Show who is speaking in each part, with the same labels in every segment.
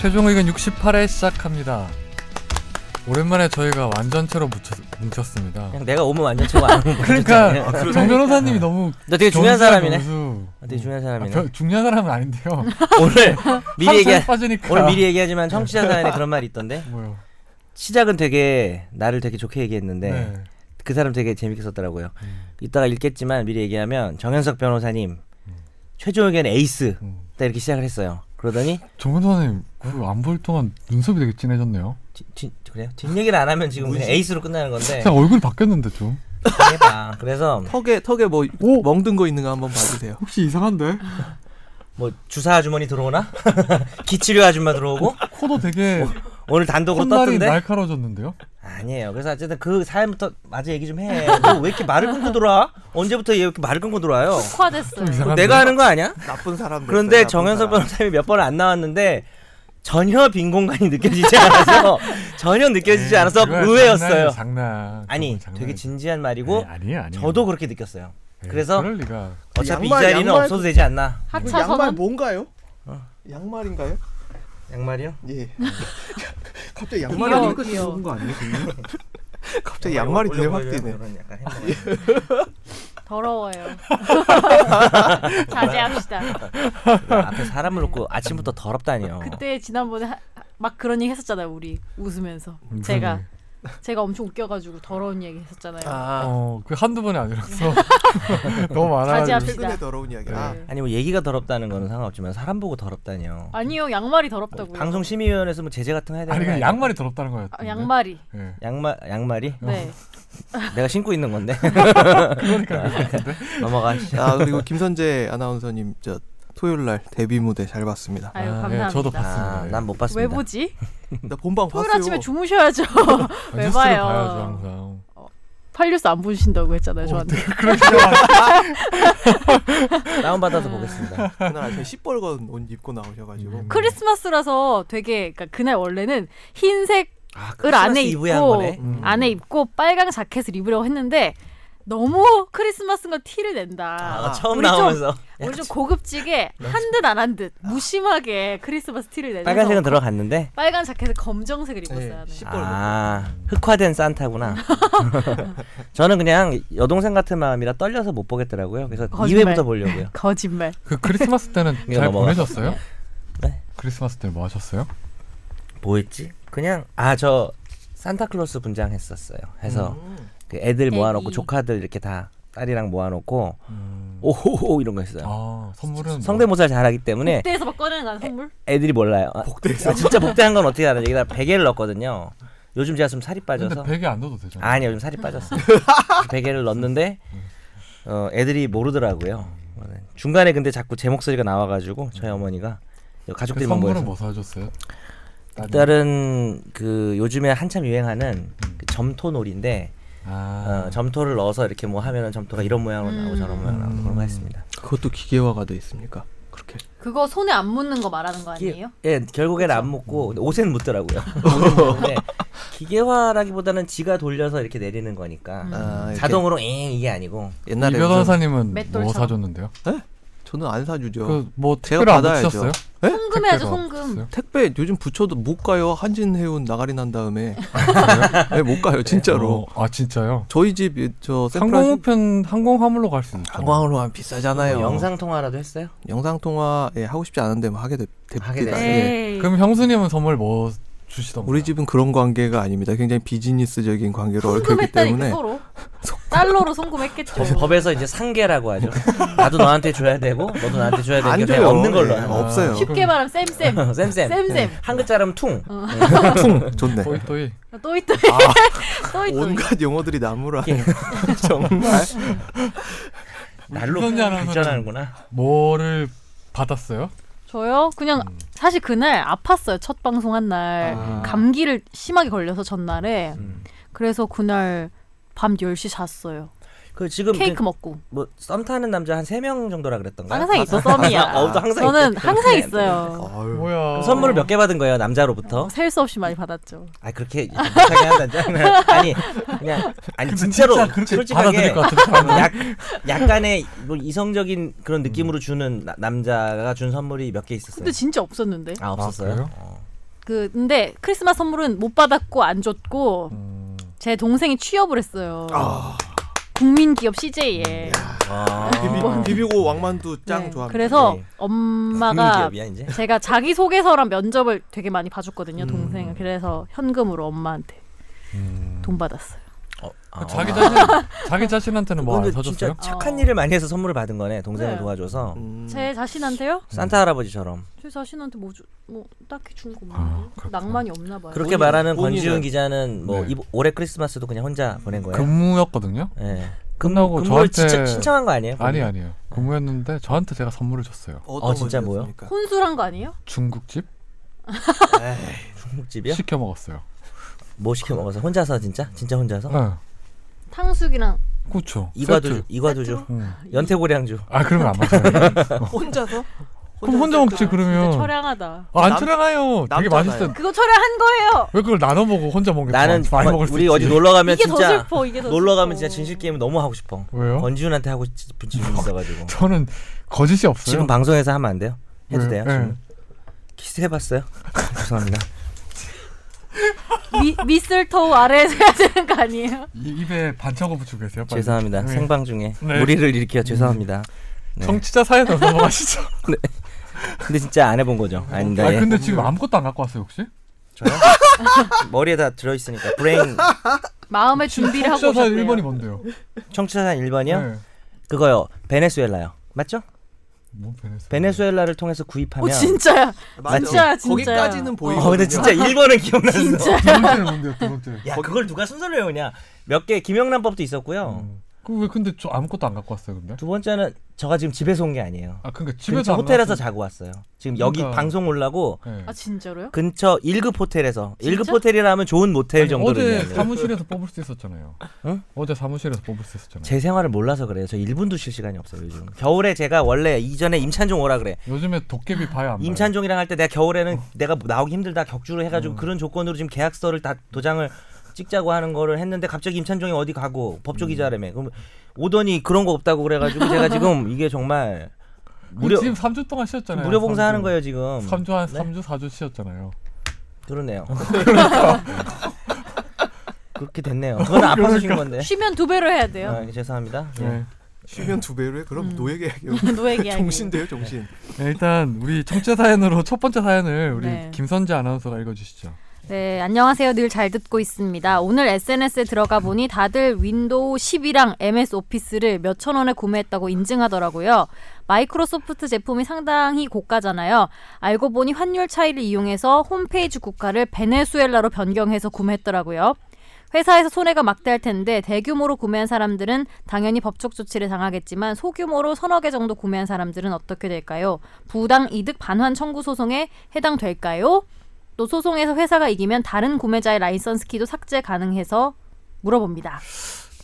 Speaker 1: 최종 의견 68회 시작합니다. 오랜만에 저희가 완전체로 뭉쳤, 뭉쳤습니다.
Speaker 2: 그냥 내가 오면 완전 최고 안 오면 완전
Speaker 1: 그러니까
Speaker 2: 짱이야.
Speaker 1: 정 변호사님이 너무
Speaker 2: 너 되게 아, 중요한
Speaker 1: 경수야,
Speaker 2: 사람이네.
Speaker 1: 경수.
Speaker 2: 너 되게 중요한
Speaker 1: 아,
Speaker 2: 사람이네.
Speaker 1: 별- 중요한 사람은 아닌데요.
Speaker 2: 오늘 미리 얘기
Speaker 1: 한참 아. 빠지니까.
Speaker 2: 오늘 미리 얘기하지만 청취자 사연에 그런 말이 있던데
Speaker 1: 뭐요?
Speaker 2: 시작은 되게 나를 되게 좋게 얘기했는데
Speaker 1: 네. 음.
Speaker 2: 그 사람 되게 재밌게 썼더라고요. 이따가 읽겠지만 미리 얘기하면 정현석 변호사님 최종 의견 에이스
Speaker 1: 음.
Speaker 2: 딱 이렇게 시작을 했어요. 그러더니
Speaker 1: 정 변호사님 그 안볼 동안 눈썹이 되게 진해졌네요.
Speaker 2: 뒷- 뒷- 그래요? 뒷 얘기를 안 하면 지금 그냥 에이스로 끝나는 건데
Speaker 1: 그냥 얼굴이 바뀌었는데 좀.
Speaker 2: 해봐. 그래서
Speaker 3: 턱에 턱에 뭐
Speaker 1: 오!
Speaker 3: 멍든 거 있는 거 한번 봐주세요.
Speaker 1: 혹시 이상한데?
Speaker 2: 뭐 주사 아주머니 들어오나 기치료 아줌마 들어오고
Speaker 1: 코도 되게
Speaker 2: 오늘 단독으로
Speaker 1: 콧날이
Speaker 2: 떴던데
Speaker 1: 날카로워졌는데요?
Speaker 2: 아니에요. 그래서 어쨌든 그 사연부터 마저 얘기 좀 해. 너 왜 이렇게 말을 끊고 돌아? 언제부터 얘 왜 이렇게 말을 끊고 돌아요?
Speaker 1: 좀
Speaker 4: 확화됐어요.
Speaker 1: 이상한데?
Speaker 2: 내가 하는 거 아니야?
Speaker 3: 나쁜 사람.
Speaker 2: 그런데 정현석 변호사님이 몇 번 안 나왔는데 전혀 빈 공간이 느껴지지 않아서 전혀 느껴지지 않아서
Speaker 1: 그거야,
Speaker 2: 의외였어요.
Speaker 1: 네. 장난.
Speaker 2: 아니,
Speaker 1: 그건
Speaker 2: 되게
Speaker 1: 장난이지.
Speaker 2: 진지한 말이고
Speaker 1: 네, 아니에요, 아니에요.
Speaker 2: 저도 그렇게 느꼈어요.
Speaker 1: 네,
Speaker 2: 그래서
Speaker 1: 그럴 리가.
Speaker 2: 어차피
Speaker 3: 양말,
Speaker 2: 이 자리는
Speaker 3: 양말-
Speaker 2: 없어도 되지 않나?
Speaker 4: 하차
Speaker 3: 뭐 양말
Speaker 4: 선언.
Speaker 3: 뭔가요?
Speaker 2: 어.
Speaker 3: 양말인가요?
Speaker 2: 양말이요?
Speaker 3: 예. 갑자기
Speaker 4: 양말이
Speaker 3: 양말이
Speaker 4: 귀여워, 귀여워.
Speaker 3: 거 아니에요? 갑자기 양말이 되게 확 뛰네.
Speaker 2: 아, 이런 약간 행동.
Speaker 4: 더러워요. 자제합시다.
Speaker 2: 그러니까 앞에 사람을 놓고 아침부터 더럽다니요.
Speaker 4: 그때 지난번에 하, 막 그런 얘기 했었잖아요. 우리 웃으면서
Speaker 1: 무슨
Speaker 4: 제가
Speaker 1: 얘기?
Speaker 4: 제가 엄청 웃겨가지고 더러운 얘기 했었잖아요.
Speaker 3: 아
Speaker 1: 어, 그 한두 번이 아니라서 너무 많아요.
Speaker 4: 자제합시다. 그
Speaker 3: 최근에 더러운 이야기. 아,
Speaker 4: 네.
Speaker 2: 아니 뭐 얘기가 더럽다는 거는 상관없지만 사람 보고 더럽다니요.
Speaker 4: 아니요 양말이 더럽다고요.
Speaker 2: 방송 심의위원회에서 뭐 제재 같은 거 해야 되는
Speaker 1: 아니
Speaker 2: 거
Speaker 1: 그
Speaker 2: 아니야?
Speaker 1: 양말이 더럽다는 거였요
Speaker 4: 아, 양말이.
Speaker 1: 예.
Speaker 2: 양말 어. 양말이
Speaker 1: 어.
Speaker 4: 네.
Speaker 2: 내가 신고 있는 건데 아,
Speaker 1: 그러니까
Speaker 2: 넘어가시죠.
Speaker 3: 아 그리고 김선재 아나운서님 저 토요일 날 데뷔 무대 잘 봤습니다.
Speaker 4: 아유
Speaker 1: 아,
Speaker 4: 감사합니다.
Speaker 1: 예, 저도 봤습니다.
Speaker 2: 아, 난 못 봤습니다.
Speaker 4: 왜 보지?
Speaker 3: 나 본방
Speaker 4: 토요일
Speaker 3: 봤어요.
Speaker 4: 아침에 주무셔야죠. 왜
Speaker 1: 아, 뉴스를
Speaker 4: 봐요?
Speaker 1: 봐야죠 항상. 어, 네.
Speaker 4: 팔뉴스 안 보신다고 했잖아요. 저한테.
Speaker 2: 다운 받아서 보겠습니다.
Speaker 3: 그날 아침에 시뻘건 옷 입고 나오셔가지고
Speaker 1: 음.
Speaker 4: 크리스마스라서 되게 그러니까 그날 원래는 흰색
Speaker 2: 아,
Speaker 4: 을 안에
Speaker 2: 크리스마스 이브에 한
Speaker 4: 입고
Speaker 2: 거네.
Speaker 4: 안에 입고 빨강 자켓을 입으려고 했는데 너무 크리스마스인 걸 티를 낸다.
Speaker 2: 아, 처음
Speaker 4: 우리 좀,
Speaker 2: 나오면서
Speaker 4: 우리 좀 고급지게 한 듯 안 한 듯 무심하게 크리스마스 티를 내서
Speaker 2: 빨간색은 들어갔는데
Speaker 4: 빨간 자켓에 검정색을
Speaker 3: 네,
Speaker 4: 입었어야 네.
Speaker 3: 시뻘-
Speaker 2: 아 흑화된 산타구나. 저는 그냥 여동생 같은 마음이라 떨려서 못 보겠더라고요. 그래서
Speaker 4: 거짓말.
Speaker 2: 2회부터 보려고요.
Speaker 4: 거짓말.
Speaker 1: 그 크리스마스 때는
Speaker 2: 이거
Speaker 1: 잘
Speaker 2: 넘어가.
Speaker 1: 보내셨어요?
Speaker 2: 네.
Speaker 1: 크리스마스 때 뭐 하셨어요?
Speaker 2: 뭐 했지? 그냥 아 저 산타클로스 분장 했었어요. 해서
Speaker 3: 음.
Speaker 2: 그 애들 모아놓고
Speaker 4: 애기.
Speaker 2: 조카들 이렇게 다 딸이랑 모아놓고 오호호 이런 거 했어요.
Speaker 1: 음. 아 선물은
Speaker 2: 네. 성대모사 를 잘하기 때문에
Speaker 4: 그때에서 막 꺼내는 거 선물?
Speaker 2: 애들이 몰라요. 아, 아, 진짜 복대한 건 어떻게 하는지 여기다 베개를 넣었거든요. 요즘 제가 좀 살이
Speaker 1: 뭐. 근데
Speaker 2: 빠져서
Speaker 1: 베개 안 넣어도 되잖아.
Speaker 2: 아니요 요즘 살이 빠졌어요. 베개를 넣었는데 어, 애들이 모르더라고요. 중간에 근데 자꾸 제 목소리가 나와가지고 저희 어머니가
Speaker 1: 그
Speaker 2: 가족들이
Speaker 1: 선물은
Speaker 2: 모여서
Speaker 1: 뭐 사줬어요?
Speaker 3: 음.
Speaker 1: 딸이?
Speaker 2: 딸은 그 요즘에 한참 유행하는 그 점토놀인데
Speaker 1: 아
Speaker 2: 어, 점토를 넣어서 이렇게 뭐 하면은 점토가 이런 모양으로
Speaker 4: 음.
Speaker 2: 나오고 저런 모양으로 나오고 그런 거 했습니다.
Speaker 3: 그것도 기계화가 돼 있습니까? 그렇게
Speaker 4: 그거 손에 안 묻는 거 말하는 거 아니에요? 그렇죠.
Speaker 2: 예, 결국엔 안
Speaker 3: 음.
Speaker 2: 묻고 근데 옷엔 묻더라고요. 옷은 묻는데 기계화라기보다는 지가 돌려서 이렇게 내리는 거니까
Speaker 4: 음.
Speaker 3: 아, 이렇게
Speaker 2: 음. 자동으로 엥 이게 아니고 뭐
Speaker 1: 이
Speaker 2: 네,
Speaker 3: 옛날에 무슨-
Speaker 1: 변호사님은 뭐
Speaker 4: 맷돌처럼.
Speaker 1: 사줬는데요?
Speaker 3: 저는 안 사주죠. 예?
Speaker 1: 그 뭐
Speaker 3: 제가
Speaker 1: 특별히 안
Speaker 3: 받아야죠.
Speaker 1: 붙였어요?
Speaker 4: 송금
Speaker 1: 택배가
Speaker 4: 해야죠 송금.
Speaker 1: 없었어요?
Speaker 3: 택배 요즘 부쳐도 못 가요. 한진 해운 나가리 난 다음에 네, 못 가요 진짜로.
Speaker 1: 어, 아 진짜요?
Speaker 3: 저희 집저 샌프란시스코
Speaker 1: 항공우편 항공화물로 갈 수 있죠.
Speaker 3: 관광으로 안 비싸잖아요.
Speaker 2: 어, 영상 통화라도 했어요?
Speaker 3: 영상 통화 예, 하고 싶지 않은데 뭐 하게 됐- 됩니다.
Speaker 4: 네.
Speaker 2: 하게 됐어요.
Speaker 3: 예.
Speaker 4: 에이.
Speaker 1: 네. 그럼 형수님은 선물 뭐 주시던가요?
Speaker 3: 우리 집은 그런 관계가 아닙니다. 굉장히 비즈니스적인 관계로 얽혀있기
Speaker 4: 송금했다니까
Speaker 3: 때문에
Speaker 4: 서로. 달러로 송금했겠죠.
Speaker 2: 법, 법에서 이제 상계라고 하죠. 나도 너한테 줘야 되고 너도 나한테 줘야 되니까 그냥 네, 없는 걸로
Speaker 3: 예,
Speaker 2: 하는 거.
Speaker 3: 없어요.
Speaker 4: 쉽게 말하면 쌤쌤.
Speaker 3: 네.
Speaker 2: 쌤쌤.
Speaker 4: 쌤쌤.
Speaker 2: 예. 한 글자라면 퉁.
Speaker 3: 퉁 좋네.
Speaker 1: 또이 또이.
Speaker 4: 또 있다. 또 있다.
Speaker 3: 온갖 용어들이 나무라.
Speaker 2: 예.
Speaker 3: 정말
Speaker 2: 날로
Speaker 1: 그런 줄 알아서
Speaker 2: 발전하는구나.
Speaker 1: 뭐를 받았어요?
Speaker 4: 저요? 그냥 사실 그날 아팠어요. 첫 방송한 날
Speaker 1: 아.
Speaker 4: 감기를 심하게 걸려서 전날에 그래서 그날 밤 10시 잤어요.
Speaker 2: 그 지금
Speaker 4: 케이크 먹고.
Speaker 2: 뭐썸 타는 남자 한 세 명 정도라 그랬던가?
Speaker 4: 항상 있어 썸이야.
Speaker 2: 아, 어도 네. 항상
Speaker 4: 저는
Speaker 2: 있대.
Speaker 4: 항상 있어요.
Speaker 3: 아유.
Speaker 1: 뭐야?
Speaker 2: 그 선물을 몇 개 받은 거예요 남자로부터?
Speaker 4: 셀 수 없이 많이 받았죠.
Speaker 2: 아 그렇게 못하게 한다 짜증나. 아니 그냥 아니
Speaker 1: 근데
Speaker 2: 진짜로
Speaker 1: 진짜 그렇게
Speaker 2: 솔직하게
Speaker 1: 받아들일 것 같은 사람은
Speaker 2: 약 약간의 뭐 이성적인 그런 느낌으로 주는 나- 남자가 준 선물이 몇 개 있었어요.
Speaker 4: 근데 진짜 없었는데.
Speaker 2: 아 없었어요.
Speaker 1: 그래요?
Speaker 2: 어.
Speaker 4: 그 근데 크리스마스 선물은 못 받았고 안 줬고
Speaker 1: 음.
Speaker 4: 제 동생이 취업을 했어요.
Speaker 3: 아.
Speaker 4: 국민 기업 CJ에.
Speaker 2: 아.
Speaker 5: 비비, 고 왕만두 짱
Speaker 4: 네.
Speaker 5: 좋아합니다.
Speaker 4: 그래서
Speaker 2: 네.
Speaker 4: 엄마가
Speaker 2: 기업이야 이제.
Speaker 4: 제가 자기 소개서랑 면접을 되게 많이
Speaker 2: 음.
Speaker 4: 봐줬거든요, 동생을. 그래서 현금으로 엄마한테 돈 받았어요.
Speaker 2: 어, 아,
Speaker 1: 음. 자기
Speaker 2: 아.
Speaker 1: 자신 자기 자신한테는 뭐 안
Speaker 2: 근데
Speaker 1: 사줬어요?
Speaker 2: 진짜 착한
Speaker 4: 어.
Speaker 2: 일을 많이 해서 선물을 받은 거네. 동생을
Speaker 4: 네.
Speaker 2: 도와줘서
Speaker 3: 음.
Speaker 4: 제 자신한테요?
Speaker 2: 산타 할아버지처럼.
Speaker 4: 제 자신한테 뭐, 주, 뭐 딱히 준 거
Speaker 1: 아,
Speaker 4: 없는데
Speaker 1: 그렇구나.
Speaker 4: 낭만이 없나 봐요.
Speaker 2: 그렇게 말하는
Speaker 5: 본인은-
Speaker 2: 권지훈 기자는 뭐
Speaker 1: 네.
Speaker 2: 이번- 올해 크리스마스도 그냥 혼자 보낸 거예요.
Speaker 1: 근무였거든요.
Speaker 2: 예.
Speaker 1: 끝나고
Speaker 2: 근무를
Speaker 1: 저한테-
Speaker 2: 진짜 신청한 거 아니에요?
Speaker 1: 아니 아니에요. 근무였는데 저한테 제가 선물을 줬어요.
Speaker 5: 어떤
Speaker 2: 어, 진짜 뭐요?
Speaker 5: 건지였습니까?
Speaker 4: 혼술한 거 아니에요?
Speaker 1: 중국집
Speaker 2: 중국집이요?
Speaker 1: 시켜 먹었어요.
Speaker 2: 뭐 시켜 먹어서 혼자서 진짜 진짜 혼자서
Speaker 1: 네.
Speaker 4: 탕수육이랑
Speaker 1: 그렇죠.
Speaker 2: 어. 이과도주
Speaker 1: 세트.
Speaker 2: 이과도주
Speaker 1: 응.
Speaker 2: 연태고량주
Speaker 1: 아 그러면 안 맞아요.
Speaker 2: 어.
Speaker 5: 혼자서?
Speaker 1: 그럼 혼자 먹지
Speaker 4: 진짜
Speaker 1: 그러면.
Speaker 4: 처량하다.
Speaker 1: 아, 안
Speaker 5: 남-
Speaker 1: 출항해요. 되게
Speaker 5: 남자잖아요.
Speaker 1: 맛있어.
Speaker 4: 그거 처량한 거예요.
Speaker 1: 왜 그걸 나눠 먹고 혼자 먹는 게
Speaker 2: 나는 뭐,
Speaker 1: 많이 먹을 수
Speaker 2: 우리
Speaker 1: 있지.
Speaker 2: 어디 놀러 가면
Speaker 4: 이게 더
Speaker 2: 진짜
Speaker 4: 슬퍼. 이게 더
Speaker 2: 놀러 가면
Speaker 4: 슬퍼.
Speaker 2: 진짜 진실 게임 너무 하고 싶어.
Speaker 1: 왜요? 뭐.
Speaker 2: 권지훈한테 하고 싶은 질문 있어가지고
Speaker 1: 저는 거짓이 없어요.
Speaker 2: 지금 방송에서 하면 안 돼요? 해도
Speaker 1: 왜요?
Speaker 2: 돼요?
Speaker 1: 예.
Speaker 2: 지금? 키스 해봤어요? 죄송합니다.
Speaker 1: 네.
Speaker 4: 미, 미슬토우 아래에서 해야 되는 거 아니에요?
Speaker 1: 이, 입에 반창고 붙이고 계세요. 빨리.
Speaker 2: 죄송합니다.
Speaker 1: 네.
Speaker 2: 생방 중에
Speaker 1: 네.
Speaker 2: 무리를 일으켜 죄송합니다. 네.
Speaker 1: 정치자 사연으로 넘어가시죠.
Speaker 2: 근데 진짜 안 해본 거죠? 아닙니다.
Speaker 1: 아
Speaker 2: 예.
Speaker 1: 근데 지금 아무것도 안 갖고 왔어요 혹시?
Speaker 2: 저요? 머리에 다 들어있으니까 브레인
Speaker 4: 마음의 준비를 하고
Speaker 1: 청취자 사연
Speaker 4: 오셨대요.
Speaker 1: 1번이 뭔데요?
Speaker 2: 청취자 1번이요?
Speaker 1: 네.
Speaker 2: 그거요. 베네수엘라요. 맞죠?
Speaker 1: 뭐 베네수엘라.
Speaker 2: 베네수엘라를 통해서 구입하면
Speaker 1: 어,
Speaker 4: 오 어, 진짜야.
Speaker 5: 맞아.
Speaker 4: 진짜야, 진짜야.
Speaker 5: 거기까지는 보이거든요.
Speaker 2: 어, 근데 진짜
Speaker 1: 음.
Speaker 2: 1번은 기억났어.
Speaker 1: 두 번째는 뭔데요? 두 번째.
Speaker 2: 야, 그걸 누가 순서로 외우냐? 몇 개 김영란법도 있었고요.
Speaker 1: 그왜 근데 저 아무것도 안 갖고 왔어요 근데?
Speaker 2: 두 번째는 제가 지금 집에서 온 게 아니에요.
Speaker 1: 아 그러니까
Speaker 2: 근처
Speaker 1: 집에서 안
Speaker 2: 호텔에서
Speaker 1: 나왔어요.
Speaker 2: 자고 왔어요. 지금 여기
Speaker 1: 그러니까.
Speaker 2: 방송 올라고
Speaker 1: 네.
Speaker 4: 아 진짜로요?
Speaker 2: 근처 1급 호텔에서
Speaker 4: 진짜?
Speaker 2: 1급 호텔이라면 좋은 모텔
Speaker 1: 아니,
Speaker 2: 정도로
Speaker 1: 어제
Speaker 2: 얘기하는 거예요.
Speaker 1: 사무실에서 뽑을 수 있었잖아요.
Speaker 2: 응?
Speaker 1: 어제 사무실에서 뽑을 수 있었잖아요.
Speaker 2: 제 생활을 몰라서 그래요. 저 1분도 쉴 시간이 없어요, 요즘. 겨울에 제가 원래 이전에 임찬종 오라 그래.
Speaker 1: 요즘에 도깨비 봐요 안 봐요? 어.
Speaker 2: 임찬종이랑 할 때 내가 겨울에는 내가 나오기 힘들다 격주로
Speaker 1: 음.
Speaker 2: 해가지고 그런 조건으로 지금 계약서를 다 도장을 찍자고 하는 거를 했는데 갑자기 임찬종이 어디 가고
Speaker 1: 음.
Speaker 2: 법조기자라며 그럼 오더니 그런 거 없다고 그래가지고 제가 지금 이게 정말
Speaker 1: 무려
Speaker 2: 무료-
Speaker 1: 지금 3주 동안 쉬었잖아요.
Speaker 2: 무료 봉사하는
Speaker 1: 삼주.
Speaker 2: 거예요 지금.
Speaker 1: 3주 한
Speaker 2: 네?
Speaker 1: 3주 4주 쉬었잖아요.
Speaker 2: 그러네요.
Speaker 1: 그러니까.
Speaker 2: 그렇게 됐네요. 그건 아파서 쉰 건데.
Speaker 4: 쉬면 두 배로 해야 돼요.
Speaker 2: 아, 죄송합니다.
Speaker 1: 네.
Speaker 5: 쉬면 두 배로 해? 그럼 노예 계약이요.
Speaker 4: 노예기 아니.
Speaker 5: 정신돼요 정신.
Speaker 1: 네, 일단 우리 청취자 사연으로 첫 번째 사연을 우리
Speaker 4: 네.
Speaker 1: 김선재 아나운서가 읽어주시죠.
Speaker 4: 네, 안녕하세요. 늘 잘 듣고 있습니다. 오늘 SNS에 들어가 보니 다들 윈도우 10이랑 MS 오피스를 몇천 원에 구매했다고 인증하더라고요. 마이크로소프트 제품이 상당히 고가잖아요. 알고 보니 환율 차이를 이용해서 홈페이지 국가를 베네수엘라로 변경해서 구매했더라고요. 회사에서 손해가 막대할 텐데 대규모로 구매한 사람들은 당연히 법적 조치를 당하겠지만 소규모로 서너 개 정도 구매한 사람들은 어떻게 될까요? 부당 이득 반환 청구 소송에 해당될까요? 또 소송에서 회사가 이기면 다른 구매자의 라이선스 키도 삭제 가능해서 물어봅니다.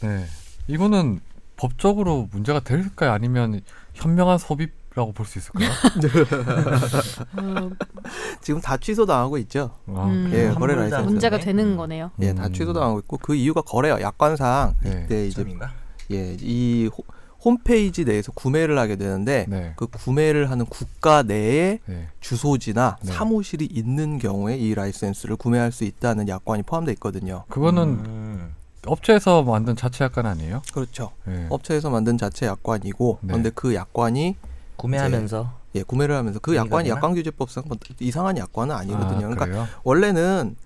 Speaker 1: 네, 이거는 법적으로 문제가 될까요? 아니면 현명한 소비라고 볼 수 있을까요?
Speaker 3: 지금 다 취소당하고 있죠.
Speaker 1: 아,
Speaker 4: 음.
Speaker 3: 예,
Speaker 2: 환불당.
Speaker 3: 거래 라이센스.
Speaker 4: 문제가
Speaker 2: 네.
Speaker 4: 되는 거네요.
Speaker 3: 예, 다
Speaker 1: 음.
Speaker 3: 취소당하고 있고 그 이유가 거래요. 약관상
Speaker 1: 네,
Speaker 3: 이때 이제
Speaker 2: 점인가?
Speaker 3: 예, 이 호- 홈페이지 내에서 구매를 하게 되는데
Speaker 1: 네.
Speaker 3: 그 구매를 하는 국가 내에
Speaker 1: 네.
Speaker 3: 주소지나
Speaker 1: 네.
Speaker 3: 사무실이 있는 경우에 이 라이센스를 구매할 수 있다는 약관이 포함되어 있거든요.
Speaker 1: 그거는
Speaker 2: 음.
Speaker 1: 업체에서 만든 자체 약관 아니에요?
Speaker 3: 그렇죠.
Speaker 1: 네.
Speaker 3: 업체에서 만든 자체 약관이고
Speaker 1: 네.
Speaker 3: 그런데 그 약관이
Speaker 2: 구매하면서
Speaker 3: 예, 구매를 하면서
Speaker 5: 네,
Speaker 3: 그 약관이
Speaker 2: 아니거든요?
Speaker 3: 약관규제법상 뭐 이상한 약관은
Speaker 1: 아,
Speaker 3: 아니거든요. 그러니까
Speaker 1: 그래요?
Speaker 3: 원래는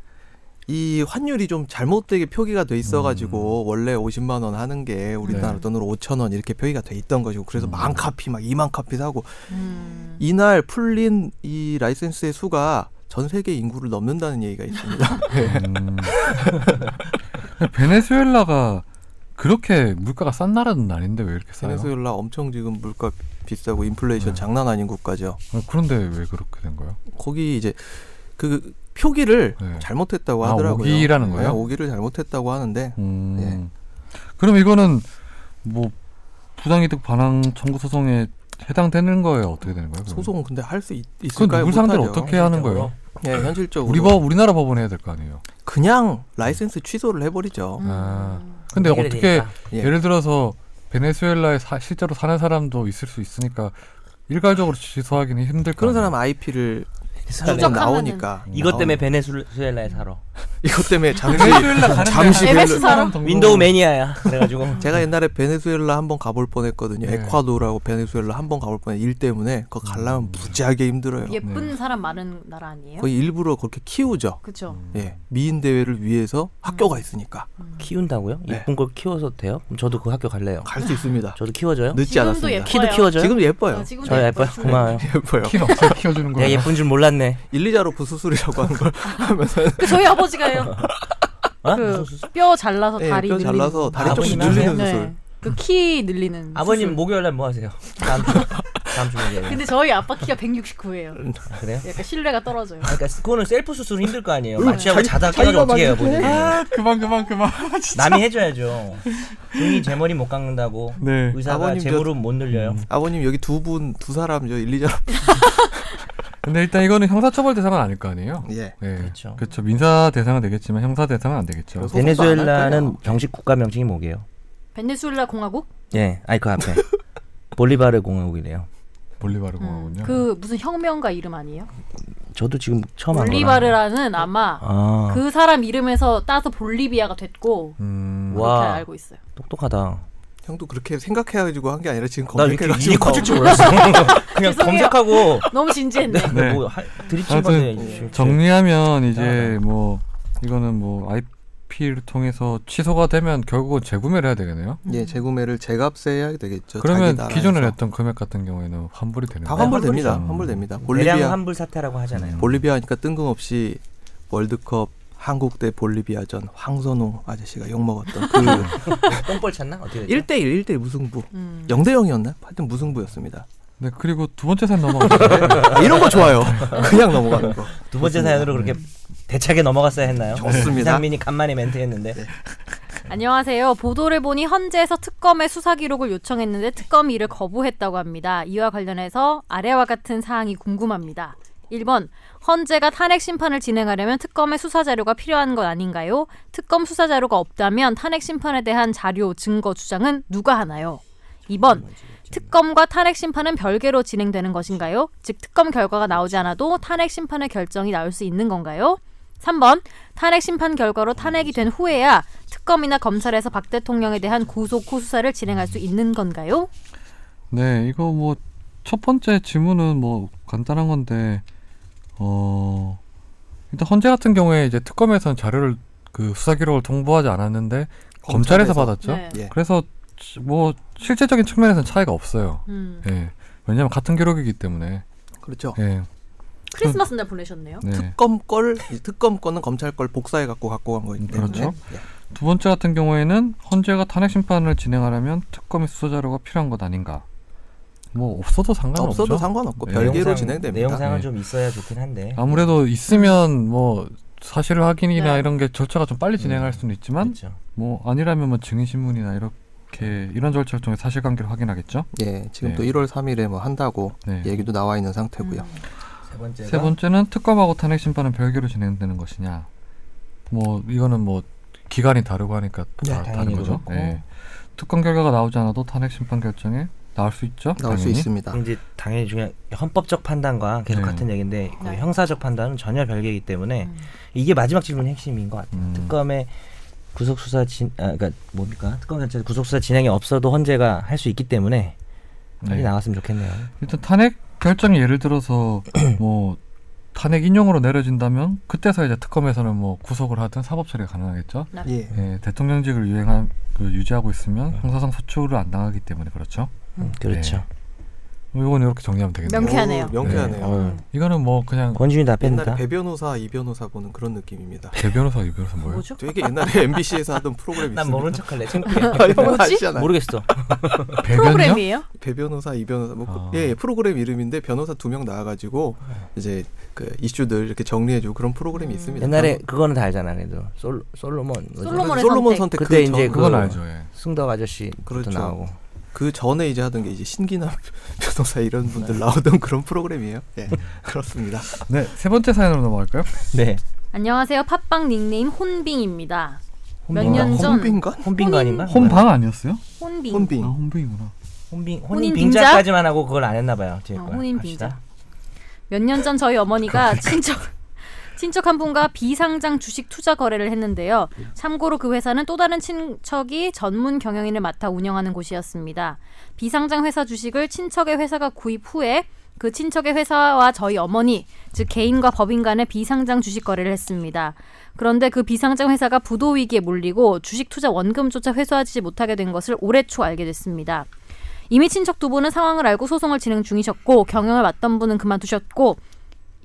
Speaker 3: 이 환율이 좀 잘못되게 표기가 돼 있어가지고 원래 50만 원 하는 게 우리나라
Speaker 1: 음. 네.
Speaker 3: 돈으로 5천 원 이렇게 표기가 돼 있던 것이고 그래서
Speaker 1: 음.
Speaker 3: 만 카피 막 2만 카피 사고
Speaker 4: 음.
Speaker 3: 이날 풀린 이 라이센스의 수가 전 세계 인구를 넘는다는 얘기가 있습니다.
Speaker 1: 음. 베네수엘라가 그렇게 물가가 싼 나라는 아닌데 왜 이렇게 싸요?
Speaker 3: 베네수엘라 엄청 지금 물가 비싸고
Speaker 1: 네.
Speaker 3: 인플레이션 장난 아닌 국가죠.
Speaker 1: 어, 그런데 왜 그렇게 된 거예요?
Speaker 3: 거기 이제 그 표기를
Speaker 1: 네.
Speaker 3: 잘못했다고
Speaker 1: 아,
Speaker 3: 하더라고요.
Speaker 1: 오기라는 거예요?
Speaker 3: 네, 오기를 잘못했다고 하는데
Speaker 1: 음.
Speaker 3: 네.
Speaker 1: 그럼 이거는 뭐 부당이득 반항 청구 소송에 해당되는 거예요? 어떻게 되는 거예요? 그럼?
Speaker 3: 소송 근데 할 수
Speaker 1: 음. 그건
Speaker 3: 있을까요?
Speaker 1: 누굴 상대로
Speaker 3: 못하죠.
Speaker 1: 어떻게 하는 거예요?
Speaker 3: 예,
Speaker 2: 네.
Speaker 3: 현실적으로
Speaker 1: 우리 법 우리나라 법원 해야 될 거 아니에요.
Speaker 3: 그냥 라이센스 취소를 해버리죠.
Speaker 2: 음.
Speaker 1: 아. 근데
Speaker 2: 해결이
Speaker 1: 어떻게
Speaker 2: 되니까.
Speaker 3: 예.
Speaker 1: 예를 들어서 베네수엘라에 사- 실제로 사는 사람도 있을 수 있으니까 일괄적으로 취소하기는 힘들 거
Speaker 3: 그런
Speaker 1: 아니에요?
Speaker 3: 사람 IP를 살짝
Speaker 4: 추적하면은.
Speaker 3: 나오니까
Speaker 2: 이것
Speaker 1: 음.
Speaker 2: 때문에 베네수엘라에 살아.
Speaker 3: 이것 때문에 잠시
Speaker 1: 베네수엘라 가는
Speaker 3: 잠시 별로-
Speaker 4: MS 사람?
Speaker 2: 윈도우 매니아야. 그래가지고
Speaker 3: 제가 옛날에 베네수엘라 한번 가볼 뻔했거든요.
Speaker 1: 네.
Speaker 3: 에콰도르하고 베네수엘라 한번 가볼 뻔해 일 때문에 그거
Speaker 2: 음.
Speaker 3: 가려면 무지하게 힘들어요.
Speaker 4: 예쁜 사람 많은 나라 아니에요?
Speaker 3: 네. 거의 일부러 그렇게 키우죠.
Speaker 4: 그렇죠.
Speaker 3: 예, 미인 대회를 위해서
Speaker 4: 음.
Speaker 3: 학교가 있으니까
Speaker 2: 키운다고요?
Speaker 3: 네.
Speaker 2: 예쁜 걸 키워서 돼요? 그럼 저도 그 학교 갈래요.
Speaker 3: 갈 수 있습니다.
Speaker 2: 저도 키워져요?
Speaker 3: 늦지
Speaker 4: 지금도
Speaker 3: 않았습니다.
Speaker 4: 예뻐요.
Speaker 2: 키도 키워져요?
Speaker 3: 네. 아, 지금 예뻐요.
Speaker 4: 어, 지금도
Speaker 2: 저 예뻐요. 고마워요.
Speaker 3: 예뻐요.
Speaker 1: 키없어 키워주는
Speaker 2: 내가
Speaker 1: 거예요.
Speaker 2: 예쁜 줄 몰랐네.
Speaker 3: 일리자로프 수술이라고 하는 걸 하면서
Speaker 4: 그 저희 아버지가요.
Speaker 2: 어? 무슨 수술?
Speaker 4: 그 뼈 잘라서
Speaker 3: 예,
Speaker 4: 다리
Speaker 3: 뼈
Speaker 4: 늘리는.
Speaker 3: 잘라서 다리 조금
Speaker 2: 아버님
Speaker 3: 늘리는
Speaker 4: 네.
Speaker 3: 수술.
Speaker 4: 그 키 늘리는.
Speaker 2: 아버님
Speaker 4: 수술.
Speaker 2: 목요일 날뭐 하세요? 다음 주 다음 주 목요일. 날.
Speaker 4: 근데 저희 아빠 키가
Speaker 3: 음.
Speaker 4: 169예요.
Speaker 2: 아, 그래요?
Speaker 4: 약간 신뢰가 떨어져요.
Speaker 2: 아, 그러니까 그거는 셀프 수술은 힘들 거 아니에요. 마취하고 자다 깨가지고 어떻게 해요, 본인이?
Speaker 1: 아, 그만 그만 그만.
Speaker 2: 남이 해줘야죠. 종이 제 머리 못 깎는다고
Speaker 1: 네.
Speaker 2: 의사가
Speaker 3: 아버님
Speaker 2: 제
Speaker 3: 저-
Speaker 2: 무릎 못 늘려요.
Speaker 3: 아버님 여기 두 분 두 사람 저 일리자로프
Speaker 1: 근데 일단 이거는 형사처벌 대상은 아닐 거 아니에요.
Speaker 3: 예.
Speaker 1: 네.
Speaker 2: 그렇죠.
Speaker 1: 그렇죠. 민사 대상은 되겠지만 형사 대상은 안 되겠죠.
Speaker 3: 그래서- 베네수엘라는
Speaker 2: 정식 국가 명칭이 뭐게요?
Speaker 4: 베네수엘라 공화국?
Speaker 2: 예, 아이그 앞에 볼리바르 공화국이래요.
Speaker 1: 볼리바르
Speaker 4: 음,
Speaker 1: 공화군요.
Speaker 4: 그 무슨 혁명가 이름 아니에요?
Speaker 2: 저도 지금 처음 알아요.
Speaker 4: 올리바르라는 아마
Speaker 2: 아,
Speaker 4: 그 사람 이름에서 따서 볼리비아가 됐고
Speaker 1: 음.
Speaker 2: 와.
Speaker 4: 그렇게 알고 있어요.
Speaker 2: 똑똑하다.
Speaker 3: 형도 그렇게 생각해가지고 한 게 아니라 지금
Speaker 2: 나 이렇게
Speaker 3: 검색해가지고
Speaker 2: 일이 커질 줄 몰랐어. 그냥
Speaker 4: 죄송해요.
Speaker 2: 검색하고
Speaker 4: 너무 진지했네.
Speaker 1: 네.
Speaker 2: 뭐 하- 드립친
Speaker 1: 아무튼
Speaker 2: 건데 지금
Speaker 1: 정리하면 이제 뭐 이거는 뭐 IP를 통해서 취소가 되면 결국은 재구매를 해야 되겠네요.
Speaker 3: 예 재구매를 제값에 해야 되겠죠.
Speaker 1: 그러면
Speaker 3: 자기 나라에서.
Speaker 1: 기존에 냈던 금액 같은 경우에는 환불이 되는
Speaker 3: 다
Speaker 1: 거예요.
Speaker 3: 환불됩니다.
Speaker 1: 음.
Speaker 3: 환불됩니다.
Speaker 2: 그렇죠. 대량
Speaker 3: 볼리비아 음.
Speaker 2: 환불 사태라고 하잖아요.
Speaker 3: 볼리비아니까 뜬금없이 월드컵 한국 대 볼리비아전 황선홍 아저씨가 욕 먹었던 그
Speaker 2: 똥벌 찼나? 어떻게 되죠?
Speaker 3: 1대1 1대1 무승부.
Speaker 4: 음.
Speaker 3: 0대 0이었나? 하여튼 무승부였습니다.
Speaker 1: 네 그리고 두 번째 산 넘어가죠.
Speaker 3: 아, 이런 거 좋아요. 그냥 넘어가는 거.
Speaker 2: 두 번째 사연으로 그렇게 대차게 넘어갔어야 했나요?
Speaker 3: 음. 좋습니다. 네.
Speaker 2: 이상민이 간만에 멘트했는데 네.
Speaker 4: 안녕하세요. 보도를 보니 헌재에서 특검의 수사 기록을 요청했는데 특검이 이를 거부했다고 합니다. 이와 관련해서 아래와 같은 사항이 궁금합니다. 1번 헌재가 탄핵 심판을 진행하려면 특검의 수사 자료가 필요한 것 아닌가요? 특검 수사 자료가 없다면 탄핵 심판에 대한 자료 증거 주장은 누가 하나요? 2번 특검과 탄핵 심판은 별개로 진행되는 것인가요? 즉 특검 결과가 나오지 않아도 탄핵 심판의 결정이 나올 수 있는 건가요? 3번 탄핵 심판 결과로 탄핵이 된 후에야 특검이나 검찰에서 박 대통령에 대한 구속 후 수사를 진행할 수 있는 건가요?
Speaker 1: 네 이거 뭐 첫 번째 질문은 뭐 간단한 건데 어 일단 헌재 같은 경우에 이제 특검에서는 자료를 그 수사 기록을 통보하지 않았는데 검찰에서, 받았죠.
Speaker 4: 네.
Speaker 3: 예.
Speaker 1: 그래서 뭐 실제적인 측면에서는 차이가 없어요.
Speaker 4: 음.
Speaker 1: 예. 왜냐면 같은 기록이기 때문에.
Speaker 3: 그렇죠.
Speaker 1: 예.
Speaker 4: 크리스마스 날 보내셨네요.
Speaker 1: 네.
Speaker 3: 특검 걸 이 특검 건은 검찰 걸 복사해 갖고 갖고 간 거기 때문에
Speaker 1: 그렇죠.
Speaker 3: 예.
Speaker 1: 두 번째 같은 경우에는 헌재가 탄핵 심판을 진행하려면 특검의 수사 자료가 필요한 것 아닌가. 뭐 없어도 상관없죠.
Speaker 3: 없어도 상관없고
Speaker 1: 네.
Speaker 3: 별개로
Speaker 2: 내용상-
Speaker 3: 진행됩니다. 네.
Speaker 2: 내용상은
Speaker 1: 예.
Speaker 2: 좀 있어야 좋긴 한데
Speaker 1: 아무래도 있으면 뭐 사실 확인이나
Speaker 4: 네.
Speaker 1: 이런 게 절차가 좀 빨리 진행할 수는 있지만
Speaker 2: 그렇죠.
Speaker 1: 뭐 아니라면 뭐 증인 신문이나 이렇게 이런 절차를 통해 사실관계를 확인하겠죠.
Speaker 3: 예, 지금
Speaker 1: 네.
Speaker 3: 또 1월 3일에 뭐 한다고
Speaker 1: 네.
Speaker 3: 얘기도 나와 있는 상태고요.
Speaker 4: 음.
Speaker 2: 세 번째가
Speaker 1: 세 번째는 특검하고 탄핵 심판은 별개로 진행되는 것이냐. 뭐 이거는 뭐 기간이 다르고 하니까
Speaker 2: 네,
Speaker 1: 다 다른
Speaker 2: 당연히
Speaker 1: 거죠.
Speaker 2: 그렇고.
Speaker 1: 예. 특검 결과가 나오지 않아도 탄핵 심판 결정에 나올 수 있죠.
Speaker 3: 나올 수
Speaker 1: 당연히.
Speaker 3: 있습니다.
Speaker 2: 이제 당연히 중요한 헌법적 판단과 계속
Speaker 1: 네.
Speaker 2: 같은 얘기인데 그
Speaker 4: 네.
Speaker 2: 형사적 판단은 전혀 별개이기 때문에
Speaker 4: 음.
Speaker 2: 이게 마지막 질문의 핵심인 것 같아요.
Speaker 1: 음.
Speaker 2: 특검의 구속 수사 진 아, 그러니까 뭡니까? 특검 자체 구속 수사 진행이 없어도 헌재가 할 수 있기 때문에 빨리
Speaker 1: 네.
Speaker 2: 나왔으면 좋겠네요.
Speaker 1: 일단 탄핵 결정이 예를 들어서 뭐 탄핵 인용으로 내려진다면 그때서 이제 특검에서는 뭐 구속을 하든 사법 처리가 가능하겠죠.
Speaker 3: 예.
Speaker 1: 예, 대통령직을 유행한 그 유지하고 있으면 형사상 소추를 안 당하기 때문에 그렇죠.
Speaker 2: 음, 그렇죠.
Speaker 1: 이건 이렇게 정리하면 되겠네요.
Speaker 4: 명- 명쾌하네요.
Speaker 3: 오, 명쾌하네요.
Speaker 2: 어,
Speaker 1: 이거는 뭐 그냥
Speaker 2: 권준이 다
Speaker 3: 옛날에
Speaker 2: 뺐다.
Speaker 3: 배 변호사, 이 변호사 보는 그런 느낌입니다.
Speaker 1: 개 변호사 이 변호사 뭐예요?
Speaker 4: 뭐죠?
Speaker 3: 되게 옛날에 MBC에서 하던 프로그램 있습니다.
Speaker 2: 난 모른 척할래.
Speaker 3: 아, 형은
Speaker 4: 뭐지?
Speaker 3: 아시잖아요.
Speaker 2: 모르겠어.
Speaker 1: 배 변이요?
Speaker 4: 프로그램이에요?
Speaker 3: 배 변호사, 이 변호사 뭐 그-
Speaker 1: 아.
Speaker 3: 예, 예, 프로그램 이름인데 변호사 두 명 나와가지고 이제 그 이슈들 이렇게 정리해주고 그런 프로그램이
Speaker 4: 음.
Speaker 3: 있습니다.
Speaker 2: 옛날에 그거는 다 알잖아. 그래도 솔 솔로몬 뭐지?
Speaker 4: 솔로몬의
Speaker 3: 솔로몬 선택
Speaker 4: 선택.
Speaker 2: 그때
Speaker 3: 그
Speaker 2: 이제
Speaker 3: 전-
Speaker 1: 그건
Speaker 2: 그-
Speaker 1: 알죠. 예.
Speaker 2: 승덕 아저씨부터
Speaker 3: 그렇죠.
Speaker 2: 나오고.
Speaker 3: 그 전에 이제 하던 게 이제 신기남 변호사 이런 분들 나오던 그런 프로그램이에요. 예, 그렇습니다.
Speaker 1: 네, 세 번째 사연으로 넘어갈까요?
Speaker 2: 네.
Speaker 4: 안녕하세요. 팟빵 닉네임 혼빙입니다. 몇
Speaker 2: 혼빙.
Speaker 4: 년 전
Speaker 3: 홈빈관?
Speaker 2: 혼빙거 아닌가?
Speaker 1: 홈방 아니었어요?
Speaker 4: 혼빙.
Speaker 3: 홈빈.
Speaker 1: 아, 홈방이구나.
Speaker 2: 혼빙
Speaker 4: 혼인
Speaker 2: 혼인
Speaker 4: 빙자?
Speaker 2: 빙자까지만 하고 그걸 안 했나 봐요. 뒤에
Speaker 4: 아,
Speaker 2: 거.
Speaker 4: 혼인
Speaker 2: 갑시다.
Speaker 4: 빙자. 몇 년 전 저희 어머니가 친척 친척 한 분과 비상장 주식 투자 거래를 했는데요. 참고로 그 회사는 또 다른 친척이 전문 경영인을 맡아 운영하는 곳이었습니다. 비상장 회사 주식을 친척의 회사가 구입 후에 그 친척의 회사와 저희 어머니, 즉 개인과 법인 간의 비상장 주식 거래를 했습니다. 그런데 그 비상장 회사가 부도 위기에 몰리고 주식 투자 원금조차 회수하지 못하게 된 것을 올해 초 알게 됐습니다. 이미 친척 두 분은 상황을 알고 소송을 진행 중이셨고 경영을 맡던 분은 그만두셨고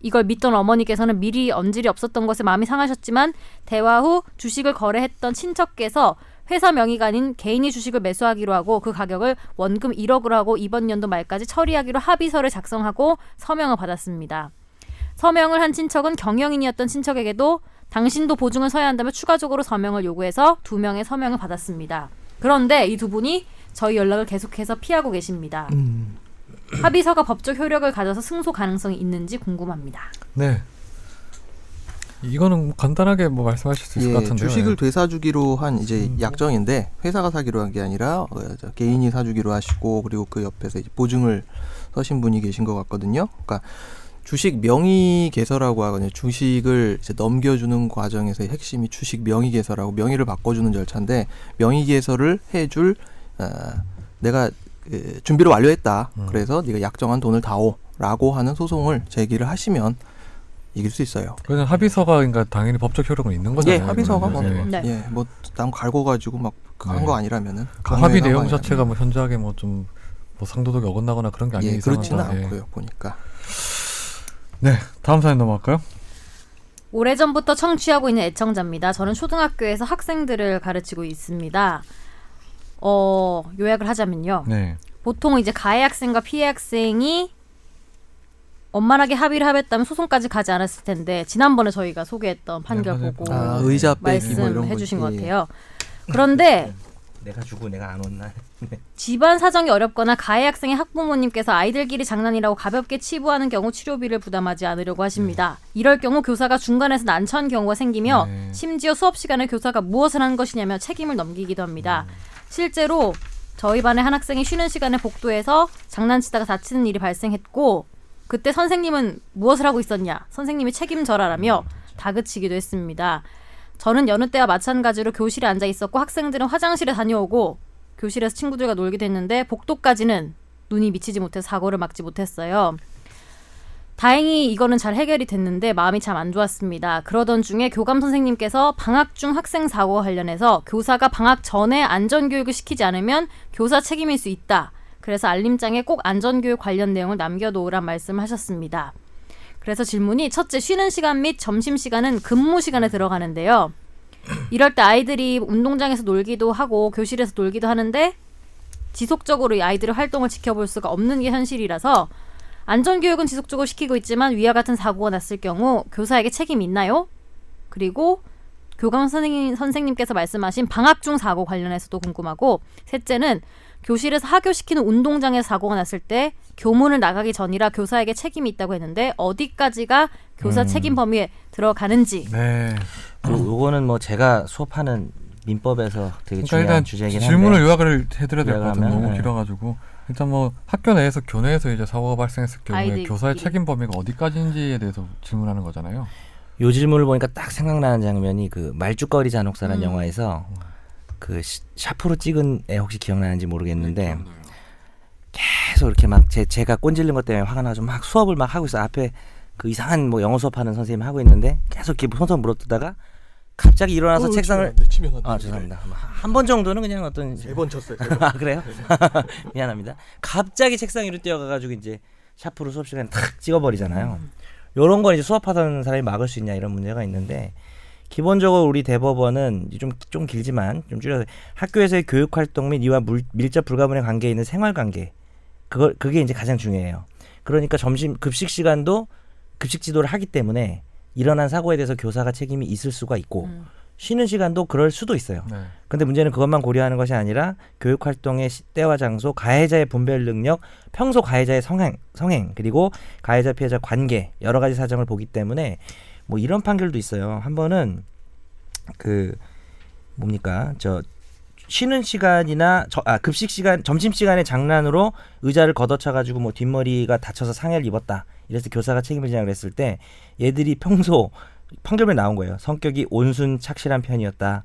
Speaker 4: 이걸 믿던 어머니께서는 미리 언질이 없었던 것에 마음이 상하셨지만 대화 후 주식을 거래했던 친척께서 회사 명의가 아닌 개인이 주식을 매수하기로 하고 그 가격을 원금 1억으로 하고 이번 연도 말까지 처리하기로 합의서를 작성하고 서명을 받았습니다. 서명을 한 친척은 경영인이었던 친척에게도 당신도 보증을 서야 한다며 추가적으로 서명을 요구해서 두 명의 서명을 받았습니다. 그런데 이 두 분이 저희 연락을 계속해서 피하고 계십니다. 합의서가 법적 효력을 가져서 승소 가능성이 있는지 궁금합니다.
Speaker 1: 네. 이거는 뭐 간단하게 뭐 말씀하실 수 있을
Speaker 3: 예,
Speaker 1: 것 같은데요. 음.
Speaker 3: 주식을 되사주기로 한 이제 약정인데 회사가 사기로 한 게 아니라 어, 저 개인이 사주기로 하시고 그리고 그 옆에서 이제 보증을 서신 분이 계신 것 같거든요. 그러니까 주식 명의 개설이라고 하거든요. 주식을 이제 넘겨주는 과정에서의 핵심이 주식 명의 개설하고 명의를 바꿔주는 절차인데 명의 개설을 해줄 어, 내가 그 준비를 완료했다.
Speaker 1: 음.
Speaker 3: 그래서 네가 약정한 돈을 다오라고 하는 소송을 제기를 하시면 이길 수 있어요.
Speaker 1: 그는 합의서가 그러니까 당연히 법적 효력은 있는
Speaker 3: 예,
Speaker 1: 거잖아요.
Speaker 3: 합의서가 뭐
Speaker 1: 이거는. 예.
Speaker 2: 음.
Speaker 4: 네.
Speaker 3: 예, 뭐 남 갈고 가지고 막한거
Speaker 1: 네.
Speaker 3: 아니라면은
Speaker 1: 그 합의
Speaker 3: 강요한
Speaker 1: 내용
Speaker 3: 거
Speaker 1: 자체가 뭐 현저하게 뭐 좀 뭐 상도덕이 어긋나거나 그런 게
Speaker 3: 아니라면.
Speaker 1: 아니기
Speaker 3: 예, 그렇지는
Speaker 1: 이상하다. 예.
Speaker 3: 않고요. 보니까
Speaker 1: 네, 다음 사연 넘어갈까요?
Speaker 4: 오래전부터 청취하고 있는 애청자입니다. 저는 초등학교에서 학생들을 가르치고 있습니다. 어, 요약을 하자면요.
Speaker 1: 네.
Speaker 4: 보통 이제 가해 학생과 피해 학생이 원만하게 합의를 하였다면 소송까지 가지 않았을 텐데 지난번에 저희가 소개했던 판결
Speaker 1: 맞아요.
Speaker 4: 보고
Speaker 3: 아,
Speaker 1: 예.
Speaker 3: 의자 빼기 뭐 이런
Speaker 4: 네.
Speaker 3: 네.
Speaker 4: 말씀해
Speaker 3: 거
Speaker 4: 주신
Speaker 3: 있-
Speaker 4: 것
Speaker 3: 예.
Speaker 4: 같아요. 그런데
Speaker 2: 내가 주고 내가 안 온나.
Speaker 4: 집안 사정이 어렵거나 가해 학생의 학부모님께서 아이들끼리 장난이라고 가볍게 치부하는 경우 치료비를 부담하지 않으려고 하십니다. 이럴 경우 교사가 중간에서 난처한 경우가 생기며
Speaker 1: 네.
Speaker 4: 심지어 수업 시간에 교사가 무엇을 한 것이냐며 책임을 넘기기도 합니다. 실제로 저희 반의 한 학생이 쉬는 시간에 복도에서 장난치다가 다치는 일이 발생했고 그때 선생님은 무엇을 하고 있었냐? 선생님이 책임져라라며 다그치기도 했습니다. 저는 여느 때와 마찬가지로 교실에 앉아 있었고 학생들은 화장실에 다녀오고 교실에서 친구들과 놀기도 했는데 복도까지는 눈이 미치지 못해 사고를 막지 못했어요. 다행히 이거는 잘 해결이 됐는데 마음이 참 안 좋았습니다. 그러던 중에 교감 선생님께서 방학 중 학생 사고와 관련해서 교사가 방학 전에 안전교육을 시키지 않으면 교사 책임일 수 있다. 그래서 알림장에 꼭 안전교육 관련 내용을 남겨놓으란 말씀을 하셨습니다. 그래서 질문이 첫째 쉬는 시간 및 점심 시간은 근무 시간에 들어가는데요. 이럴 때 아이들이 운동장에서 놀기도 하고 교실에서 놀기도 하는데 지속적으로 이 아이들의 활동을 지켜볼 수가 없는 게 현실이라서 안전교육은 지속적으로 시키고 있지만 위와 같은 사고가 났을 경우 교사에게 책임이 있나요? 그리고 교감 선생님, 선생님께서 말씀하신 방학 중 사고 관련해서도 궁금하고 셋째는 교실에서 하교시키는 운동장에서 사고가 났을 때 교문을 나가기 전이라 교사에게 책임이 있다고 했는데 어디까지가 교사
Speaker 1: 음.
Speaker 4: 책임 범위에 들어가는지
Speaker 1: 네.
Speaker 2: 요거는 뭐 제가 수업하는 민법에서 되게
Speaker 1: 그러니까
Speaker 2: 중요한
Speaker 1: 일단
Speaker 2: 주제이긴 한데.
Speaker 1: 질문을 요약을 해드려야 될 것 같아요.
Speaker 2: 요약하면,
Speaker 1: 너무
Speaker 2: 네.
Speaker 1: 길어가지고 일단 뭐 학교 내에서 교내에서 이제 사고가 발생했을 경우에
Speaker 4: 아이들끼리.
Speaker 1: 교사의 책임 범위가 어디까지인지에 대해서 질문하는 거잖아요.
Speaker 2: 요 질문을 보니까 딱 생각나는 장면이 그 말죽거리 잔혹사라는
Speaker 4: 음.
Speaker 2: 영화에서 그 시- 샤프로 찍은 애 혹시 기억나는지
Speaker 1: 네,
Speaker 2: 모르겠는데 계속 이렇게 막 제, 제가 꼰질린 것 때문에 화가 나서 막 수업을 막 하고 있어 앞에 그 이상한 뭐 영어 수업하는 선생님 하고 있는데 계속 이렇게 손톱 물어뜯다가 갑자기 일어나서
Speaker 5: 어, 치면
Speaker 1: 그렇죠.
Speaker 2: 책상을
Speaker 5: 안 돼, 치면 안 돼.
Speaker 2: 아 죄송합니다 한 번 정도는 그냥 어떤
Speaker 5: 세번 쳤어요. 세 번.
Speaker 2: 아 그래요? 미안합니다. 갑자기 책상 위로 뛰어가가지고 이제 샤프로 수업 시간에 탁 찍어버리잖아요. 요런 건 이제 수업하던 사람이 막을 수 있냐 이런 문제가 있는데 기본적으로 우리 대법원은 좀 좀 길지만 좀 줄여서 학교에서의 교육 활동 및 이와 물- 밀접 불가분의 관계에 있는 생활 관계 그걸 그게 이제 가장 중요해요. 그러니까 점심 급식 시간도 급식 지도를 하기 때문에 일어난 사고에 대해서 교사가 책임이 있을 수가 있고
Speaker 4: 음.
Speaker 2: 쉬는 시간도 그럴 수도 있어요.
Speaker 1: 네.
Speaker 2: 근데 문제는 그것만 고려하는 것이 아니라 교육 활동의 시- 때와 장소, 가해자의 분별 능력, 평소 가해자의 성행, 성행 그리고 가해자 피해자 관계 여러 가지 사정을 보기 때문에 뭐 이런 판결도 있어요. 한 번은 그 뭡니까 저 쉬는 시간이나 저, 아, 급식 시간, 점심 시간에 장난으로 의자를 걷어차 가지고 뭐 뒷머리가 다쳐서 상해를 입었다. 이래서 교사가 책임을 지라 그랬을 때 얘들이 평소 판결문에 나온 거예요. 성격이 온순 착실한 편이었다.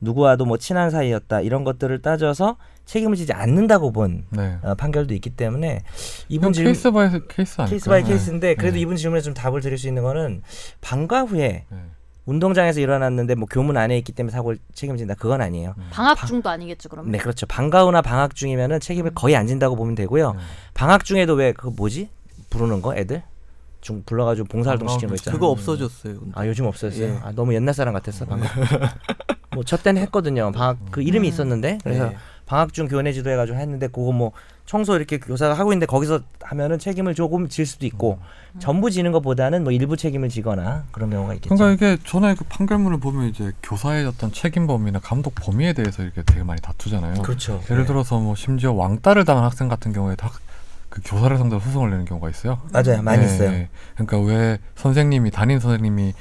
Speaker 2: 누구와도 뭐 친한 사이였다. 이런 것들을 따져서 책임을 지지 않는다고 본
Speaker 1: 네.
Speaker 2: 어, 판결도 있기 때문에 이분
Speaker 1: 이건
Speaker 2: 질문
Speaker 1: 케이스 바이 케이스 아닐까요?
Speaker 2: 케이스 바이
Speaker 1: 네.
Speaker 2: 케이스인데 그래도
Speaker 1: 네.
Speaker 2: 이분 질문에 좀 답을 드릴 수 있는 거는 방과 후에
Speaker 1: 네.
Speaker 2: 운동장에서 일어났는데 뭐 교문 안에 있기 때문에 사고를 책임진다 그건 아니에요.
Speaker 4: 방학 중도 아니겠죠 그러면.
Speaker 2: 네, 그렇죠. 방과 후나 방학 중이면은 책임을 거의 안 진다고 보면 되고요.
Speaker 1: 네.
Speaker 2: 방학 중에도 왜 그 뭐지? 부르는 거 애들? 중 불러가지고 봉사활동
Speaker 1: 방학
Speaker 2: 시키는 거 있잖아요.
Speaker 3: 그거 없어졌어요. 근데.
Speaker 2: 아 요즘 없어졌어요.
Speaker 3: 예.
Speaker 2: 아 너무 옛날 사람 같았어 방금. 뭐첫 때는 했거든요. 방학
Speaker 1: 음.
Speaker 2: 그 이름이 있었는데 그래서
Speaker 3: 네.
Speaker 2: 방학 중 교내 지도 해가지고 했는데 그거 뭐 청소 이렇게 교사가 하고 있는데 거기서 하면은 책임을 조금 질 수도 있고
Speaker 1: 음.
Speaker 2: 전부 지는 것보다는 뭐 일부 책임을 지거나 그런 경우가 있겠죠.
Speaker 1: 그러니까 이게 전에 그 판결문을 보면 이제 교사의 어떤 책임 범위나 감독 범위에 대해서 이렇게 되게 많이 다투잖아요.
Speaker 2: 그렇죠.
Speaker 1: 예를 들어서 뭐 심지어 왕따를 당한 학생 같은 경우에도 학- 그 교사를 상대로 소송을 내는 경우가 있어요.
Speaker 2: 맞아요, 많이
Speaker 1: 네,
Speaker 2: 있어요.
Speaker 1: 네. 그러니까 왜 선생님이 담임 선생님이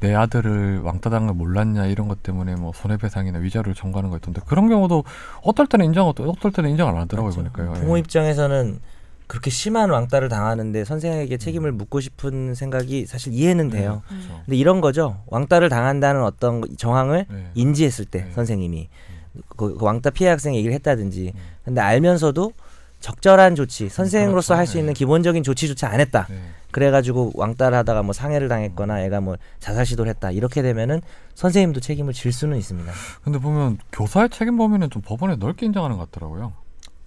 Speaker 1: 내 아들을 왕따당한 걸 몰랐냐 이런 것 때문에 뭐 손해배상이나 위자료를 청구하는 거 있던데 그런 경우도 어떨 때는 인정하고 어떨 때는 인정 안 하더라고요 보니까요. 예.
Speaker 2: 그렇죠. 부모 입장에서는 그렇게 심한 왕따를 당하는데 선생에게 책임을
Speaker 1: 음.
Speaker 2: 묻고 싶은 생각이 사실 이해는 돼요.
Speaker 1: 그렇죠.
Speaker 2: 근데 이런 거죠. 왕따를 당한다는 어떤 정황을
Speaker 1: 네.
Speaker 2: 인지했을 때
Speaker 1: 네.
Speaker 2: 선생님이 그, 그 왕따 피해 학생 얘기를 했다든지
Speaker 1: 음.
Speaker 2: 근데 알면서도 적절한 조치 선생으로서 할 수
Speaker 1: 그렇죠.
Speaker 2: 있는
Speaker 1: 네.
Speaker 2: 기본적인 조치조차 안 했다
Speaker 1: 네. 음.
Speaker 2: 그래가지고 왕따를 하다가 뭐 상해를 당했거나 애가 뭐 자살 시도를 했다 이렇게 되면은 선생님도 책임을 질 수는 있습니다
Speaker 1: 근데 보면 교사의 책임 범위는 좀 법원에 넓게 인정하는 것 같더라고요.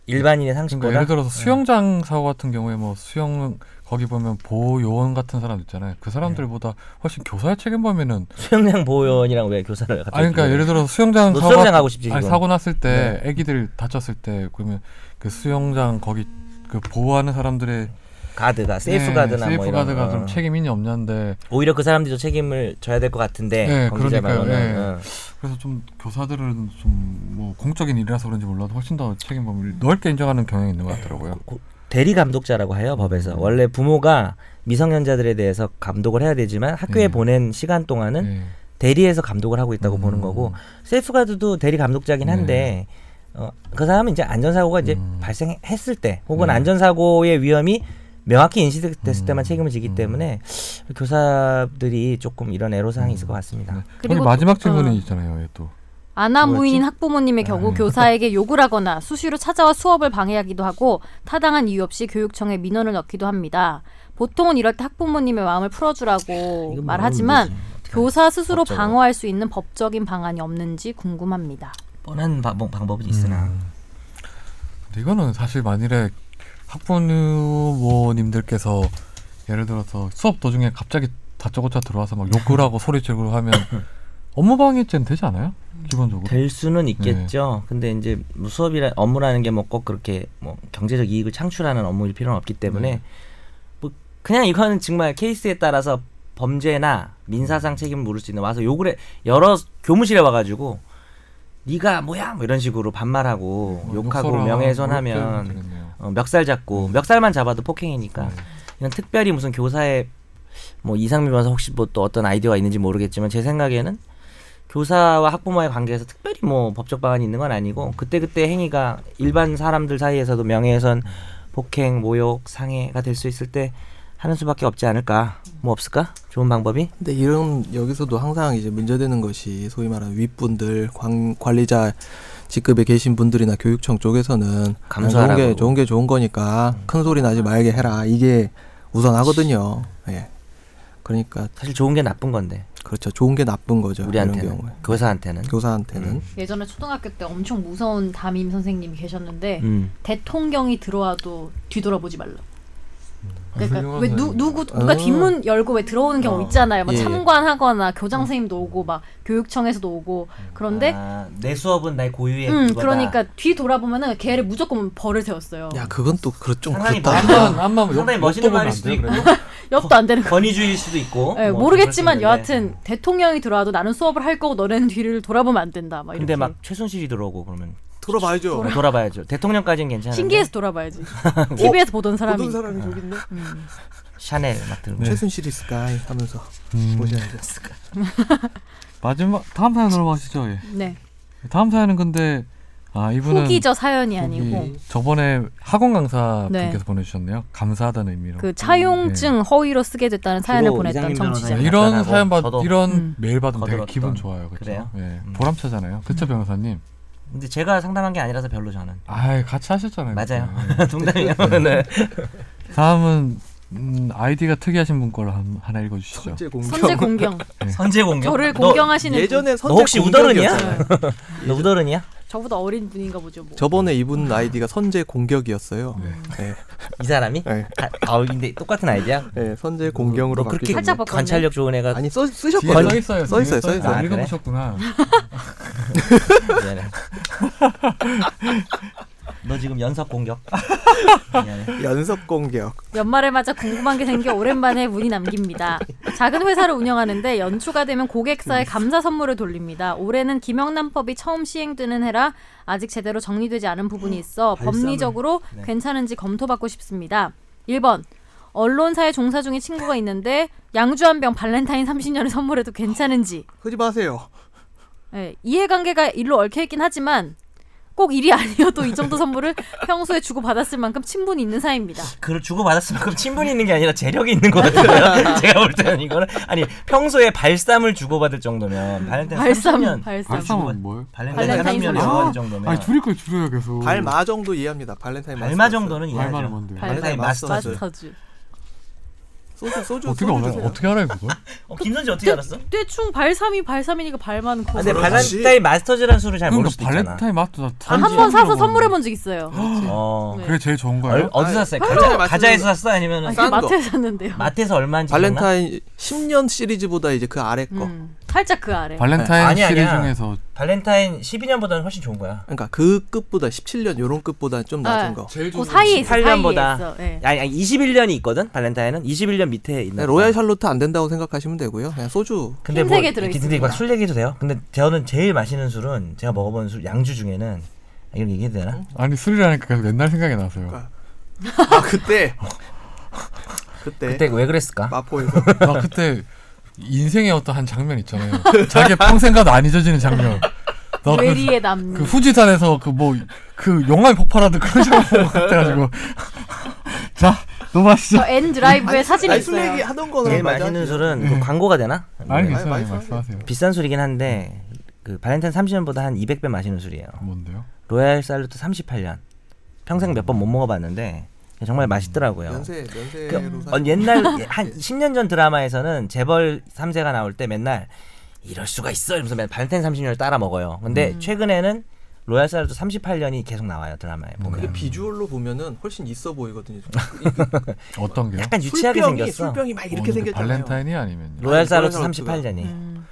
Speaker 2: 일반인의
Speaker 1: 그러니까
Speaker 2: 상식보다 네.
Speaker 1: 예를 들어서 수영장 사고 같은 경우에 뭐 수영 거기 보면 보호요원 같은 사람 있잖아요. 그 사람들보다 훨씬 교사의 책임 범위는
Speaker 2: 수영장 보호원이랑 왜 교사를 갑자기
Speaker 1: 아니 그러니까
Speaker 2: 비교해요?
Speaker 1: 예를 들어서 수영장
Speaker 2: 네. 너
Speaker 1: 사고
Speaker 2: 수영장 가고 싶지 네.
Speaker 1: 아니,
Speaker 2: 지금
Speaker 1: 사고 났을 때 아기들 다쳤을 때 그러면 그 수영장 거기 그 보호하는 사람들의
Speaker 2: 가드가 세이프
Speaker 1: 네,
Speaker 2: 가드나
Speaker 1: 세이프
Speaker 2: 뭐 이런
Speaker 1: 가드가
Speaker 2: 거.
Speaker 1: 그럼 책임이 없냐인데
Speaker 2: 오히려 그 사람들도 책임을 져야 될 것 같은데
Speaker 1: 네,
Speaker 2: 관계자
Speaker 1: 그러니까요.
Speaker 2: 말로는
Speaker 1: 네.
Speaker 2: 어.
Speaker 1: 그래서 좀 교사들은 좀 뭐 공적인 일이라서 그런지 몰라도 훨씬 더 책임 범위를 넓게 인정하는 경향이 있는 것 같더라고요.
Speaker 2: 대리 감독자라고 해요 법에서 원래 부모가 미성년자들에 대해서 감독을 해야 되지만 학교에
Speaker 1: 네.
Speaker 2: 보낸 시간 동안은
Speaker 1: 네.
Speaker 2: 대리해서 감독을 하고 있다고
Speaker 1: 음.
Speaker 2: 보는 거고 세이프가드도 대리 감독자긴 한데 어, 그 사람은 이제 안전사고가 이제
Speaker 1: 음.
Speaker 2: 발생했을 때 혹은
Speaker 1: 네.
Speaker 2: 안전사고의 위험이 명확히 인식됐을
Speaker 1: 음.
Speaker 2: 때만 책임을 지기
Speaker 1: 음.
Speaker 2: 때문에 교사들이 조금 이런 애로사항이 있을 것 같습니다.
Speaker 1: 네.
Speaker 4: 아, 그리고
Speaker 1: 오늘
Speaker 4: 또-
Speaker 1: 마지막 질문이
Speaker 4: 어.
Speaker 1: 있잖아요. 얘 또.
Speaker 4: 아나무인 학부모님의 경우 교사에게 욕을 하거나 수시로 찾아와 수업을 방해하기도 하고 타당한 이유 없이 교육청에 민원을 넣기도 합니다. 보통은 이럴 때 학부모님의 마음을 풀어주라고 뭐
Speaker 2: 음.
Speaker 4: 말하지만 교사 스스로
Speaker 2: 법적으로.
Speaker 4: 방어할 수 있는 법적인 방안이 없는지 궁금합니다.
Speaker 2: 뻔한 바- 뭐 방법은 있으나
Speaker 1: 근데 이거는 사실 만일에 학부모님들께서 예를 들어서 수업 도중에 갑자기 다짜고짜 들어와서 막 욕을 하고 소리 지르고 하면 업무 방해죄는 되지 않아요? 기본적으로.
Speaker 2: 될 수는
Speaker 1: 네.
Speaker 2: 있겠죠. 근데 이제 뭐 수업이라 업무라는 게 뭐 꼭 그렇게 뭐 경제적 이익을 창출하는 업무일 필요는 없기 때문에
Speaker 1: 네.
Speaker 2: 뭐 그냥 이거는 정말 케이스에 따라서 범죄나 민사상 책임을 물을 수 있는 와서 욕을 해 여러 교무실에 와가지고 네가 뭐야 뭐 이런 식으로 반말하고
Speaker 1: 뭐
Speaker 2: 욕하고
Speaker 1: 욕설하고
Speaker 2: 명예훼손하면
Speaker 1: 그렇게 되겠네요.
Speaker 2: 어, 멱살 잡고 멱살만 잡아도 폭행이니까
Speaker 1: 네.
Speaker 2: 이런 특별히 무슨 교사의 뭐 이상민 변호사 혹시 뭐 또 어떤 아이디어가 있는지 모르겠지만 제 생각에는 교사와 학부모의 관계에서 특별히 뭐 법적 방안이 있는 건 아니고 그때그때 행위가 일반 사람들 사이에서도 명예훼손, 폭행, 모욕, 상해가 될 수 있을 때 하는 수밖에 없지 않을까? 뭐 없을까? 좋은 방법이?
Speaker 3: 근데 이런 여기서도 항상 이제 문제되는 것이 소위 말하는 윗분들 관, 관리자 직급에 계신 분들이나 교육청 쪽에서는
Speaker 2: 감수하라고.
Speaker 3: 아, 좋은 게 좋은 게 좋은 거니까 큰 소리 나지 말게 해라 이게 우선하거든요. 예. 그러니까
Speaker 2: 사실 좋은 게 나쁜 건데
Speaker 3: 그렇죠. 좋은 게 나쁜 거죠. 이런
Speaker 2: 우리한테는
Speaker 3: 경우에
Speaker 2: 교사한테는
Speaker 3: 교사한테는
Speaker 4: 예전에 초등학교 때 엄청 무서운 담임 선생님이 계셨는데
Speaker 2: 음.
Speaker 4: 대통령이 들어와도 뒤돌아보지 말라.
Speaker 2: 음.
Speaker 4: 그러니까
Speaker 1: 훌륭하네.
Speaker 4: 왜 누, 누구 누가
Speaker 3: 아.
Speaker 4: 뒷문 열고 왜 들어오는 경우
Speaker 2: 어.
Speaker 4: 있잖아요. 막
Speaker 3: 예.
Speaker 4: 참관하거나 교장 선생님도 오고 막 교육청에서도 오고 그런데
Speaker 2: 음. 아, 내 수업은 나의 고유의
Speaker 4: 음
Speaker 2: 그거다.
Speaker 4: 그러니까 뒤 돌아보면은 걔를 무조건 벌을 세웠어요.
Speaker 3: 야 그건 또 그 좀
Speaker 2: 상당히
Speaker 3: 그렇다.
Speaker 2: 많다.
Speaker 1: 한번 한번
Speaker 2: 상당히
Speaker 1: 욕-
Speaker 2: 멋있는
Speaker 1: 욕도 보면
Speaker 2: 말일
Speaker 1: 안
Speaker 2: 수도
Speaker 1: 돼요,
Speaker 2: 있고
Speaker 1: 그러면?
Speaker 4: 옆도 안 되는 거.
Speaker 2: 권위주의일 수도 있고
Speaker 4: 예,
Speaker 2: 뭐
Speaker 4: 모르겠지만
Speaker 2: 그럴 수 있는데.
Speaker 4: 여하튼 대통령이 들어와도 나는 수업을 할 거고 너네는 뒤를 돌아보면 안 된다. 막
Speaker 2: 근데
Speaker 4: 이렇게.
Speaker 2: 막 최순실이 들어오고 그러면
Speaker 5: 들어봐야죠.
Speaker 2: 뭐 돌아봐야죠. 대통령까지는 괜찮은데
Speaker 4: 신기해서 돌아봐야지.
Speaker 2: 어?
Speaker 4: TV에서 보던 사람이.
Speaker 3: 아,
Speaker 5: 모든 사람이 저기 있네.
Speaker 4: 음.
Speaker 2: 샤넬 막
Speaker 3: 네.
Speaker 2: 들고
Speaker 3: 최순실이 스카이 하면서
Speaker 1: 음,
Speaker 3: 보셔야죠.
Speaker 1: 마지막 다음 사연 넘어가시죠. 예.
Speaker 4: 네.
Speaker 1: 다음 사연은 근데 아 이분은
Speaker 4: 후기저 사연이
Speaker 1: 후기.
Speaker 4: 아니고
Speaker 1: 저번에 학원 강사
Speaker 4: 네.
Speaker 1: 분께서 보내주셨네요. 감사하다는 의미로.
Speaker 4: 그 차용증 허위로 쓰게 됐다는 사연을
Speaker 2: 네. 주로 이장님
Speaker 4: 보냈던
Speaker 1: 네,
Speaker 4: 청취자.
Speaker 2: 변호사님.
Speaker 1: 이런
Speaker 2: 간단하고
Speaker 1: 사연 받
Speaker 2: 저도
Speaker 1: 이런
Speaker 4: 음.
Speaker 1: 메일 받으면 되게
Speaker 2: 거들었던.
Speaker 1: 기분 좋아요. 그렇죠?
Speaker 2: 그래요?
Speaker 1: 예,
Speaker 2: 음.
Speaker 1: 보람차잖아요. 그쵸 변호사님?
Speaker 2: 근데 제가 상담한 게 아니라서 별로 저는
Speaker 1: 아 같이 하셨잖아요.
Speaker 2: 맞아요.
Speaker 1: 그때.
Speaker 2: 농담이에요. 네.
Speaker 1: 예. 다음은 음, 아이디가 특이하신 분 거를 한- 하나 읽어주시죠.
Speaker 5: 선제 공격.
Speaker 4: 선제 공경.
Speaker 2: 선제 공격.
Speaker 4: 저를
Speaker 2: 너-
Speaker 4: 공경하시는
Speaker 5: 예전에
Speaker 2: 너 혹시 우더른이야? 너, 우더른이야?
Speaker 4: 저보다 어린 분인가 보죠. 뭐.
Speaker 3: 저번에 이분 아이디가 선제 공격이었어요.
Speaker 1: 네.
Speaker 3: 네.
Speaker 2: 이 사람이?
Speaker 3: 네.
Speaker 2: 아, 아 근데 똑같은 아이디야.
Speaker 3: 네, 선제 공경으로
Speaker 2: 너 그렇게
Speaker 3: 바뀌고
Speaker 4: 살짝 바뀌었네.
Speaker 2: 관찰력 좋은 애가
Speaker 3: 아니 써
Speaker 1: 뒤에
Speaker 3: 쓰셨거든요.
Speaker 1: 써 있어요.
Speaker 3: 써 있어요,
Speaker 1: 뒤에
Speaker 3: 써 있어요.
Speaker 1: 아,
Speaker 2: 아, 그래?
Speaker 1: 읽어보셨구나.
Speaker 2: 미안해. 너 지금 연습 공격. 미안해.
Speaker 3: 연속 공격.
Speaker 4: 연말에 맞아 궁금한 게 생겨 오랜만에 문의 남깁니다. 작은 회사를 운영하는데 연초가 되면 고객사에 감사 선물을 돌립니다. 올해는 김영란법이 처음 시행되는 해라 아직 제대로 정리되지 않은 부분이 있어 법리적으로
Speaker 2: 네.
Speaker 4: 괜찮은지 검토받고 싶습니다. 1번 언론사에 종사 중인 친구가 있는데 양주 한 병 발렌타인 30년을 선물해도 괜찮은지
Speaker 3: 하지 마세요.
Speaker 4: 예, 이해관계가 일로 얽혀있긴 하지만 꼭 일이 아니어도 이 정도 선물을 평소에 주고받았을 만큼 친분이 있는 사이입니다.
Speaker 2: 그걸 주고 받았을 만큼 친분이 있는 게 아니라 재력이 있는 것 같아요. 제가 볼 때는 이거는 아니 평소에 발삼을 주고 받을 정도면 발렌타인
Speaker 4: 발삼,
Speaker 2: 30년,
Speaker 4: 발삼.
Speaker 1: 발상은 뭐예요?
Speaker 2: 발렌타인
Speaker 4: 발렌타인
Speaker 2: 30년
Speaker 4: 선물.
Speaker 2: 주고 받을 정도면
Speaker 1: 아니 줄일 걸 줄여요 계속.
Speaker 3: 발마 정도 이해합니다. 발렌타인
Speaker 2: 발마
Speaker 3: 마스터즈.
Speaker 2: 정도는 이해하죠.
Speaker 1: 발마는 뭔데?
Speaker 2: 발렌타인
Speaker 3: 발마
Speaker 2: 마스터즈.
Speaker 4: 마스터즈.
Speaker 3: 소주 소주
Speaker 1: 어떻게
Speaker 3: 소주
Speaker 1: 알아요?
Speaker 3: 드세요.
Speaker 1: 어떻게 알아요 그걸?
Speaker 2: 어, 김선지 어떻게 알았어? 아,
Speaker 4: 대충 발삼이 발삼이니까 발만 커.
Speaker 2: 근데
Speaker 5: 그렇지.
Speaker 2: 발렌타인 마스터즈라는 술을 잘 모를
Speaker 1: 그러니까
Speaker 2: 수도 있잖아.
Speaker 1: 발렌타인 맛도 나
Speaker 4: 아, 한 번 사서 선물해 본 적 있어요.
Speaker 2: 어.
Speaker 4: 네.
Speaker 1: 그게 제일 좋은
Speaker 2: 얼,
Speaker 1: 거예요?
Speaker 2: 어디서 샀어요?
Speaker 3: 발렌타인
Speaker 2: 가자,
Speaker 3: 마스터즈.
Speaker 2: 가자에서 샀어? 아, 아니면
Speaker 4: 아,
Speaker 2: 은
Speaker 4: 이거
Speaker 3: 싼 거.
Speaker 4: 마트에 샀는데요.
Speaker 2: 마트에서 얼마인지 몰라?
Speaker 3: 발렌타인 10년 시리즈보다 이제 그 아래 거.
Speaker 4: 음, 살짝 그 아래.
Speaker 1: 발렌타인
Speaker 2: 아니,
Speaker 1: 시리
Speaker 2: 아니야.
Speaker 1: 중에서
Speaker 2: 발렌타인 12년보다는 훨씬 좋은 거야.
Speaker 3: 그러니까 그 끝보다 17년 요런 끝보다 좀 낮은
Speaker 4: 네.
Speaker 3: 거.
Speaker 1: 제일
Speaker 4: 그 사이에 있어. 사이에
Speaker 2: 팔년보다.
Speaker 4: 있어. 예.
Speaker 2: 아니, 아니 21년이 있거든. 발렌타인은 21년 밑에 있는.
Speaker 3: 네, 로얄 샬롯트 안 된다고 생각하시면 되고요. 그냥 소주.
Speaker 2: 근데
Speaker 4: 흰색에
Speaker 2: 뭐
Speaker 4: 들어있습니다.
Speaker 2: 근데 이거 술 얘기도 돼요? 근데 저는 제일 마시는 술은 제가 먹어본 술 양주 중에는 아, 이런 얘기해도 되나?
Speaker 1: 아니 술이라니까 계속 옛날 생각이 나서요.
Speaker 3: 아 그때. 그때.
Speaker 2: 그때 왜 그랬을까?
Speaker 3: 마포에서
Speaker 1: 나 아, 그때 인생의 어떤 한 장면 있잖아요. 자기 평생 가도 안 잊어지는 장면. 나 그,
Speaker 4: 외리에 남는.
Speaker 1: 그 후지산에서 그 뭐 그 용암이 폭발하던 그런 장면 보고 그때가지고 자 넘어가시죠.
Speaker 4: 저 N 드라이브에 사진 이
Speaker 3: 아니, 술
Speaker 4: 있어요.
Speaker 3: 얘기 하던 거는
Speaker 2: 제일
Speaker 3: 맞아.
Speaker 2: 마시는 술은 그 광고가 되나?
Speaker 1: 아니
Speaker 2: 뭐,
Speaker 1: 괜찮아요
Speaker 3: 많이
Speaker 1: 네. 말씀하세요.
Speaker 2: 비싼 술이긴 한데 그 발렌타인 30년보다 한 200배 마시는 술이에요.
Speaker 1: 뭔데요?
Speaker 2: 로얄 살루트 38년. 평생 몇 번 못 먹어봤는데 정말 맛있더라고요.
Speaker 3: 면세
Speaker 2: 그,
Speaker 3: 네, 면세로
Speaker 2: 어,
Speaker 3: 사.
Speaker 2: 옛날 한 10년 전 드라마에서는 재벌 3세가 나올 때 맨날 이럴 수가 있어 이러면서 맨날 발렌타인 30년을 따라 먹어요. 근데
Speaker 3: 음.
Speaker 2: 최근에는 로얄 살루트 38년이 계속 나와요 드라마에 보면.
Speaker 3: 그게 비주얼로 보면은 훨씬 있어 보이거든요. 그
Speaker 1: 어떤 게요?
Speaker 2: 약간 유치하게
Speaker 3: 술병이
Speaker 2: 생겼어.
Speaker 3: 술병이 막 이렇게
Speaker 1: 어, 근데
Speaker 3: 생겼잖아요.
Speaker 1: 발렌타인이 아니면요?
Speaker 2: 로얄
Speaker 3: 아니,
Speaker 2: 살루트
Speaker 3: 로얄
Speaker 2: 38년이.
Speaker 4: 음.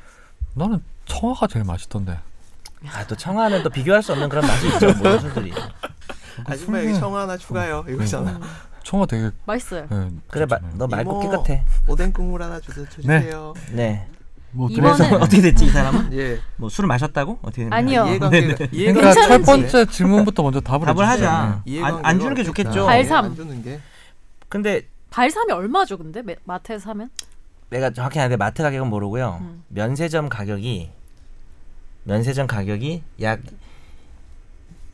Speaker 1: 나는 청아가 제일 맛있던데.
Speaker 2: 아 또 청아는 또 비교할 수 없는 그런 맛이 있죠 모든 술들이. 그
Speaker 3: 아줌마에게 청아 하나 추가요.
Speaker 2: 어. 네.
Speaker 3: 이거잖아.
Speaker 1: 청아 되게
Speaker 4: 맛있어요.
Speaker 1: 예,
Speaker 2: 그래
Speaker 1: 좋잖아요.
Speaker 2: 너 말도
Speaker 3: 이모.
Speaker 2: 깨끗해.
Speaker 3: 오뎅 국물 하나 주세요. 주세요.
Speaker 2: 네.
Speaker 1: 뭐
Speaker 4: 이번엔-
Speaker 1: 그래서-
Speaker 4: 이거는-
Speaker 2: 어떻게 됐지 이 사람은?
Speaker 4: 네.
Speaker 2: 네,
Speaker 3: 예.
Speaker 2: 뭐 술을 마셨다고? 어떻게 됐나?
Speaker 4: 아니요.
Speaker 3: 이해관계 이해관계
Speaker 1: 그러니까 첫
Speaker 4: 괜찮은지.
Speaker 1: 번째 질문부터 먼저 답을 네.
Speaker 2: 답을
Speaker 1: 해주시죠.
Speaker 2: 하자. 안,
Speaker 3: 네. 이해관계가
Speaker 2: 안 주는 게
Speaker 3: 어떻게
Speaker 2: 좋겠죠.
Speaker 3: 다-
Speaker 4: 발사- 발삼.
Speaker 3: 안 주는 게
Speaker 2: 근데
Speaker 4: 발삼이 얼마죠, 근데 매- 마트에서 사면?
Speaker 2: 내가 정확히 아는데 마트 가격은 모르고요.
Speaker 4: 음.
Speaker 2: 면세점 가격이 면세점 가격이 약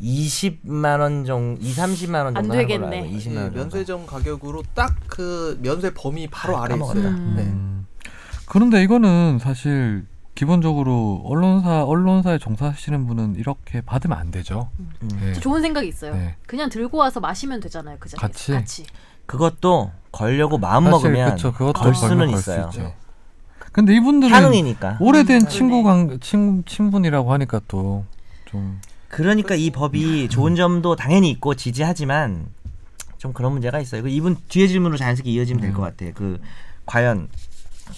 Speaker 2: 20만 원 정도, 2, 30만 원
Speaker 4: 안
Speaker 2: 정도 하는 걸로
Speaker 4: 되겠네.
Speaker 2: 알고 있어요. 20만
Speaker 3: 예,
Speaker 2: 원 정도.
Speaker 3: 면세점 가격으로 딱 그 면세 범위 바로 아래
Speaker 2: 까먹었다.
Speaker 3: 있어요.
Speaker 4: 음.
Speaker 3: 네.
Speaker 1: 음. 그런데 이거는 사실 기본적으로 언론사 언론사에 종사하시는 분은 이렇게 받으면 안 되죠.
Speaker 2: 음.
Speaker 1: 예.
Speaker 4: 저 좋은 생각이 있어요.
Speaker 1: 네.
Speaker 4: 그냥 들고 와서 마시면 되잖아요, 그 자리에서.
Speaker 1: 같이.
Speaker 4: 같이.
Speaker 2: 그것도 걸려고 마음
Speaker 1: 사실
Speaker 2: 먹으면
Speaker 1: 그쵸, 그것도
Speaker 2: 걸
Speaker 1: 걸면
Speaker 2: 수는
Speaker 1: 걸수
Speaker 2: 있어요.
Speaker 1: 있죠. 근데 이분들은
Speaker 2: 향응이니까.
Speaker 1: 오래된
Speaker 4: 음,
Speaker 1: 친구
Speaker 4: 그러네.
Speaker 1: 관 친, 친분이라고 하니까 또 좀
Speaker 2: 그러니까 이 법이 좋은 점도 당연히 있고 지지하지만 좀 그런 문제가 있어요. 그 이분 뒤에 질문으로 자연스럽게 이어지면 될 것 같아요. 그 과연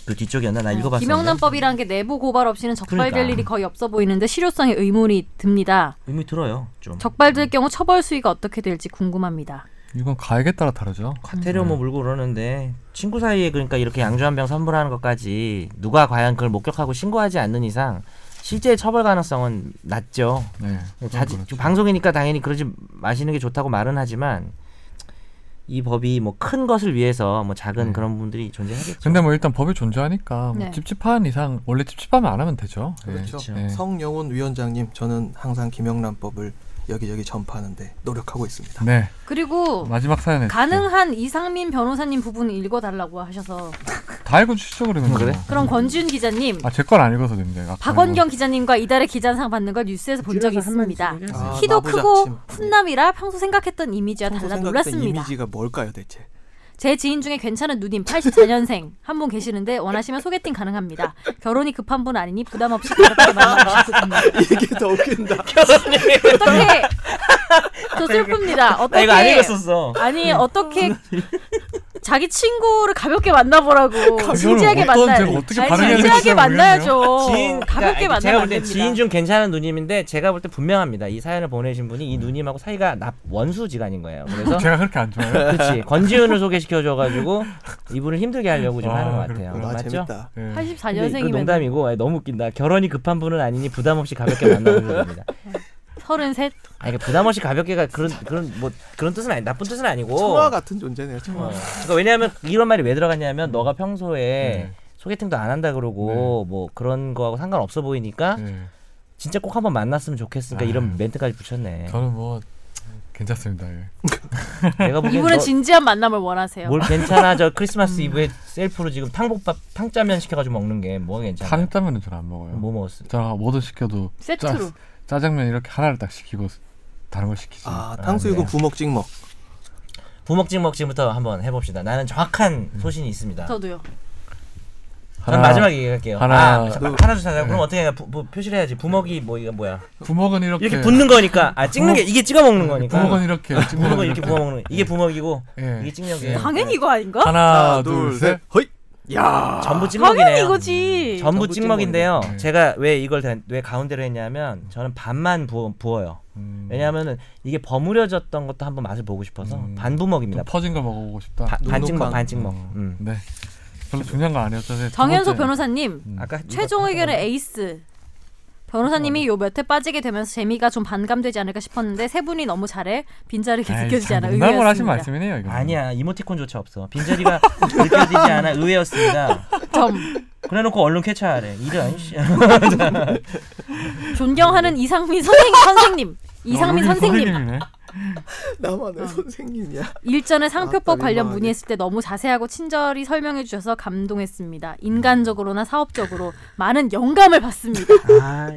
Speaker 2: 그 뒤쪽이었나 나 읽어봤었는데.
Speaker 4: 음. 김영란법이라는 게 내부 고발 없이는 적발될
Speaker 2: 그러니까.
Speaker 4: 일이 거의 없어 보이는데 실효성에 의문이 듭니다.
Speaker 2: 의미 들어요. 좀.
Speaker 4: 적발될 경우 처벌 수위가 어떻게 될지 궁금합니다.
Speaker 1: 이건 가액에 따라 다르죠.
Speaker 2: 과태료
Speaker 1: 음.
Speaker 2: 뭐 물고 그러는데 친구 사이에 그러니까 이렇게 양주 한 병 선물하는 것까지 누가 과연 그걸 목격하고 신고하지 않는 이상 실제 처벌 가능성은 낮죠.
Speaker 1: 네.
Speaker 2: 음. 자지,
Speaker 1: 그렇죠.
Speaker 2: 방송이니까 당연히 그러지 마시는 게 좋다고 말은 하지만 이 법이 뭐 큰 것을 위해서 뭐 작은
Speaker 1: 네.
Speaker 2: 그런 부분들이 존재하겠죠.
Speaker 1: 근데 뭐 일단 법이 존재하니까 뭐
Speaker 4: 네.
Speaker 1: 찝찝한 이상 원래 찝찝하면 안 하면 되죠. 예.
Speaker 3: 그렇죠.
Speaker 1: 예.
Speaker 3: 성영훈 위원장님, 저는 항상 김영란법을 여기저기 전파하는데 노력하고 있습니다.
Speaker 1: 네
Speaker 4: 그리고
Speaker 1: 마지막 사연에
Speaker 4: 가능한 이상민 변호사님 부분 읽어달라고 하셔서
Speaker 1: 네. 다 읽어 주시죠 그러면
Speaker 2: 음,
Speaker 3: 그래?
Speaker 4: 그럼 권지윤 기자님,
Speaker 1: 아제 건 안 읽어서 됩니다. 아까
Speaker 4: 박원경 기자님과 이달의 기자상 받는 걸 뉴스에서 본 적이 있습니다.
Speaker 3: 아, 마부작침.
Speaker 4: 키도 크고
Speaker 3: 네.
Speaker 4: 훈남이라 평소 생각했던 이미지와
Speaker 3: 평소
Speaker 4: 달라
Speaker 3: 생각했던
Speaker 4: 놀랐습니다.
Speaker 3: 이미지가 뭘까요, 대체?
Speaker 4: 제 지인 중에 괜찮은 누님 84년생 한 분 계시는데 원하시면 소개팅 가능합니다. 결혼이 급한 분 아니니 부담 없이 가볍게 만나주셨습니다.
Speaker 3: 이게 더 웃긴다.
Speaker 4: 어떻게 저 슬픕니다.
Speaker 2: 나
Speaker 4: 어떻게
Speaker 2: 아, 이거 안 읽었었어.
Speaker 4: 아니 어떻게 자기 친구를 가볍게 만나보라고 진지하게
Speaker 1: 어떤
Speaker 4: 만나
Speaker 1: 제가 어떻게 반응해야 될지
Speaker 4: 아니, 진지하게
Speaker 1: 잘
Speaker 4: 만나야죠.
Speaker 2: 지인
Speaker 4: 어, 가볍게
Speaker 2: 그러니까
Speaker 4: 만나면
Speaker 2: 제가
Speaker 4: 안
Speaker 2: 볼 때
Speaker 4: 됩니다.
Speaker 2: 지인 중 괜찮은 누님인데 제가 볼 때 분명합니다. 이 사연을 보내신 분이
Speaker 1: 네.
Speaker 2: 이 누님하고 사이가 나 원수지간인 거예요. 그래서
Speaker 1: 제가 그렇게 안 좋아요.
Speaker 2: 그렇지 권지훈을 소개시켜줘가지고 이분을 힘들게 하려고 좀
Speaker 1: 아,
Speaker 2: 하는 것
Speaker 1: 그렇구나.
Speaker 2: 같아요.
Speaker 3: 아,
Speaker 2: 맞죠?
Speaker 3: 재밌다.
Speaker 1: 예.
Speaker 4: 아,
Speaker 2: 근데 이거
Speaker 4: 84년생이면
Speaker 2: 농담이고 아니, 너무 웃긴다. 결혼이 급한 분은 아니니 부담 없이 가볍게 만나는 분입니다.
Speaker 4: 33
Speaker 2: 아니 그러니까 부담 없이 가볍게가 그런 그런 뭐 그런 뜻은 아니 나쁜 뜻은 아니고.
Speaker 5: 청아 같은 존재네요. 청아.
Speaker 2: 어. 그러니까 왜냐하면 이런 말이 왜 들어갔냐면 너가 평소에
Speaker 1: 네.
Speaker 2: 소개팅도 안 한다 그러고 뭐 그런 거하고 상관없어 보이니까
Speaker 1: 예.
Speaker 2: 진짜 꼭 한번 만났으면 좋겠으니까
Speaker 1: 아.
Speaker 2: 이런 멘트까지 붙였네.
Speaker 1: 저는 뭐 괜찮습니다. 예.
Speaker 2: 내가 보기엔
Speaker 4: 이분은
Speaker 2: 너-
Speaker 4: 진지한 만남을 원하세요.
Speaker 2: 뭘 괜찮아 저 크리스마스 이브에 셀프로 지금 탕복밥 탕짜면 시켜가지고 먹는 게 뭐가 괜찮아?
Speaker 1: 탕 짜면은 저는 안 먹어요.
Speaker 2: 네. 뭐 먹었어?
Speaker 1: 저는 뭐든 시켜도
Speaker 4: 세트로
Speaker 1: 짜, 장면 이렇게 하나를 딱 시키고 다른 걸 시키지.
Speaker 3: 아, 탕수육은
Speaker 2: 네.
Speaker 3: 부먹 찍먹.
Speaker 2: 부먹찍 먹찍부터 한번 해봅시다. 나는 정확한 소신이 있습니다. 전
Speaker 4: 저도요.
Speaker 2: 마지막 얘기할게요.
Speaker 1: 하나-
Speaker 2: 아,
Speaker 1: 너-
Speaker 2: 하나 주세요. 그럼 어떻게 해야 부, 부, 표시를 해야지. 부먹이 뭐 이거 뭐야?
Speaker 1: 부먹은 이렇게,
Speaker 2: 이렇게 붙는 거니까. 아 찍는 게 이게 찍어 먹는 거니까.
Speaker 1: 부먹은 이렇게 찍는
Speaker 2: 부먹은
Speaker 1: 거니까.
Speaker 2: 이렇게 부어 먹는 거. 이게 부먹이고
Speaker 1: 예.
Speaker 2: 이게 찍는 게.
Speaker 1: 예.
Speaker 4: 당연히 이거 아닌가?
Speaker 1: 하나 둘셋
Speaker 5: 허이. 야.
Speaker 2: 전부
Speaker 4: 당연히
Speaker 2: 찍먹이네요.
Speaker 4: 아, 이거지.
Speaker 2: 전부
Speaker 3: 전부
Speaker 2: 찍먹인데요.
Speaker 1: 찍먹이네.
Speaker 2: 제가 왜 이걸 대- 왜 가운데로 했냐면 저는 반만 부어, 부어요.
Speaker 1: 음,
Speaker 2: 왜냐하면은 이게 버무려졌던 것도 한번 맛을 보고 싶어서
Speaker 1: 음.
Speaker 2: 반부먹입니다.
Speaker 1: 또 퍼진 걸 먹어보고 싶다.
Speaker 2: 바- 반찍먹
Speaker 3: 눅눅한.
Speaker 2: 반찍먹.
Speaker 1: 어,
Speaker 2: 음.
Speaker 1: 네. 별로 중요한 건 아니었잖아요. 두
Speaker 4: 정현석
Speaker 1: 번째.
Speaker 4: 변호사님
Speaker 1: 음.
Speaker 2: 아까
Speaker 4: 최종 의견의 에이스. 변호사님이 요 몇회 빠지게 되면서 재미가 좀 반감되지 않을까 싶었는데 세 분이 너무 잘해 빈자리 계속
Speaker 1: 아이,
Speaker 4: 느껴지지
Speaker 1: 참
Speaker 4: 않아
Speaker 1: 농담을 하신
Speaker 4: 의외였습니다.
Speaker 1: 말씀이네요. 어, 이거.
Speaker 2: 아니야 이모티콘조차 없어 빈자리가 느껴지지 않아 의외였습니다
Speaker 4: 점
Speaker 2: 그래놓고 얼른 쾌차하래
Speaker 4: 음.
Speaker 2: 이런 씨
Speaker 4: 존경하는 이상민 선생 선생님 이상민
Speaker 1: 어,
Speaker 4: 선생님
Speaker 1: 선생님이네.
Speaker 5: 나만
Speaker 4: 어.
Speaker 5: 의 선생님이야.
Speaker 4: 일전에 상표법
Speaker 5: 아따,
Speaker 4: 관련
Speaker 5: 민망하게.
Speaker 4: 문의했을 때 너무 자세하고 친절히 설명해 주셔서 감동했습니다. 인간적으로나 사업적으로 많은 영감을 받습니다.
Speaker 2: 아,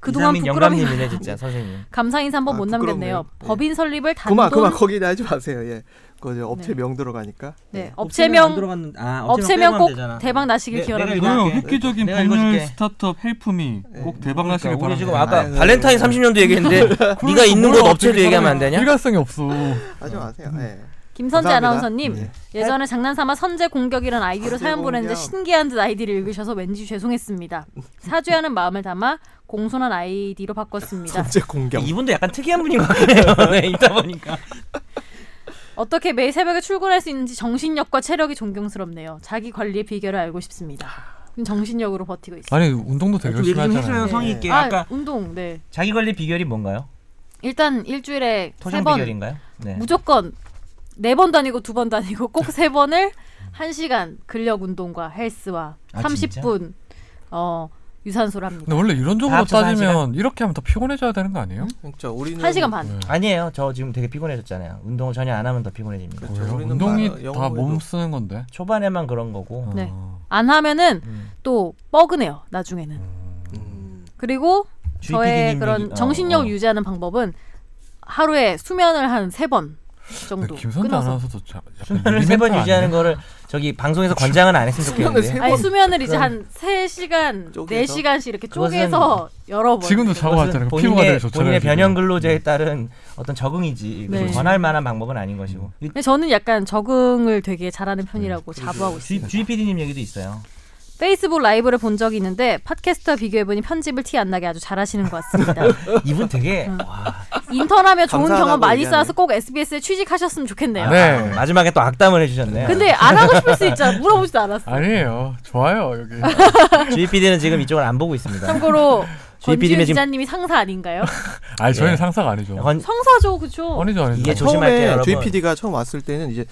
Speaker 4: 그동안
Speaker 2: 이상민
Speaker 4: 부끄러움이
Speaker 2: 영감님이네 진짜 선생님
Speaker 4: 감사 인사 한번
Speaker 5: 아,
Speaker 4: 못 남겼네요.
Speaker 5: 부끄럽네요. 예.
Speaker 4: 법인 설립을 단돈
Speaker 5: 그만 그만 거기다 하지 마세요. 예. 그저 업체
Speaker 4: 네.
Speaker 5: 명 들어가니까.
Speaker 4: 네, 업체명
Speaker 2: 들어갔는데 아,
Speaker 4: 업체명 꼭 대박 나시길
Speaker 2: 내-
Speaker 4: 기원합니다.
Speaker 2: 네, 내가
Speaker 1: 저는
Speaker 2: 이거 할게.
Speaker 1: 획기적인
Speaker 2: 내가
Speaker 1: 법률 네,
Speaker 2: 읽어줄게. 네. 그러니까
Speaker 1: 스타트업 헬프미 꼭 대박 나시길
Speaker 2: 우리 지금
Speaker 1: 바랍니다.
Speaker 2: 아까 그러니까
Speaker 5: 아유,
Speaker 2: 발렌타인 30년도 얘기했는데
Speaker 1: 그러니까
Speaker 2: 네가 있는 곳 업체도 얘기하면 안 되냐?
Speaker 1: 일관성이 없어.
Speaker 5: 하지 마세요. 예.
Speaker 4: 김선재
Speaker 5: 감사합니다.
Speaker 4: 아나운서님
Speaker 5: 예.
Speaker 4: 예전에 장난삼아 선제 공격이란 아이디로
Speaker 5: 선제
Speaker 4: 사연 보냈는데
Speaker 5: 공격.
Speaker 4: 신기한 듯 아이디를 읽으셔서 왠지 죄송했습니다. 사죄하는 마음을 담아 공손한 아이디로 바꿨습니다.
Speaker 5: 선제 공격.
Speaker 2: 이분도 약간 특이한 분인 것 같긴 해요 네, 읽다 보니까
Speaker 4: 어떻게 매일 새벽에 출근할 수 있는지 정신력과 체력이 존경스럽네요. 자기 관리의 비결을 알고 싶습니다. 그럼 정신력으로 버티고 있어요.
Speaker 1: 아니 운동도 되게 열심히 하잖아요.
Speaker 4: 성의
Speaker 2: 있게
Speaker 4: 아, 운동 네.
Speaker 2: 자기관리 비결이 뭔가요?
Speaker 4: 일단 일주일에
Speaker 2: 토종
Speaker 4: 세 번
Speaker 2: 비결인가요? 네.
Speaker 4: 무조건 네 번 다니고 두 번 다니고 꼭 세 번을 한 시간 근력 운동과 헬스와
Speaker 2: 아,
Speaker 4: 30분 어 유산소를 합니다.
Speaker 1: 근데 원래 이런
Speaker 2: 다
Speaker 1: 쪽으로
Speaker 2: 합쳐서 한
Speaker 1: 따지면 이렇게 하면 더 피곤해져야 되는 거 아니에요?
Speaker 3: 그러니까 우리는
Speaker 4: 한 시간 반.
Speaker 2: 음.
Speaker 1: 네.
Speaker 2: 아니에요 저 지금 되게 피곤해졌잖아요 운동을 전혀 안 하면 더 피곤해집니다
Speaker 3: 그렇죠.
Speaker 1: 왜요?
Speaker 3: 우리는 마-
Speaker 1: 운동이 다
Speaker 3: 영어에도-
Speaker 1: 몸 쓰는 건데.
Speaker 2: 초반에만 그런 거고
Speaker 4: 네.
Speaker 1: 어.
Speaker 4: 안 하면은
Speaker 2: 음.
Speaker 4: 또 뻐근해요. 나중에는.
Speaker 3: 음,
Speaker 4: 그리고
Speaker 2: 주위
Speaker 4: 저의
Speaker 2: PD님
Speaker 4: 그런
Speaker 2: 얘기- 어,
Speaker 4: 정신력
Speaker 2: 어.
Speaker 4: 을 유지하는 방법은 하루에 수면을 한 세 번
Speaker 1: 근데
Speaker 4: 정도
Speaker 1: 김선재
Speaker 4: 끊어서
Speaker 1: 아나운서도 자- 약간
Speaker 2: 수면을 세
Speaker 1: 밀리멘탈
Speaker 2: 번 유지하는
Speaker 1: 아니에요?
Speaker 2: 거를 저기 방송에서 권장은 안 했으면
Speaker 5: 수면을 세
Speaker 2: 좋겠는데
Speaker 5: 번-
Speaker 4: 아니 수면을 이제 한 세시간
Speaker 3: 쪼개서?
Speaker 4: 네시간씩 이렇게
Speaker 2: 그것은
Speaker 4: 쪼개서 여러 번
Speaker 1: 지금도 자고 왔잖아요. 피부가 되게
Speaker 2: 본인의,
Speaker 1: 좋잖아요.
Speaker 2: 본인의
Speaker 1: 지금. 네.
Speaker 2: 변형 근로제에 따른 어떤 적응이지
Speaker 4: 네.
Speaker 2: 네. 권할 만한 방법은 아닌 것이고 이
Speaker 4: 근데 저는 약간 적응을 되게 잘하는 편이라고 자부하고 있어요.
Speaker 2: 주,
Speaker 1: 네.
Speaker 2: 주희 PD님 얘기도 있어요
Speaker 4: 페이스북 라이브를 본 적이 있는데 팟캐스트와 비교해보니 편집을 티 안 나게 아주 잘하시는 것 같습니다.
Speaker 2: 이분 되게 와,
Speaker 4: 인턴하며 좋은
Speaker 5: 감사하다고
Speaker 4: 경험 많이
Speaker 5: 얘기하네.
Speaker 4: 쌓아서 꼭 SBS에 취직하셨으면 좋겠네요.
Speaker 1: 네.
Speaker 2: 마지막에 또 악담을 해주셨네요
Speaker 4: 근데 안 하고 싶을 수 있잖아. 물어보지도 않았어.
Speaker 1: 아니에요. 좋아요 여기.
Speaker 2: 주희 PD는 지금 이쪽을 안 보고 있습니다
Speaker 4: 참고로
Speaker 2: 주희
Speaker 4: 권지윤
Speaker 2: PD님의 네. 지금
Speaker 4: 기자님이 상사 아닌가요?
Speaker 1: 아니 저희는
Speaker 2: 예.
Speaker 1: 상사가 아니죠.
Speaker 2: 권,
Speaker 4: 상사죠, 그쵸?
Speaker 1: 아니죠 아니죠.
Speaker 2: 이게 조- 조심할게요,
Speaker 5: 처음에
Speaker 2: 여러분.
Speaker 5: 주희 PD가 처음 왔을 때는 이제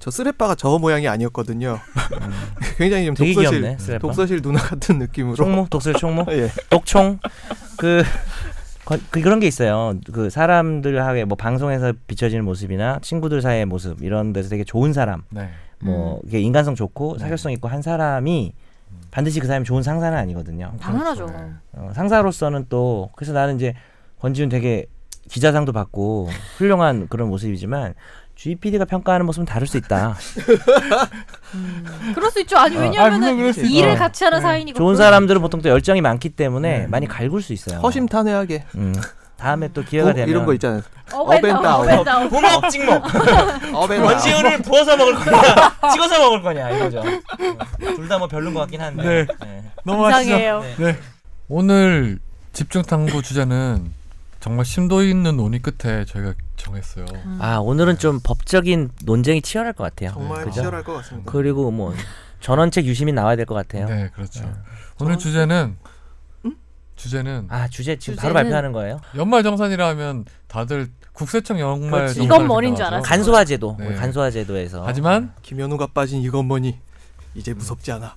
Speaker 5: 저 쓰레빠가 저 모양이 아니었거든요. 굉장히 좀
Speaker 2: 음. 되게
Speaker 5: 독서실
Speaker 2: 귀엽네 쓰레빠
Speaker 5: 독서실 누나 같은 느낌으로.
Speaker 2: 총무 독설 총무
Speaker 5: 예.
Speaker 2: 독총 그 거- 그- 그런 게 있어요. 그 사람들하고 뭐 방송에서 비춰지는 모습이나 친구들 사이의 모습 이런 데서 되게 좋은 사람,
Speaker 1: 네.
Speaker 2: 뭐 이게 인간성 좋고
Speaker 1: 네.
Speaker 2: 사교성 있고 한 사람이 반드시 그 사람이 좋은 상사는 아니거든요.
Speaker 4: 당연하죠.
Speaker 1: 그렇죠. 네.
Speaker 2: 어, 상사로서는 또 그래서 나는 이제 권지훈 되게 기자상도 받고 훌륭한 그런 모습이지만 GPD가 평가하는 모습은 다를 수 있다.
Speaker 4: 그럴 수 있죠. 아니
Speaker 2: 어.
Speaker 4: 왜냐하면
Speaker 1: 아니, 물론 그럴 수 있죠.
Speaker 4: 일을 같이 하는
Speaker 1: 네.
Speaker 4: 사이니까
Speaker 2: 좋은
Speaker 4: 그런-
Speaker 2: 사람들은 보통 또 열정이 많기 때문에
Speaker 1: 네.
Speaker 2: 많이 갈굴 수 있어요.
Speaker 3: 허심탄회하게
Speaker 2: 음, 다음에 또
Speaker 5: 뭐
Speaker 2: 기회가
Speaker 3: 부-
Speaker 2: 되면
Speaker 3: 이런 거 있잖아요.
Speaker 4: 어벤다운.
Speaker 3: 어벤다운.
Speaker 4: 어벤다운.
Speaker 2: 부먹 찍먹
Speaker 5: 아,
Speaker 3: 어벤다.
Speaker 2: 원지훈을 부어서 먹을 거냐 찍어서 먹을 거냐 이거죠. 둘 다 뭐 별론 것 같긴 한데. 네.
Speaker 1: 넘어가시죠.
Speaker 4: 이상해요.
Speaker 1: 오늘 집중 탐구 주제는 정말 심도 있는 논의 끝에 저희가 정했어요.
Speaker 2: 아 오늘은 좀 법적인 논쟁이 치열할 것 같아요.
Speaker 5: 정말
Speaker 2: 그죠?
Speaker 5: 치열할 것 같습니다.
Speaker 2: 그리고 뭐 전원책 유시민 나와야 될 것 같아요.
Speaker 1: 네, 그렇죠. 오늘 주제는 주제는
Speaker 2: 아 주제 지금
Speaker 4: 주제는-
Speaker 2: 바로 발표하는 거예요?
Speaker 1: 연말 정산이라 하면 다들 국세청 연말
Speaker 2: 그렇지.
Speaker 1: 정산
Speaker 4: 이건 뭔인 줄 알았어. 어.
Speaker 2: 간소화제도
Speaker 1: 네.
Speaker 2: 우리 간소화제도에서
Speaker 1: 하지만
Speaker 5: 김현우가 빠진 이건 뭐니? 이제 무섭지 않아.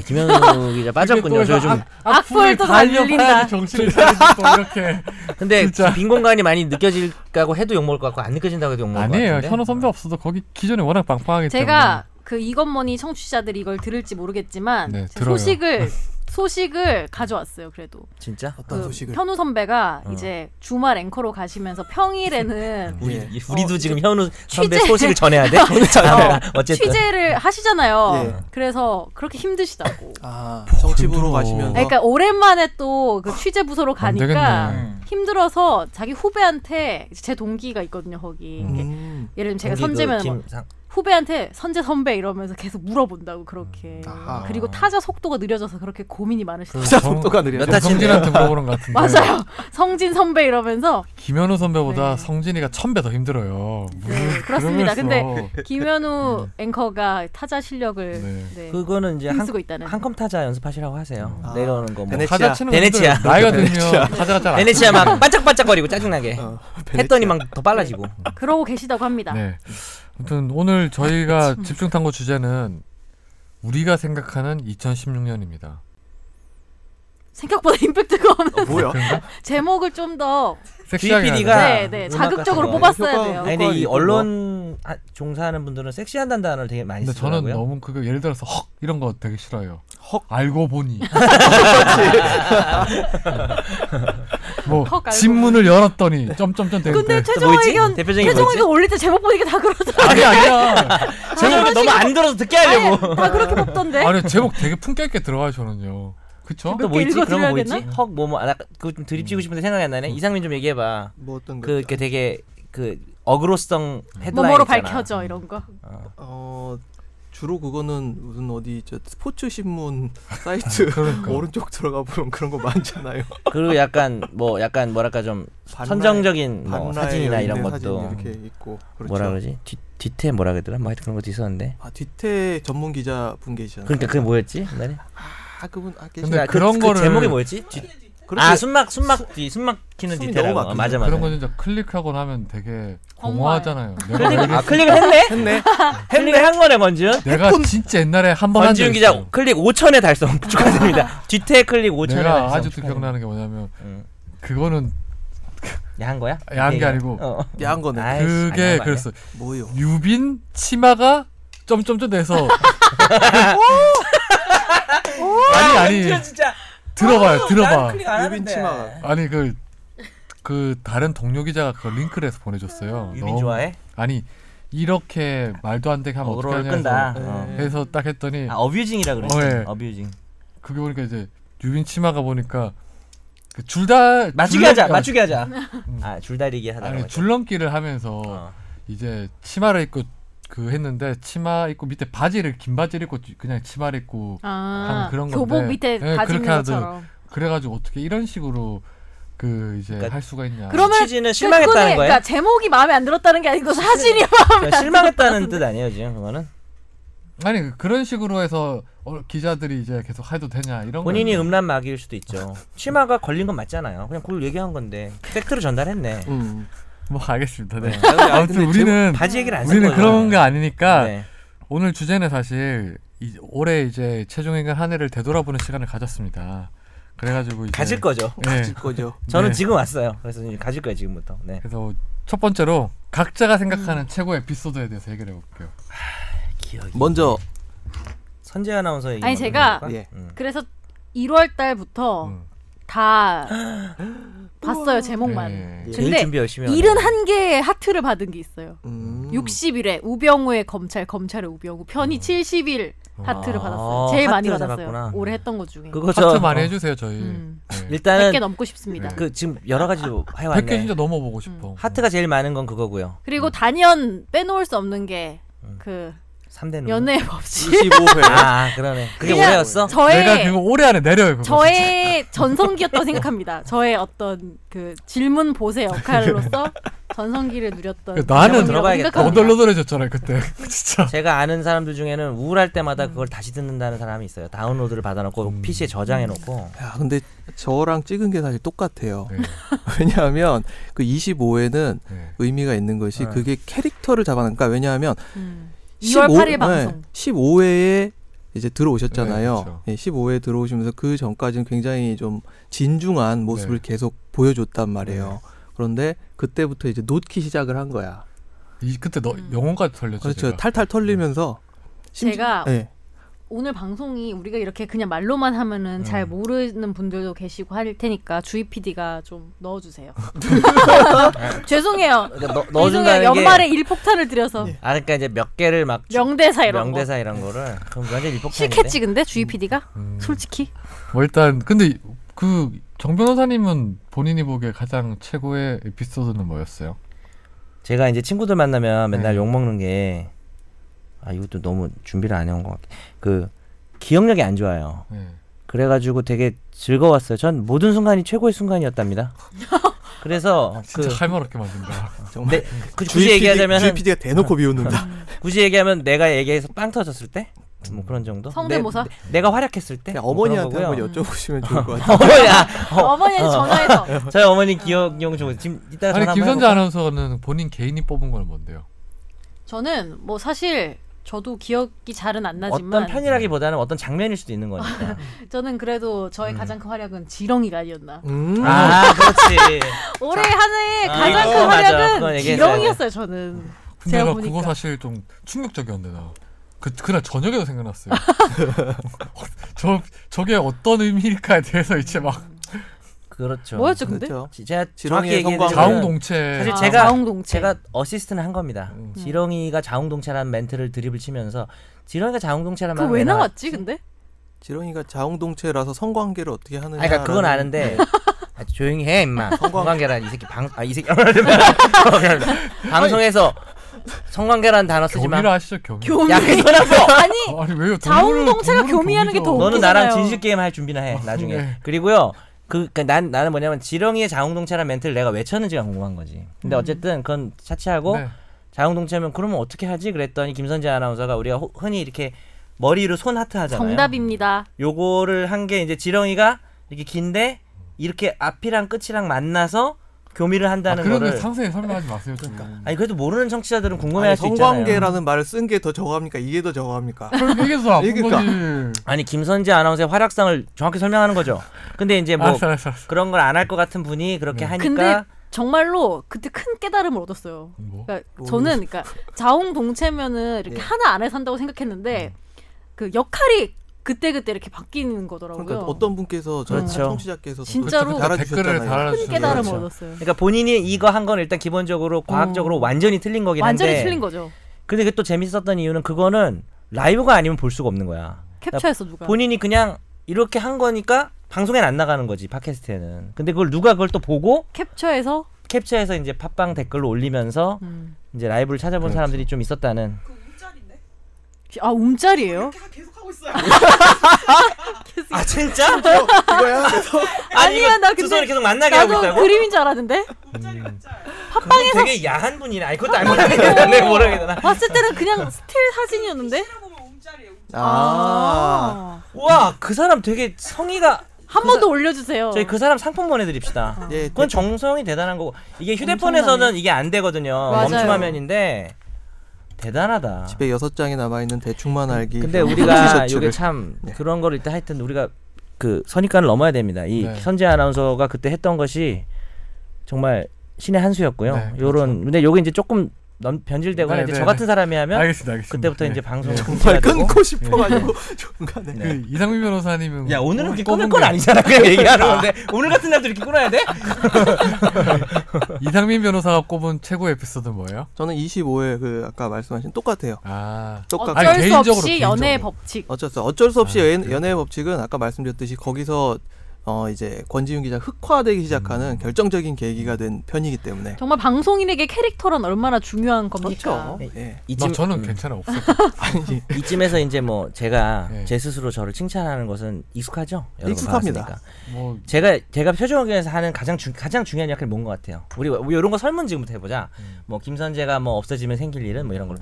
Speaker 2: 김현우 기자 빠졌군요. 저
Speaker 1: 아,
Speaker 2: 요즘
Speaker 4: 악플도
Speaker 1: 달려봐야지
Speaker 4: 달린다.
Speaker 1: 정신을 차리고 또 이렇게
Speaker 2: 근데
Speaker 1: 아, 진짜.
Speaker 2: 빈 공간이 많이 느껴질까고 해도 욕먹을 것 같고 안 느껴진다고 해도 욕먹을 것
Speaker 1: 아니에요.
Speaker 2: 같은데.
Speaker 1: 현호 선배 없어도 거기 기존에 워낙 빵빵하기
Speaker 4: 제가 그 이건 뭐니 청취자들이 이걸 들을지 모르겠지만
Speaker 1: 네,
Speaker 4: 제가
Speaker 1: 들어요.
Speaker 4: 소식을 소식을 가져왔어요. 그래도
Speaker 2: 진짜?
Speaker 5: 어떤
Speaker 4: 그
Speaker 5: 소식을?
Speaker 4: 현우 선배가
Speaker 2: 어.
Speaker 4: 이제 주말 앵커로 가시면서 평일에는
Speaker 2: 우리
Speaker 5: 예.
Speaker 2: 우리도 지금 현우 선배
Speaker 4: 어, 그 취재-
Speaker 2: 소식을 전해야 돼.
Speaker 4: 어,
Speaker 2: 어쨌든
Speaker 4: 취재를 하시잖아요.
Speaker 5: 예.
Speaker 4: 그래서 그렇게 힘드시다고.
Speaker 5: 아, 정치부로
Speaker 1: 힘들어.
Speaker 5: 가시면서
Speaker 4: 아니, 그러니까 오랜만에 또 그 취재 부서로
Speaker 1: 때문에 안
Speaker 4: 가니까
Speaker 1: 되겠네.
Speaker 4: 힘들어서 자기 후배한테 제 동기가 있거든요 거기. 이게
Speaker 5: 음.
Speaker 4: 예를 들면 제가
Speaker 2: 거기 그
Speaker 4: 선재면 뭐 막
Speaker 2: 김상-
Speaker 4: 후배한테 선재 선배 이러면서 계속 물어본다고 그렇게.
Speaker 1: 음.
Speaker 5: 아하.
Speaker 4: 그리고 타자 속도가 느려져서 그렇게 고민이 많으시다.
Speaker 1: 때문에
Speaker 5: 자, 속도가 느려.
Speaker 2: 몇 달-
Speaker 1: 정진한테 물어보는 것 같은데
Speaker 4: 맞아요. 성진 선배 이러면서
Speaker 1: 김현우 선배보다
Speaker 4: 네.
Speaker 1: 성진이가 천 배 더 힘들어요.
Speaker 4: 네, 그렇습니다.
Speaker 1: 그러면서.
Speaker 4: 김현우 앵커가 타자 실력을
Speaker 1: 음. 네.
Speaker 4: 네.
Speaker 2: 그거는 이제 한,
Speaker 4: 힘쓰고 있다는.
Speaker 2: 한컴 타자 연습하시라고 하세요.
Speaker 1: 음.
Speaker 5: 아.
Speaker 2: 내려오는 거 뭐.
Speaker 5: 베네치아.
Speaker 1: 타자 치는
Speaker 2: 베네치아.
Speaker 1: 분들 나이가 들면 타자가 잘안
Speaker 2: 베네치아 막 반짝반짝거리고 짜증나게
Speaker 5: 어,
Speaker 2: 했더니 막 더 빨라지고.
Speaker 4: 그러고 계시다고 합니다.
Speaker 1: 네. 아무튼 오늘 저희가 집중 탐구 주제는 우리가 생각하는 2016년입니다.
Speaker 4: 생각보다 임팩트가 없는
Speaker 5: 어, 뭐야?
Speaker 4: 제목을 좀 더
Speaker 1: 섹시하게
Speaker 2: GPD
Speaker 1: 하자.
Speaker 2: 가
Speaker 4: 네, 네,
Speaker 2: 음악
Speaker 4: 자극적으로
Speaker 2: 같은 거.
Speaker 4: 뽑았어야 돼요.
Speaker 2: 아니 근데 이 언론 하- 종사하는 분들은 섹시한다는 단어를 되게 많이
Speaker 1: 근데 저는
Speaker 2: 쓰더라고요.
Speaker 1: 너무 그거 예를 들어서 헉 이런 거 되게 싫어요.
Speaker 5: 헉?
Speaker 1: 알고 보니. 뭐
Speaker 4: 헉, 알고
Speaker 1: 집문을 열었더니 점점점 되는데.
Speaker 4: 근데 최종
Speaker 2: 뭐였지? 네.
Speaker 4: 의견
Speaker 2: 대표적인 게
Speaker 4: 최종
Speaker 2: 뭐였지?
Speaker 4: 의견 올릴 때 제목 보니까 다 그러더라.
Speaker 1: 아니 아니야.
Speaker 2: 제목을 너무 안 들어서 듣게 하려고.
Speaker 4: 다 그렇게 뽑던데.
Speaker 1: 아니 제목 되게 품격 있게 들어가요 저는요. 그쵸?
Speaker 4: 몇
Speaker 2: 또 뭐
Speaker 4: 개
Speaker 2: 있지? 그런 거 뭐 있지?
Speaker 4: 읽어드려야
Speaker 2: 헉 뭐뭐 아, 나 그거 좀 드립치고 싶은데 생각이 안 나네. 이상민 좀 얘기해 봐.
Speaker 5: 뭐 어떤 거?
Speaker 2: 그 이렇게 되게 그 어그로성 헤드라인
Speaker 4: 뭐뭐로
Speaker 2: 있잖아.
Speaker 4: 밝혀져 이런 거.
Speaker 2: 어.
Speaker 5: 어, 주로 그거는 무슨 어디 저 스포츠 신문
Speaker 2: 아,
Speaker 5: 사이트
Speaker 1: 그러니까.
Speaker 5: 오른쪽 들어가 보면 그런 거 많잖아요.
Speaker 2: 그리고 약간 뭐 약간 뭐랄까 좀
Speaker 5: 반라에-
Speaker 2: 선정적인 뭐
Speaker 5: 반라에
Speaker 2: 사진이나 이런
Speaker 5: 있는
Speaker 2: 것도
Speaker 5: 사진 이렇게 있고 그렇죠.
Speaker 2: 뭐라 그러지? 뒤, 뒤태 뭐라 그러더라? 뭐 하여튼 그런 것도 있었는데.
Speaker 5: 아 뒤태 전문 기자 분 계시잖아요.
Speaker 2: 그러니까 그게 뭐였지? 옛날에?
Speaker 5: 아 그분 아 계시.
Speaker 1: 근데
Speaker 2: 아,
Speaker 1: 그런 거를-
Speaker 2: 제목이 뭐였지? 뒤,
Speaker 5: 그렇지.
Speaker 2: 아 순막 순막 뒤 순막 키는
Speaker 5: 숨이
Speaker 2: 뒤태라고.
Speaker 5: 너무
Speaker 2: 아, 맞아
Speaker 5: 막히죠.
Speaker 2: 맞아.
Speaker 1: 그런 거 진짜 클릭하고 나면 되게 공허하잖아요. 내가,
Speaker 2: 클릭을
Speaker 1: 내가,
Speaker 2: 아 클릭을 했네. 했네. 했네 한 거네 권지훈.
Speaker 1: 내가 진짜 옛날에 한 번 한적
Speaker 2: 권지훈 기자 클릭 5천에 달성 축하드립니다. 뒤태 클릭 5천에 달성.
Speaker 1: 내가 아직도
Speaker 2: 축하드립니다.
Speaker 1: 기억나는 게 뭐냐면
Speaker 2: 응.
Speaker 1: 그거는
Speaker 2: 야한 거야?
Speaker 1: 야한 게
Speaker 2: 야-
Speaker 1: 아니고
Speaker 2: 어.
Speaker 5: 야한 거네.
Speaker 2: 아이, 아이씨,
Speaker 1: 그게
Speaker 2: 아니야,
Speaker 1: 그랬어.
Speaker 5: 뭐요?
Speaker 1: 유빈 치마가 점점점 돼서 아니
Speaker 2: 진짜
Speaker 1: 아니
Speaker 2: 진짜.
Speaker 1: 아, 들어봐요 들어봐.
Speaker 2: 클릭 안
Speaker 5: 유빈
Speaker 2: 하는데.
Speaker 5: 치마가.
Speaker 1: 아니 그. 그 다른 동료 기자가 그 링크를 해서 보내줬어요.
Speaker 2: 유빈
Speaker 1: 너무-
Speaker 2: 좋아해?
Speaker 1: 아니 이렇게 말도 안 되게 하면 어떻게
Speaker 2: 어그로를
Speaker 1: 하냐
Speaker 2: 끈다.
Speaker 1: 해서,
Speaker 2: 어.
Speaker 5: 네.
Speaker 1: 해서 딱 했더니
Speaker 2: 아 어뷰징이라 그랬지.
Speaker 1: 어, 예.
Speaker 2: 어뷰징.
Speaker 1: 그게 보니까 이제 유빈 치마가 보니까 그 줄다
Speaker 2: 맞추기
Speaker 1: 줄넘-
Speaker 2: 하자.
Speaker 1: 아니,
Speaker 2: 맞추기 하자. 아 줄다리기 하다.
Speaker 1: 음. 아니 줄넘기를 하면서
Speaker 2: 어.
Speaker 1: 이제 치마를 입고 그 했는데 치마 입고 밑에 바지를 긴 바지를 입고 그냥 치마를 입고
Speaker 4: 아,
Speaker 1: 한 그런
Speaker 4: 교복
Speaker 1: 건데.
Speaker 4: 밑에
Speaker 1: 네,
Speaker 4: 바지
Speaker 1: 그렇게
Speaker 4: 있는 것처럼.
Speaker 1: 그래가지고 어떻게 이런 식으로 그 이제
Speaker 2: 그러니까
Speaker 1: 할 수가 있냐
Speaker 4: 그럼- 그러면
Speaker 2: 취지는 실망했다는
Speaker 4: 그러니까
Speaker 2: 거예요?
Speaker 4: 제목이 마음에 안 들었다는 게 아니고 사진이 마음에
Speaker 2: 그러니까
Speaker 4: 안
Speaker 2: 실망했다는 뜻 아니에요 지금 그거는?
Speaker 1: 아니 그- 그런 식으로 해서 어, 기자들이 이제 계속 해도 되냐 이런
Speaker 2: 본인이
Speaker 1: 거는
Speaker 2: 음란 마귀일 수도 있죠. 치마가 걸린 건 맞잖아요. 그냥 그걸 얘기한 건데 팩트로 전달했네.
Speaker 5: 음.
Speaker 1: 뭐 알겠습니다 네.
Speaker 5: 아니, 아니,
Speaker 1: 아무튼
Speaker 5: 근데 제목-
Speaker 1: 우리는
Speaker 2: 바지 얘기를 안쓴
Speaker 1: 우리는
Speaker 2: 거예요.
Speaker 1: 그런 거 아니니까
Speaker 2: 네.
Speaker 1: 오늘 주제는 사실 이- 올해 이제 최종 의견 한 해를 되돌아보는 시간을 가졌습니다. 그래가지고 이제
Speaker 2: 가질 거죠.
Speaker 1: 예,
Speaker 5: 질 거죠.
Speaker 2: 저는
Speaker 1: 네.
Speaker 2: 지금 왔어요. 그래서 이제 가질 거예요 지금부터. 네.
Speaker 1: 그래서 첫 번째로 각자가 생각하는
Speaker 4: 음.
Speaker 1: 최고의 에피소드에 대해서 얘기해 볼게요.
Speaker 2: 기억이. 네.
Speaker 5: 먼저
Speaker 2: 선재 아나운서 얘기.
Speaker 4: 아니,
Speaker 2: 먼저
Speaker 4: 제가-
Speaker 2: 해볼까?
Speaker 5: 예.
Speaker 2: 음.
Speaker 4: 그래서 1월 달부터
Speaker 1: 음.
Speaker 4: 다 봤어요 제목만.
Speaker 1: 예.
Speaker 2: 네. 제일
Speaker 4: 근데
Speaker 2: 준비 열심히. 하네.
Speaker 4: 71개의 하트를 받은 게 있어요.
Speaker 5: 음,
Speaker 4: 60일에 우병우의 검찰, 검찰의 우병우 편이 70일 하트를
Speaker 2: 음. 아,
Speaker 4: 받았어요. 제일 많이
Speaker 2: 하트를
Speaker 4: 받았어요.
Speaker 2: 받았구나.
Speaker 4: 올해 했던 것 중에.
Speaker 2: 그거 저
Speaker 1: 파트 많이
Speaker 2: 어, 아,
Speaker 1: 해주세요 저희.
Speaker 4: 음.
Speaker 1: 예.
Speaker 2: 일단은
Speaker 4: 100개 넘고 싶습니다.
Speaker 1: 네.
Speaker 2: 그 지금 여러 가지 해왔네.
Speaker 1: 아, 100개 진짜 넘어보고
Speaker 4: 음.
Speaker 1: 음. 싶어.
Speaker 2: 하트가 제일 많은 건 그거고요.
Speaker 4: 그리고 단연 빼놓을 수 없는 게
Speaker 2: 음.
Speaker 4: 그
Speaker 2: 3대 눈.
Speaker 4: 연애의 법칙.
Speaker 5: 25회.
Speaker 2: 아, 그러네. 그게
Speaker 4: 그냥
Speaker 2: 올해였어?
Speaker 1: 내가
Speaker 4: 저의
Speaker 1: 그거 올해 안에 내려요 그거.
Speaker 4: 저의 전성기였다고 생각합니다. 저의 어떤 그 질문 보세 역할로서 전성기를 누렸던
Speaker 1: 그러니까 나는
Speaker 4: 경험이라고
Speaker 2: 들어봐야겠다.
Speaker 4: 생각합니다.
Speaker 1: 너덜너덜해졌잖아요 그때. 진짜.
Speaker 2: 제가 아는 사람들 중에는 우울할 때마다 그걸 다시 듣는다는 사람이 있어요. 다운로드를 받아놓고
Speaker 1: 음.
Speaker 2: PC에 저장해놓고.
Speaker 5: 야, 근데 저랑 찍은 게 사실 똑같아요.
Speaker 1: 네.
Speaker 5: 왜냐하면 그 25회는
Speaker 1: 네.
Speaker 5: 의미가 있는 것이
Speaker 2: 네.
Speaker 5: 그게 캐릭터를 잡아놓으니까 왜냐하면
Speaker 4: 음. 2월
Speaker 5: 15
Speaker 2: 네.
Speaker 4: 8일 방송.
Speaker 5: 15회에 네, 이제 들어오셨잖아요.
Speaker 1: 네, 그렇죠.
Speaker 5: 예, 15회에 들어오시면서 그 전까지는 굉장히 좀 진중한 모습을 계속 보여줬단 말이에요. 그런데 그때부터 이제 놓기 시작을 한 거야.
Speaker 1: 이 그때 너
Speaker 4: 음.
Speaker 1: 영혼까지 털렸죠.
Speaker 5: 그렇죠.
Speaker 1: 제가.
Speaker 5: 탈탈 털리면서 심지-
Speaker 4: 제가
Speaker 5: 예.
Speaker 4: 오늘 방송이 우리가 이렇게 그냥 말로만 하면은 잘
Speaker 1: 음.
Speaker 4: 모르는 분들도 계시고 할 테니까 주희 PD가 좀 넣어주세요. 죄송해요.
Speaker 2: 그러니까 넣-
Speaker 4: 죄송해요.
Speaker 2: 넣어준다는 게.
Speaker 4: 아, 연말에 일폭탄을 들여서
Speaker 2: 아, 그러니까 이제 몇 개를 막. 주-
Speaker 4: 명대사 이런
Speaker 2: 명대사 이런 거를. 그럼 완전
Speaker 4: 거.
Speaker 2: 일폭탄인데.
Speaker 4: 싫겠지 근데 주희 PD가
Speaker 1: 음.
Speaker 4: 솔직히
Speaker 1: 뭐 일단 근데 그 정 변호사님은 본인이 보기에 가장 최고의 에피소드는 뭐였어요?
Speaker 2: 제가 이제 친구들 만나면 맨날
Speaker 1: 네.
Speaker 2: 욕먹는 게. 아, 이것도 너무 준비를 안 해온 것 같아. 그, 기억력이 안 좋아요.
Speaker 1: 네.
Speaker 2: 그래가지고 되게 즐거웠어요. 전 모든 순간이 최고의 순간이었답니다. 그래서
Speaker 1: 진짜
Speaker 2: 그,
Speaker 1: 할머니게 만든다.
Speaker 2: 네, 그 굳이 음, 네. 얘기하자면
Speaker 5: 주희 PD가 대놓고 비웃는다.
Speaker 2: 굳이 얘기하면 내가 얘기해서 빵 터졌을 때? 뭐 그런 정도?
Speaker 4: 성대모사?
Speaker 2: 내, 내, 내가 활약했을 때?
Speaker 5: 그냥
Speaker 2: 뭐 그런
Speaker 5: 네, 어머니한테
Speaker 2: 거고요.
Speaker 5: 한번 여쭤보시면 좋을 것 같아요.
Speaker 2: 어머니야! 네.
Speaker 4: 어, 머니한테 전화해서
Speaker 2: 저희 어머니 기억용 좀 지금 이따 전화
Speaker 1: 아니
Speaker 2: 한번
Speaker 1: 김선재
Speaker 2: 해볼까?
Speaker 1: 아나운서는 본인 개인이 뽑은 건 뭔데요?
Speaker 4: 저는 뭐 사실 저도 기억이 잘은 안 나지만 아,
Speaker 2: 어떤 편이라기보다는 어떤 장면일 수도 있는 거니까.
Speaker 4: 저는 그래도 저의
Speaker 2: 음.
Speaker 4: 가장 큰 활약은 지렁이가 아니었나.
Speaker 5: 음.
Speaker 2: 아, 그렇지.
Speaker 4: 올해 한 해의
Speaker 2: 아,
Speaker 4: 가장
Speaker 2: 이거
Speaker 4: 큰
Speaker 2: 맞아. 그건 음.
Speaker 4: 활약은
Speaker 2: 얘기했어요.
Speaker 4: 지렁이였어요 저는.
Speaker 1: 근데 나
Speaker 4: 제가
Speaker 1: 그거
Speaker 4: 보니까.
Speaker 1: 사실 좀 충격적이었는데 나. 그 그날 저녁에도 생각났어요. 저 저게 어떤 의미일까에 대해서 이제 막
Speaker 2: 그렇죠.
Speaker 4: 뭐였죠 근데?
Speaker 5: 그렇죠.
Speaker 2: 제가
Speaker 5: 지렁이의
Speaker 2: 정확히 얘기해서
Speaker 5: 성공.
Speaker 1: 자웅동체.
Speaker 2: 아, 네. 사실
Speaker 4: 아,
Speaker 2: 제가-
Speaker 4: 자웅동체.
Speaker 2: 제가 어시스트는 한 겁니다.
Speaker 1: 음.
Speaker 2: 지렁이가 자웅동체라는 멘트를 드립을 치면서 지렁이가 자웅동체라는 말을
Speaker 4: 그왜 나왔지 근데?
Speaker 5: 지렁이가 자웅동체라서 성관계를 어떻게 음. 하느냐.
Speaker 2: 아니, 그러니까 그건 아는데 아, 조용히 해 임마 성관계란 이 새끼 방아이 새끼 방송에서 성관계란 단어 쓰지 마.
Speaker 1: 교미라 아시죠 교미?
Speaker 4: 교미.
Speaker 2: 야, 그건 아니고.
Speaker 4: 아니
Speaker 1: 아, 아니 왜요?
Speaker 4: 자웅동체가
Speaker 1: 동물은
Speaker 4: 교미하는 게
Speaker 1: 교미죠.
Speaker 4: 더
Speaker 2: 너는 나랑
Speaker 4: 웃기잖아요.
Speaker 2: 진실 게임 할 준비나 해 나중에.
Speaker 1: 어, 네.
Speaker 2: 그리고요. 그러니까 그난 나는 뭐냐면 지렁이의 자웅동체라는 멘트를 내가 왜 쳤는지가 궁금한 거지. 근데 어쨌든 그건 차치하고
Speaker 1: 네.
Speaker 2: 자웅동체면 그러면 어떻게 하지? 그랬더니 김선재 아나운서가 우리가 호- 흔히 이렇게 머리로 손 하트 하잖아요.
Speaker 4: 정답입니다.
Speaker 2: 요거를 한 게 이제 지렁이가 이렇게 긴데 이렇게 앞이랑 끝이랑 만나서 교미를
Speaker 1: 아,
Speaker 2: 한다는
Speaker 1: 그런 거
Speaker 2: 거를
Speaker 1: 상세히 설명하지 마세요. 그러니까.
Speaker 2: 아니 그래도 모르는 청취자들은 궁금해할
Speaker 5: 아니,
Speaker 2: 수 있잖아요.
Speaker 5: 성관계라는 말을 쓴 게 더 저거합니까? 이게 더 저거합니까?
Speaker 1: 이게 더 아픈
Speaker 5: 그러니까.
Speaker 1: 거지.
Speaker 2: 아니 김선재 아나운서의 활약상을 정확히 설명하는 거죠. 근데 이제 뭐
Speaker 1: 알았어, 알았어, 알았어.
Speaker 2: 그런 걸 안 할 것 같은 분이 그렇게
Speaker 1: 네.
Speaker 2: 하니까
Speaker 4: 근데 정말로 그때 큰 깨달음을 얻었어요.
Speaker 1: 뭐?
Speaker 4: 그러니까 저는 그러니까 자웅동체면은 이렇게
Speaker 2: 네.
Speaker 5: 예.
Speaker 4: 하나 안에 산다고 생각했는데 그 역할이 그때 그때 이렇게 바뀌는 거더라고요.
Speaker 5: 그러니까 어떤 분께서 저희
Speaker 2: 그렇죠.
Speaker 5: 청취자께서
Speaker 4: 진짜로
Speaker 5: 댓글
Speaker 1: 댓글을
Speaker 5: 달아주셨잖아요.
Speaker 4: 큰
Speaker 1: 달아주셨어요.
Speaker 4: 깨달음을
Speaker 2: 그렇죠.
Speaker 4: 얻었어요.
Speaker 2: 그러니까 본인이 이거 한 건 일단 기본적으로 과학적으로 완전히 틀린 거긴 한데
Speaker 4: 어. 완전히 틀린 거죠.
Speaker 2: 근데 그게 또 재밌었던 이유는 그거는 라이브가 아니면 볼 수가 없는 거야.
Speaker 4: 캡처해서 누가
Speaker 2: 본인이 그냥 이렇게 한 거니까 방송엔 안 나가는 거지 팟캐스트에는. 근데 그걸 누가 그걸 또 보고
Speaker 4: 캡처해서
Speaker 2: 캡처해서 이제 팟빵 댓글로 올리면서
Speaker 4: 음.
Speaker 2: 이제 라이브를 찾아본
Speaker 1: 그렇죠.
Speaker 2: 사람들이 좀 있었다는.
Speaker 4: 아 움짤이에요?
Speaker 2: 아 진짜?
Speaker 5: 뭐 이거야?
Speaker 2: 아니
Speaker 4: 아니야,
Speaker 2: 이거
Speaker 4: 나
Speaker 2: 두 손을
Speaker 4: 근데
Speaker 2: 계속 만나게 하고
Speaker 4: 나도
Speaker 2: 있다고?
Speaker 4: 그림인 줄 알았는데
Speaker 2: 그건 되게 야한 분이네. 아니 그것도 알고 있는데 내가 모르겠다. 나. 네,
Speaker 4: 봤을 때는 그냥 스틸 사진이었는데
Speaker 5: 아.
Speaker 2: 우와 그 사람 되게 성의가
Speaker 4: 한 번 더 올려주세요.
Speaker 2: 저희 그 사람 상품 보내드립시다.
Speaker 5: 예,
Speaker 2: 그건 정성이 대단한 거고 이게 휴대폰에서는
Speaker 4: 어. 엄청나네.
Speaker 2: 이게 안 되거든요.
Speaker 4: 맞아요.
Speaker 2: 멈춤화면인데 대단하다.
Speaker 5: 집에 여섯 장이 남아 있는 대충만 알기.
Speaker 2: 근데
Speaker 5: 그런
Speaker 2: 우리가
Speaker 5: 티셔츠를.
Speaker 2: 이게 참
Speaker 5: 네.
Speaker 2: 그런 걸 일단 하여튼 우리가 그 선입관을 넘어야 됩니다. 이
Speaker 1: 네.
Speaker 2: 선재 아나운서가 그때 했던 것이 정말 신의 한 수였고요.
Speaker 1: 네,
Speaker 2: 요런 근데 요게 이제 조금 넘, 변질되거나
Speaker 1: 네,
Speaker 2: 이제
Speaker 1: 네,
Speaker 2: 저 같은 사람이 하면
Speaker 1: 알겠습니다, 알겠습니다.
Speaker 2: 그때부터
Speaker 1: 네.
Speaker 2: 이제 방송
Speaker 1: 네.
Speaker 2: 정말
Speaker 5: 끊고 싶어가지고 중간에
Speaker 1: 그 이상민 변호사님은
Speaker 2: 야 오늘은 이렇게
Speaker 1: 꼽은
Speaker 2: 끊을 건
Speaker 1: 게-
Speaker 2: 아니잖아 아, 그냥 얘기하는 건데 오늘 같은 날도 이렇게 끊어야 돼?
Speaker 1: 이상민 변호사가 꼽은 최고 에피소드 는 뭐예요?
Speaker 5: 저는 25회 그 아까 말씀하신 똑같아요. 네.
Speaker 1: 아
Speaker 5: 똑같고
Speaker 1: 아니,
Speaker 4: 어쩔 수
Speaker 1: 개인적으로,
Speaker 4: 없이
Speaker 1: 개인적으로.
Speaker 4: 연애의 법칙.
Speaker 5: 어쩔 수 어쩔 수 없이
Speaker 1: 아,
Speaker 5: 연,
Speaker 1: 그래요?
Speaker 5: 연애의 법칙은 아까 말씀드렸듯이 거기서 어 이제 권지윤 기자 흑화되기 시작하는
Speaker 1: 음.
Speaker 5: 결정적인 계기가 된 편이기 때문에
Speaker 4: 정말 방송인에게 캐릭터란 얼마나 중요한 겁니까?
Speaker 5: 그렇죠.
Speaker 2: 네.
Speaker 5: 예.
Speaker 1: 나뭐 저는 괜찮아 없어요.
Speaker 5: 아니
Speaker 2: 이쯤에서 이제 뭐 제가
Speaker 1: 네.
Speaker 2: 제 스스로 저를 칭찬하는 것은 익숙하죠? 여러분
Speaker 5: 익숙합니다.
Speaker 2: 반갑습니까?
Speaker 1: 뭐
Speaker 2: 제가 제가 표정 의견에서 하는 가장 중, 가장 중요한 역할이 뭔 것 같아요. 우리 이런 거 설문 지금부터 해보자. 뭐 김선재가 뭐 없어지면 생길 일은 뭐 이런 걸로.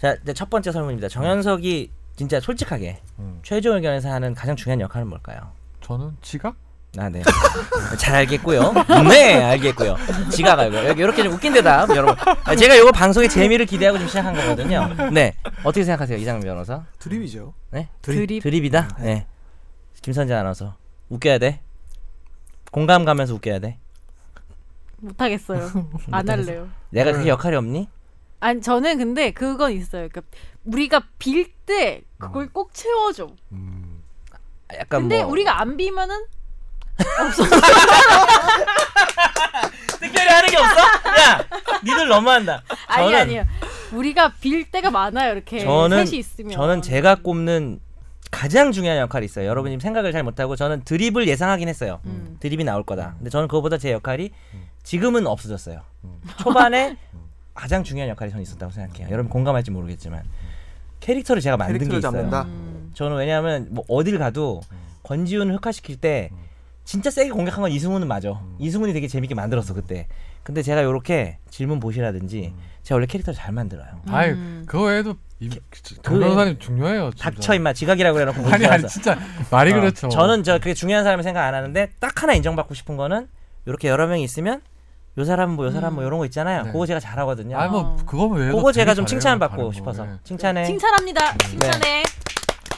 Speaker 2: 자, 이제 첫 번째 설문입니다. 정현석이 진짜 솔직하게
Speaker 1: 음.
Speaker 2: 최종 의견에서 하는 가장 중요한 역할은 뭘까요?
Speaker 1: 저는 지각?
Speaker 2: 아, 네. 잘 알겠고요. 네, 알겠고요. 지각 알고. 여기 이렇게 좀 웃긴 대답, 여러분. 아, 제가 이거 방송의 재미를 기대하고 좀 시작한 거거든요. 네. 어떻게 생각하세요, 이상민 변호사?
Speaker 5: 드립이죠.
Speaker 2: 네.
Speaker 4: 드립.
Speaker 2: 드립이다. 네. 김선재 아나운서. 웃겨야 돼. 공감 가면서 웃겨야 돼.
Speaker 4: 못하겠어요. 안 할래요.
Speaker 2: 내가 그게 역할이 없니?
Speaker 4: 아니 저는 근데 그건 있어요. 그러니까 우리가 빌 때 그걸 꼭 채워줘.
Speaker 1: 음.
Speaker 2: 아, 약간
Speaker 4: 근데
Speaker 2: 어. 그러니까 뭐
Speaker 4: 우리가 안 비면은
Speaker 2: 특별히 하는 게 없어? 야, 니들 너무한다.
Speaker 4: 아니
Speaker 2: 저는-
Speaker 4: 아니요. 우리가 빌 때가 많아요. 이렇게
Speaker 2: 저는
Speaker 4: 셋이 있으면.
Speaker 2: 저는 제가 꼽는 가장 중요한 역할이 있어요. 여러분이 지금 생각을 잘 못하고 저는 드립을 예상하긴 했어요.
Speaker 4: 음.
Speaker 2: 드립이 나올 거다. 근데 저는 그거보다 제 역할이
Speaker 5: 음.
Speaker 2: 지금은 없어졌어요. 초반에 가장 중요한 역할이 저는 있었다고 생각해요. 여러분 공감할지 모르겠지만 캐릭터를 제가 만든
Speaker 5: 음. 캐릭터를
Speaker 2: 게 있어요.
Speaker 5: 잡는다.
Speaker 4: 음.
Speaker 2: 저는 왜냐하면 뭐 어딜 가도 권지훈을 흑화시킬 때
Speaker 1: 음.
Speaker 2: 진짜 세게 공격한 건 이승훈은 맞아. 이승훈이 되게 재밌게 만들었어 그때. 근데 제가 요렇게 질문 보시라든지
Speaker 1: 음.
Speaker 2: 제가 원래 캐릭터를 잘 만들어요.
Speaker 1: 아이
Speaker 4: 음.
Speaker 1: 그거 외에도 이-
Speaker 2: 그-
Speaker 1: 정 변호사님 중요해요. 진짜.
Speaker 2: 닥쳐 임마 지각이라고 해놓고
Speaker 1: 음. 아니
Speaker 2: 무시하자.
Speaker 1: 아니 진짜 말이
Speaker 2: 어,
Speaker 1: 그렇죠.
Speaker 2: 저는 저 그게 중요한 사람을 생각 안 하는데 딱 하나 인정받고 싶은 거는 이렇게 여러 명이 있으면 요 사람 뭐 요 사람 뭐 이런 거 있잖아요.
Speaker 1: 네.
Speaker 2: 그거 제가 잘하거든요.
Speaker 1: 아니 뭐 그거 외에도
Speaker 2: 그거
Speaker 1: 되게
Speaker 2: 제가 좀
Speaker 1: 잘해요,
Speaker 2: 칭찬받고
Speaker 1: 다른
Speaker 2: 싶어서
Speaker 1: 거에. 네.
Speaker 2: 칭찬해.
Speaker 4: 칭찬합니다. 칭찬해.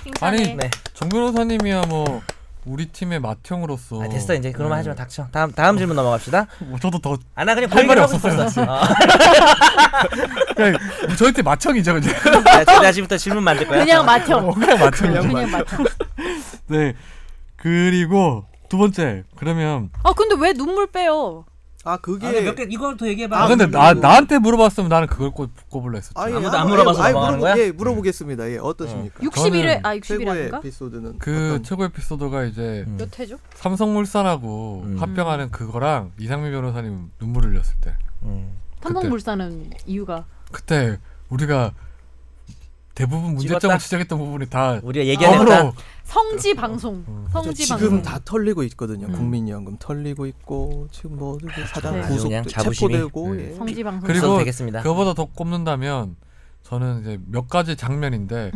Speaker 4: 칭찬해.
Speaker 1: 아니,
Speaker 2: 네.
Speaker 1: 정 변호사님이야 뭐 우리 팀의 마형으로서
Speaker 2: 아, 됐어 이제
Speaker 1: 네.
Speaker 2: 그런 말 하지 마 닥쳐. 다음 다음 질문 넘어갑시다.
Speaker 1: 뭐 저도 더
Speaker 2: 아 나 그냥
Speaker 1: 할
Speaker 2: 볼말
Speaker 1: 말이
Speaker 2: 하고 있었어.
Speaker 1: 없었어요.
Speaker 2: 어.
Speaker 1: 그냥 뭐 저희 팀 마청이죠 이제.
Speaker 2: 나 지금- 나 지금부터 질문 만들 거야.
Speaker 4: 그냥 맞혀.
Speaker 1: 그냥 마청이죠.
Speaker 4: 그냥 맞혀.
Speaker 1: 네. 그리고 두 번째 그러면
Speaker 4: 아 근데 왜 눈물 빼요?
Speaker 5: 아 그게
Speaker 2: 아, 몇개 이걸 더 얘기해봐.
Speaker 1: 아,
Speaker 5: 아,
Speaker 1: 근데 나
Speaker 5: 그리고-
Speaker 1: 나한테 물어봤으면 나는 그걸 꼽, 꼽을라 했었지.
Speaker 5: 예,
Speaker 2: 아무도 안
Speaker 5: 한번-
Speaker 2: 물어봐서
Speaker 5: 예, 아니,
Speaker 2: 넘어가는
Speaker 5: 물어보-
Speaker 2: 거야?
Speaker 5: 예, 물어보겠습니다. 예, 어떠십니까?
Speaker 4: 61회 아
Speaker 5: 최고의
Speaker 4: 61회인가?
Speaker 5: 에피소드는
Speaker 1: 그
Speaker 5: 어떤-
Speaker 1: 최고 에피소드가 이제
Speaker 2: 음.
Speaker 4: 몇 회죠?
Speaker 1: 삼성물산하고
Speaker 2: 음.
Speaker 1: 합병하는 그거랑 이상민 변호사님 눈물 흘렸을 때
Speaker 2: 음.
Speaker 4: 삼성물산은 이유가
Speaker 1: 그때 우리가 대부분 문제점을
Speaker 2: 찍었다?
Speaker 1: 지적했던 부분이 다
Speaker 2: 우리가 얘기했다.
Speaker 1: 더불어
Speaker 4: 성지 방송.
Speaker 5: 저
Speaker 4: 성지 방송.
Speaker 5: 어. 지금 다 털리고 있거든요.
Speaker 4: 음.
Speaker 5: 국민연금 털리고 있고 지금 뭐 어디 그 사장
Speaker 4: 네.
Speaker 5: 구속
Speaker 2: 아, 그냥 자부심이- 음.
Speaker 5: 체포되고
Speaker 1: 네.
Speaker 5: 예.
Speaker 4: 성지 방송.
Speaker 1: 그리고-
Speaker 2: 그리고 되겠습니다.
Speaker 1: 그거보다 더 꼽는다면 저는 이제 몇 가지 장면인데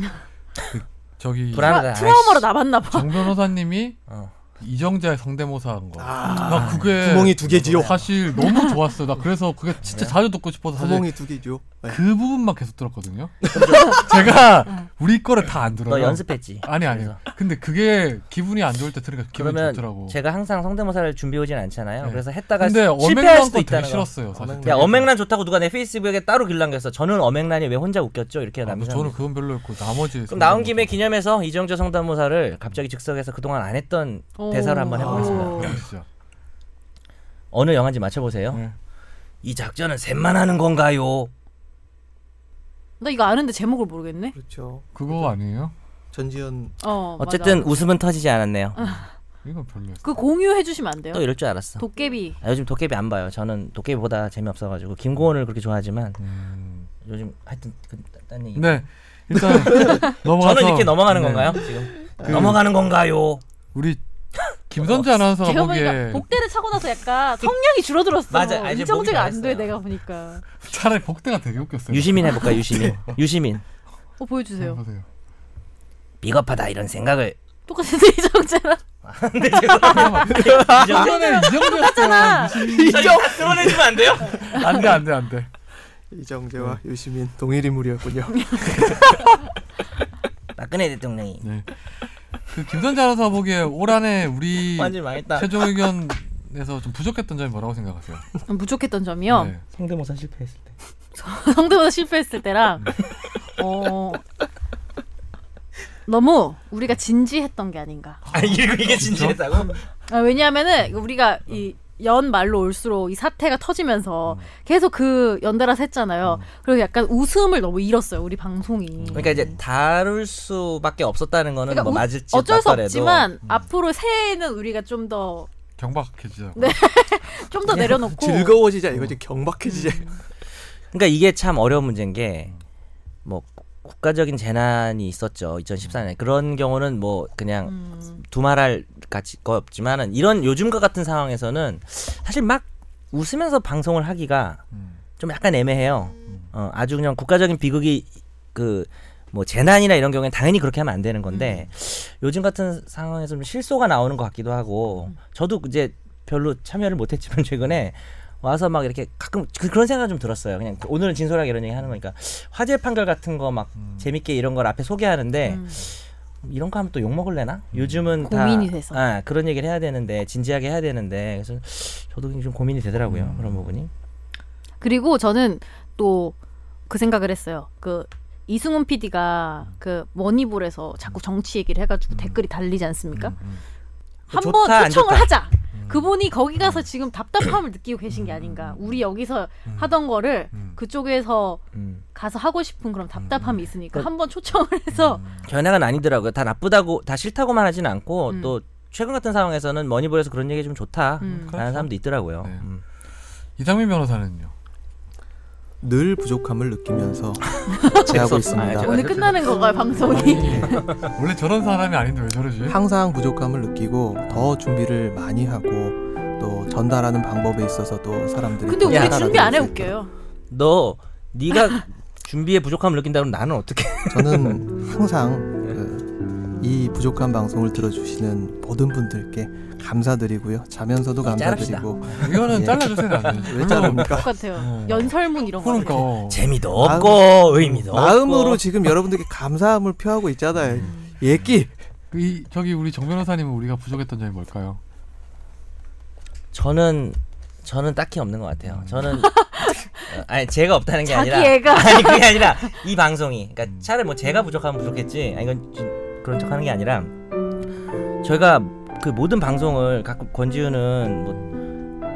Speaker 1: 그 저기
Speaker 2: 불안- 불안하다.
Speaker 4: 트라우마로
Speaker 2: 아이씨.
Speaker 4: 남았나 봐.
Speaker 1: 정 변호사님이
Speaker 2: 어.
Speaker 1: 이정재 성대모사한 거. 나
Speaker 5: 아,
Speaker 1: 그게
Speaker 5: 구멍이 두 개지요. 네.
Speaker 1: 사실 너무 좋았어. 나 그래서 그게 진짜 자주 듣고
Speaker 2: 음.
Speaker 1: 싶어서 사실
Speaker 5: 구멍이 두 개죠. 예.
Speaker 1: 그 부분만 계속 들었거든요. 제가 우리 거를 다 안
Speaker 2: 너
Speaker 1: 들어요.
Speaker 2: 연습했지.
Speaker 1: 아니 아니. 요
Speaker 2: 그래서.
Speaker 1: 근데 그게 기분이 안 좋을 때 들으니까 기분이
Speaker 2: 그러면
Speaker 1: 좋더라고.
Speaker 2: 제가 항상 성대모사를 준비해 오진 않잖아요.
Speaker 1: 네.
Speaker 2: 그래서 했다가
Speaker 1: 근데
Speaker 2: 실패할
Speaker 1: 어맹난
Speaker 2: 수도
Speaker 1: 거 되게
Speaker 2: 있다는 거.
Speaker 1: 싫었어요. 사실.
Speaker 5: 어맹란.
Speaker 1: 되게.
Speaker 2: 야 어맹란 좋다고 누가 내 페이스북에 따로 글 남겼어. 저는 어맹란이 왜 혼자 웃겼죠? 이렇게
Speaker 1: 아, 뭐
Speaker 2: 남겨.
Speaker 1: 저는 그건 별로였고 나머지
Speaker 2: 그럼 나온 김에 기념해서 이정재 성대모사를 갑자기 즉석에서 그동안 안 했던
Speaker 4: 오.
Speaker 2: 대사를 한번 해보겠습니다.
Speaker 4: 오.
Speaker 1: 보시죠.
Speaker 2: 어느 영화인지 맞춰보세요.
Speaker 1: 네.
Speaker 2: 이 작전은 셋만 하는
Speaker 4: 어,
Speaker 2: 건가요?
Speaker 4: 나 이거 아는데 제목을 모르겠네.
Speaker 5: 그렇죠.
Speaker 1: 그거 아니에요?
Speaker 5: 전지현
Speaker 4: 어.
Speaker 2: 어쨌든
Speaker 4: 맞아. 아.
Speaker 2: 웃음은 터지지 않았네요.
Speaker 1: 이건 별로였어.
Speaker 4: 그 공유해 주시면 안 돼요?
Speaker 2: 또 이럴 줄 알았어.
Speaker 4: 도깨비.
Speaker 2: 아, 요즘 도깨비 안 봐요. 저는 도깨비보다 재미없어가지고 김고은을 그렇게 좋아하지만
Speaker 1: 음.
Speaker 2: 요즘 하여튼 그, 딴 얘기.
Speaker 1: 네. 일단 넘어가서
Speaker 2: 저는 이렇게 넘어가는
Speaker 1: 네.
Speaker 2: 건가요? 지금 넘어가는 건가요?
Speaker 1: 우리 김선재
Speaker 2: 어,
Speaker 1: 아나운서가
Speaker 4: 제가
Speaker 1: 보기에
Speaker 4: 보니까 복대를 차고 나서 약간 성량이 줄어들었어.
Speaker 2: 그 맞아. 아, 이제 목이
Speaker 4: 이정재가 안 돼
Speaker 2: 나갔어요.
Speaker 4: 내가 보니까.
Speaker 1: 차라리 복대가 되게 웃겼어요.
Speaker 2: 유시민 해볼까 유시민. 유시민.
Speaker 4: 어 보여주세요.
Speaker 1: 보세요.
Speaker 2: 비겁하다 이런 생각을.
Speaker 4: 똑같은 이정재랑
Speaker 2: 근데 죄송합니다. 이정재
Speaker 1: 이번에 이정도였잖아.
Speaker 2: 아, 이정 드러내주면 안 돼요?
Speaker 1: 안돼 안돼 안돼.
Speaker 5: 이정재와
Speaker 2: 음.
Speaker 5: 유시민 동일 인물이었군요.
Speaker 2: 박근혜 대통령이
Speaker 1: 네. 그 김선재 아나운서 보기에 올 한해 우리
Speaker 2: 완전 망했다.
Speaker 1: 최종 의견에서 좀 부족했던 점이 뭐라고 생각하세요?
Speaker 4: 부족했던 점이요.
Speaker 1: 네.
Speaker 2: 성대모사 실패했을 때.
Speaker 4: 성대모사 실패했을 때랑 어, 너무 우리가 진지했던 게 아닌가.
Speaker 2: 아 음. 이게 이게 진지했다고?
Speaker 4: 아, 왜냐하면은 우리가 이 연말로 올수록 이 사태가
Speaker 5: 음.
Speaker 4: 터지면서 계속 그 연달아서 했잖아요. 그리고 약간 웃음을 너무 잃었어요. 우리
Speaker 5: 음.
Speaker 4: 방송이.
Speaker 2: 그러니까 이제 다룰 수밖에 없었다는 거는
Speaker 4: 그러니까
Speaker 2: 뭐
Speaker 4: 우-
Speaker 2: 맞을지
Speaker 4: 어쩔 수
Speaker 2: 맞더라도
Speaker 4: 없지만
Speaker 5: 음.
Speaker 4: 앞으로 새해에는 우리가 좀 더
Speaker 1: 경박해지자.
Speaker 4: 네. 좀 더 내려놓고
Speaker 5: 즐거워지자 이거지
Speaker 2: 음.
Speaker 5: 경박해지자.
Speaker 4: 음.
Speaker 2: 그러니까 이게 참 어려운 문제인 게 뭐 국가적인 재난이 있었죠 2014년에 그런 경우는 뭐 그냥
Speaker 4: 음,
Speaker 2: 두말할 가치 거 없지만은 이런 요즘과 같은 상황에서는 사실 막 웃으면서 방송을 하기가
Speaker 1: 음.
Speaker 2: 좀 약간 애매해요. 어, 아주 그냥 국가적인 비극이 그 뭐 재난이나 이런 경우에는 당연히 그렇게 하면 안 되는 건데
Speaker 4: 음.
Speaker 2: 요즘 같은 상황에서 좀 실소가 나오는 것 같기도 하고
Speaker 4: 음.
Speaker 2: 저도 이제 별로 참여를 못했지만 최근에 와서 막 이렇게 가끔 그, 런 생각 좀 들었어요. 그냥 오늘은 진솔하게 이런 얘기 하는 거니까 화재 판결 같은 거 막 재밌게 이런 걸 앞에 소개하는데
Speaker 4: 음.
Speaker 2: 이런 거 하면 또 욕 먹을래나? 요즘은
Speaker 4: 고민이
Speaker 2: 다,
Speaker 4: 돼서.
Speaker 2: 아, 그런 얘기를 해야 되는데 진지하게 해야 되는데 그래서 저도 좀 고민이 되더라고요
Speaker 4: 음.
Speaker 2: 그런 부분이.
Speaker 4: 그리고 저는 또 그 생각을 했어요. 그 이승훈 PD가 그 머니볼에서 자꾸 정치 얘기를 해가지고 댓글이 달리지 않습니까?
Speaker 1: 음.
Speaker 4: 한번
Speaker 2: 좋다, 안
Speaker 4: 초청을
Speaker 2: 좋다.
Speaker 4: 하자. 그분이 거기 가서 지금 답답함을 느끼고 계신 게 아닌가. 우리 여기서 하던 거를
Speaker 1: 음.
Speaker 4: 그쪽에서
Speaker 2: 음.
Speaker 4: 가서 하고 싶은 그런 답답함이 있으니까
Speaker 2: 그-
Speaker 4: 한번 초청을 해서
Speaker 2: 견해가 나뉘더라고요. 다 나쁘다고 다 싫다고만 하진 않고
Speaker 4: 음.
Speaker 2: 또 최근 같은 상황에서는 머니볼에서 그런 얘기 좀 좋다라는
Speaker 4: 음.
Speaker 1: 그렇죠.
Speaker 2: 사람도 있더라고요.
Speaker 1: 네.
Speaker 2: 음.
Speaker 1: 이상민 변호사는요.
Speaker 5: 늘 부족함을 느끼면서
Speaker 2: 재수
Speaker 5: 제하고
Speaker 2: 없- 아,
Speaker 5: 있습니다.
Speaker 2: 제가-
Speaker 4: 오늘 끝나는 건가요 방송이?
Speaker 1: 원래 저런 사람이 아닌데 왜 저러지?
Speaker 5: 항상 부족함을 느끼고 더 준비를 많이 하고 또 전달하는 방법에 있어서도 사람들이
Speaker 4: 근데
Speaker 5: 또
Speaker 4: 우리
Speaker 5: 따라가는
Speaker 4: 준비 안 해
Speaker 5: 수 있도록.
Speaker 4: 웃겨요.
Speaker 2: 너 네가 준비에 부족함을 느낀다 그러면 나는 어떻게?
Speaker 5: 저는 항상
Speaker 2: 네.
Speaker 5: 그, 이 부족한 방송을 들어주시는 모든 분들께 감사드리고요. 자면서도
Speaker 2: 아, 자릅시다.
Speaker 5: 감사드리고
Speaker 1: 이거는
Speaker 5: 예.
Speaker 1: 잘라주세요. 안 돼.
Speaker 5: 왜 자릅니까?
Speaker 4: 똑같아요. 아,
Speaker 1: 어.
Speaker 4: 연설문 이런 거.
Speaker 1: 그러니까 어.
Speaker 2: 재미도
Speaker 5: 마음-
Speaker 2: 없고 의미도
Speaker 5: 마음으로
Speaker 2: 없고.
Speaker 5: 지금 여러분들께 감사함을 표하고 있잖아요.
Speaker 2: 음.
Speaker 5: 예끼
Speaker 1: 그 이, 저기 우리 정 변호사님은 우리가 부족했던 점이 뭘까요?
Speaker 2: 저는 저는 딱히 없는 것 같아요.
Speaker 1: 음.
Speaker 2: 저는 어, 아니 제가 없다는 게
Speaker 4: 자기
Speaker 2: 아니라
Speaker 4: 애가. 음.
Speaker 2: 아니 그게 아니라 이 방송이 그러니까 차라리 뭐 제가 부족하면 부족했지 아니 이건 좀 그런 척하는 게 아니라 저희가 그 모든 방송을 가끔 권지우는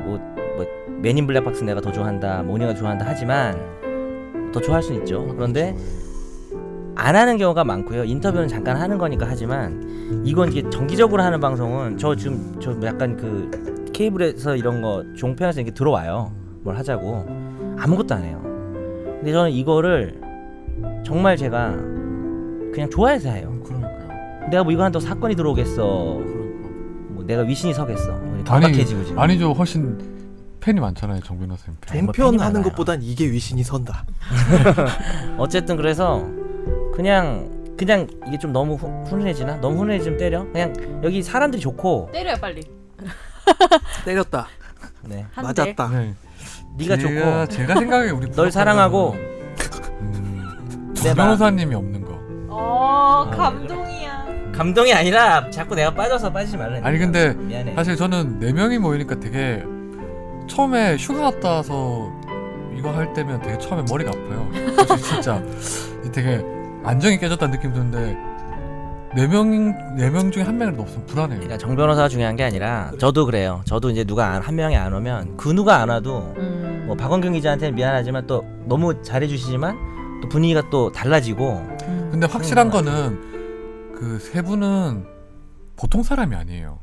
Speaker 2: 뭐뭐 맨인 블랙박스 내가 더 좋아한다 모니가 좋아한다 하지만 더 좋아할 수는 있죠. 그런데
Speaker 4: 그렇죠.
Speaker 2: 안 하는 경우가 많고요. 인터뷰는 잠깐 하는 거니까 하지만 이건 이게 정기적으로 하는 방송은 저 지금 저 약간 그 케이블에서 이런 거 종편에서 이렇게 들어와요. 뭘 하자고 아무것도 안 해요. 근데 저는 이거를 정말 제가 음, 그냥 좋아해서 해요.
Speaker 1: 그러니까요.
Speaker 2: 내가 뭐 이거 한다고 사건이 들어오겠어.
Speaker 1: 그러니까.
Speaker 2: 뭐 내가 위신이 서겠어. 반박해지고 지금.
Speaker 1: 아니죠. 훨씬 팬이 많잖아요. 정 변호사님 팬.
Speaker 2: 아니, 뭐
Speaker 5: 종편
Speaker 2: 팬이
Speaker 5: 하는
Speaker 2: 많아요.
Speaker 5: 것보단 이게 위신이 선다.
Speaker 2: 어쨌든 그래서 그냥 그냥 이게 좀 너무 후, 훈훈해지나? 너무 훈훈해지면 때려? 그냥 여기 사람들이 좋고
Speaker 4: 때려요 빨리.
Speaker 5: 때렸다.
Speaker 2: 네.
Speaker 4: 한 대.
Speaker 3: 아,
Speaker 5: 맞았다.
Speaker 1: 네.
Speaker 2: 네가
Speaker 1: 제가,
Speaker 2: 좋고
Speaker 1: 제가 생각에 우리
Speaker 2: 널 사랑하고
Speaker 1: 음,
Speaker 2: 내
Speaker 1: 정
Speaker 2: 마음.
Speaker 1: 변호사님이 없는 거.
Speaker 4: 어 감동이야.
Speaker 2: 감동이 아니라 자꾸 내가 빠져서 빠지지 말래.
Speaker 1: 아니, 근데
Speaker 2: 미안해.
Speaker 1: 사실 저는 네 명이 모이니까 되게 처음에 휴가 갔다 와서 이거 할 때면 되게 처음에 머리가 아파요. 사실 진짜 이 되게 안정이 깨졌다는 느낌 드는데 네명네 명 중에 한 명이라도 없으면 불안해요.
Speaker 2: 그러니까 정 변호사가 중요한 게 아니라 저도 그래요. 저도 이제 누가 안- 한 명이 안 오면 그 누가 안 와도
Speaker 4: 음.
Speaker 2: 뭐 박원경 기자한테는 미안하지만 또 너무 잘해주시지만 또 분위기가 또 달라지고
Speaker 4: 음.
Speaker 1: 근데 확실한
Speaker 2: 그런
Speaker 1: 거는 그 세 분은 보통 사람이 아니에요.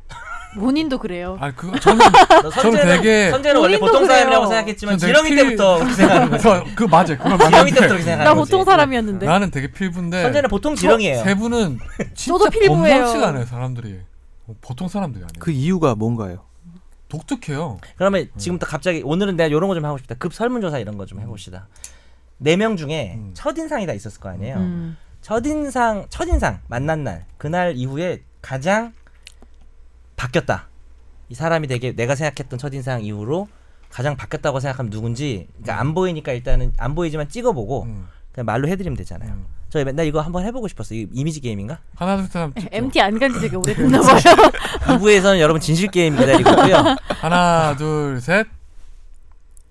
Speaker 4: 본인도 그래요.
Speaker 1: 아, 그 저는
Speaker 2: 너
Speaker 1: 저는 되게-
Speaker 2: 선재는 원래
Speaker 4: 본인도
Speaker 2: 보통
Speaker 4: 그래요.
Speaker 2: 사람이라고 생각했지만
Speaker 1: 저는 되게
Speaker 2: 지렁이
Speaker 1: 필-
Speaker 2: 때부터 그렇게 생각하는 거지.
Speaker 1: 저- 그 맞아요. 그걸
Speaker 2: 지렁이 때부터
Speaker 1: 맞는데
Speaker 2: 그렇게 생각하는
Speaker 4: 나
Speaker 2: 거지.
Speaker 4: 보통 사람이었는데.
Speaker 1: 나는 되게 필부인데
Speaker 2: 선재는 보통 지렁이에요.
Speaker 1: 네. 세 분은 진짜
Speaker 4: 저도 필부예요.
Speaker 1: 범상치가 않아요, 사람들이. 보통 사람들이 아니에요.
Speaker 5: 그 이유가 뭔가요?
Speaker 1: 독특해요.
Speaker 2: 그러면 지금부터 갑자기 오늘은 내가 이런 거 좀 하고 싶다. 급 설문조사 이런 거 좀 해봅시다. 네 명 중에
Speaker 1: 음.
Speaker 2: 첫 인상이 다 있었을 거 아니에요.
Speaker 4: 음.
Speaker 2: 첫인상 첫인상 만난 날 그날 이후에 가장 바뀌었다 이 사람이 되게 내가 생각했던 첫인상 이후로 가장 바뀌었다고 생각하면 누군지 그러니까 안 보이니까 일단은 안 보이지만 찍어보고 네.
Speaker 1: 음,
Speaker 2: 그냥 말로 해드리면 되잖아요
Speaker 1: 음.
Speaker 2: 저 맨날 이거 한번 해보고 싶었어요. 이 이미지 게임인가?
Speaker 1: 하나 둘셋 하면 찍죠.
Speaker 4: MT 안 간지 되게 오래됐나 봐요.
Speaker 2: 2부에서는 여러분 진실 게임 기다리고 있고요.
Speaker 1: 하나 둘셋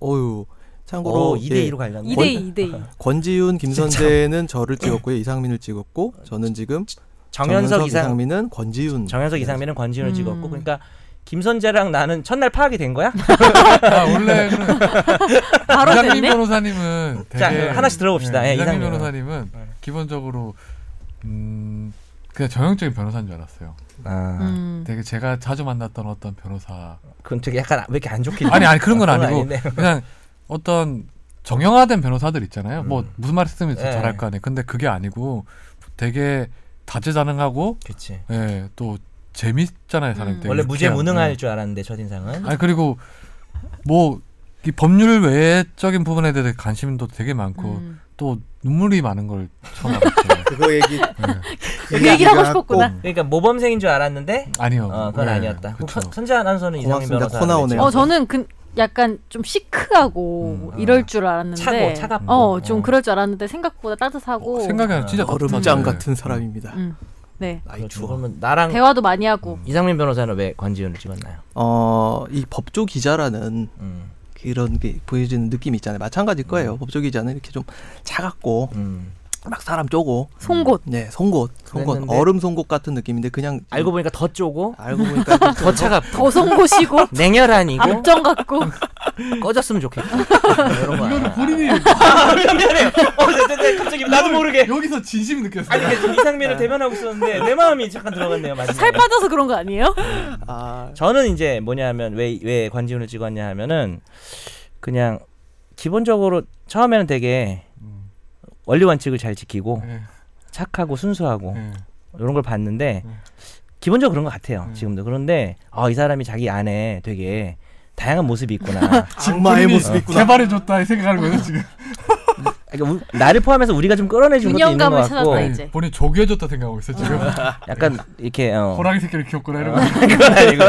Speaker 5: 어유. 참고로
Speaker 2: 오, 2대
Speaker 5: 예,
Speaker 2: 2로 갈려나?
Speaker 4: 2대2, 2대2.
Speaker 5: 권지윤, 김선재는 저를 찍었고요. 이상민을 찍었고 저는 지금
Speaker 2: 정현석 이상
Speaker 5: 민은 권지윤.
Speaker 2: 정현석 이상민은 권지윤을
Speaker 4: 음.
Speaker 2: 찍었고 그러니까 김선재랑 나는 첫날 파악이 된 거야?
Speaker 1: 아, 원래 그런
Speaker 4: 바로
Speaker 1: 이상민
Speaker 4: 됐네?
Speaker 1: 변호사님은 되게
Speaker 2: 자, 하나씩 들어봅시다.
Speaker 1: 네,
Speaker 2: 예,
Speaker 1: 이상민
Speaker 2: 이상민 네.
Speaker 1: 변호사님은 기본적으로 음, 그냥 전형적인 변호사인 줄 알았어요.
Speaker 2: 아,
Speaker 4: 음.
Speaker 1: 되게 제가 자주 만났던 어떤 변호사
Speaker 2: 그건 되게 약간 왜 이렇게 안 좋게
Speaker 1: 아니 아니 그런 건
Speaker 2: 그건
Speaker 1: 아니고
Speaker 2: 아니네요.
Speaker 1: 그냥 어떤 정형화된 변호사들 있잖아요. 뭐 무슨 말 했으면
Speaker 2: 예.
Speaker 1: 잘할 거 아니에요. 근데 그게 아니고 되게 다재다능하고
Speaker 2: 그렇지.
Speaker 1: 예, 또 재밌잖아요, 사람이.
Speaker 4: 음.
Speaker 1: 되게
Speaker 2: 원래
Speaker 1: 유쾌한.
Speaker 2: 무죄무능할
Speaker 1: 예.
Speaker 2: 줄 알았는데 첫 인상은
Speaker 1: 아니 그리고 뭐 이 법률 외적인 부분에 대해 관심도 되게 많고
Speaker 4: 음.
Speaker 1: 또 눈물이 많은 걸 처음 알았죠.
Speaker 5: 그거 얘기
Speaker 4: 그 얘기를 하고 싶었구나.
Speaker 2: 그러니까 모범생인 줄 알았는데
Speaker 1: 아니요.
Speaker 2: 어, 그건
Speaker 1: 예,
Speaker 2: 아니었다. 그럼
Speaker 1: 그쵸.
Speaker 2: 선- 선재 아나운서는 이상민 그렇죠. 변호사
Speaker 5: 고맙습니다. 코 나오네요.
Speaker 4: 어, 저는 그 약간 좀 시크하고
Speaker 2: 음.
Speaker 4: 이럴 줄 알았는데.
Speaker 2: 차고 차갑고
Speaker 4: 어, 좀 그럴 줄 알았는데 생각보다
Speaker 2: 어,
Speaker 4: 따뜻하고.
Speaker 1: 생각이 진짜
Speaker 5: 얼음장
Speaker 1: 네.
Speaker 5: 같은 사람입니다.
Speaker 4: 음. 네.
Speaker 5: 나이
Speaker 2: 그렇죠.
Speaker 5: 추워.
Speaker 2: 그러면 나랑
Speaker 4: 대화도 많이 하고.
Speaker 2: 이상민 변호사는 왜 권지윤을 찍었나요?
Speaker 5: 어, 이 법조 기자라는
Speaker 2: 음.
Speaker 5: 이런 게 보여지는 느낌이 있잖아요. 마찬가지일 거예요. 법조 기자는 이렇게 좀 차갑고
Speaker 2: 음.
Speaker 5: 막 사람 쪼고
Speaker 4: 송곳.
Speaker 5: 네, 송곳, 송곳,
Speaker 2: 그랬는데-
Speaker 5: 얼음 송곳 같은 느낌인데 그냥
Speaker 2: 알고 보니까 더 쪼고
Speaker 3: 아.
Speaker 5: 알고 보니까
Speaker 2: 더 차갑고
Speaker 4: 더 송곳이고.
Speaker 2: 음. 냉혈한이고
Speaker 4: 압정 같고.
Speaker 2: 꺼졌으면 좋겠고 이런 거
Speaker 1: 이거는
Speaker 2: 아니야.
Speaker 1: 본인이
Speaker 2: 아, 미안해요. 어, 네, 네, 네, 갑자기 나도 모르게
Speaker 1: 여기서 진심이 느꼈어요.
Speaker 2: 아니 지금 이상민을 대변하고 있었는데 내 마음이 잠깐 들어갔네요. 마지막에.
Speaker 4: 살 빠져서 그런 거 아니에요?
Speaker 2: 어.
Speaker 5: 아,
Speaker 2: 저는 이제 뭐냐면 왜 왜 관지훈을 찍었냐 하면은 그냥 기본적으로 처음에는 되게
Speaker 1: 음.
Speaker 2: 원리 원칙을 잘 지키고
Speaker 1: 예,
Speaker 2: 착하고 순수하고
Speaker 1: 예.
Speaker 2: 이런 걸 봤는데
Speaker 1: 음.
Speaker 2: 기본적으로 그런 것 같아요.
Speaker 1: 음.
Speaker 2: 지금도 그런데 아, 이 사람이 자기 안에 되게 다양한 모습이 있구나.
Speaker 5: 악마의
Speaker 1: 본인이
Speaker 5: 모습이 있구나.
Speaker 1: 개발해줬다 이 생각하는 거예요 지금.
Speaker 2: 그러니까 우- 나를 포함해서 우리가 좀 끌어내준 것도 있는 것
Speaker 4: 균형감을
Speaker 2: 같고
Speaker 4: 찾았다, 이제.
Speaker 1: 본인 이 조교해줬다 생각하고 있어 지금.
Speaker 2: 약간 이렇게 어,
Speaker 1: 호랑이 새끼를 키웠구나 이런 거.
Speaker 2: 그건 아니고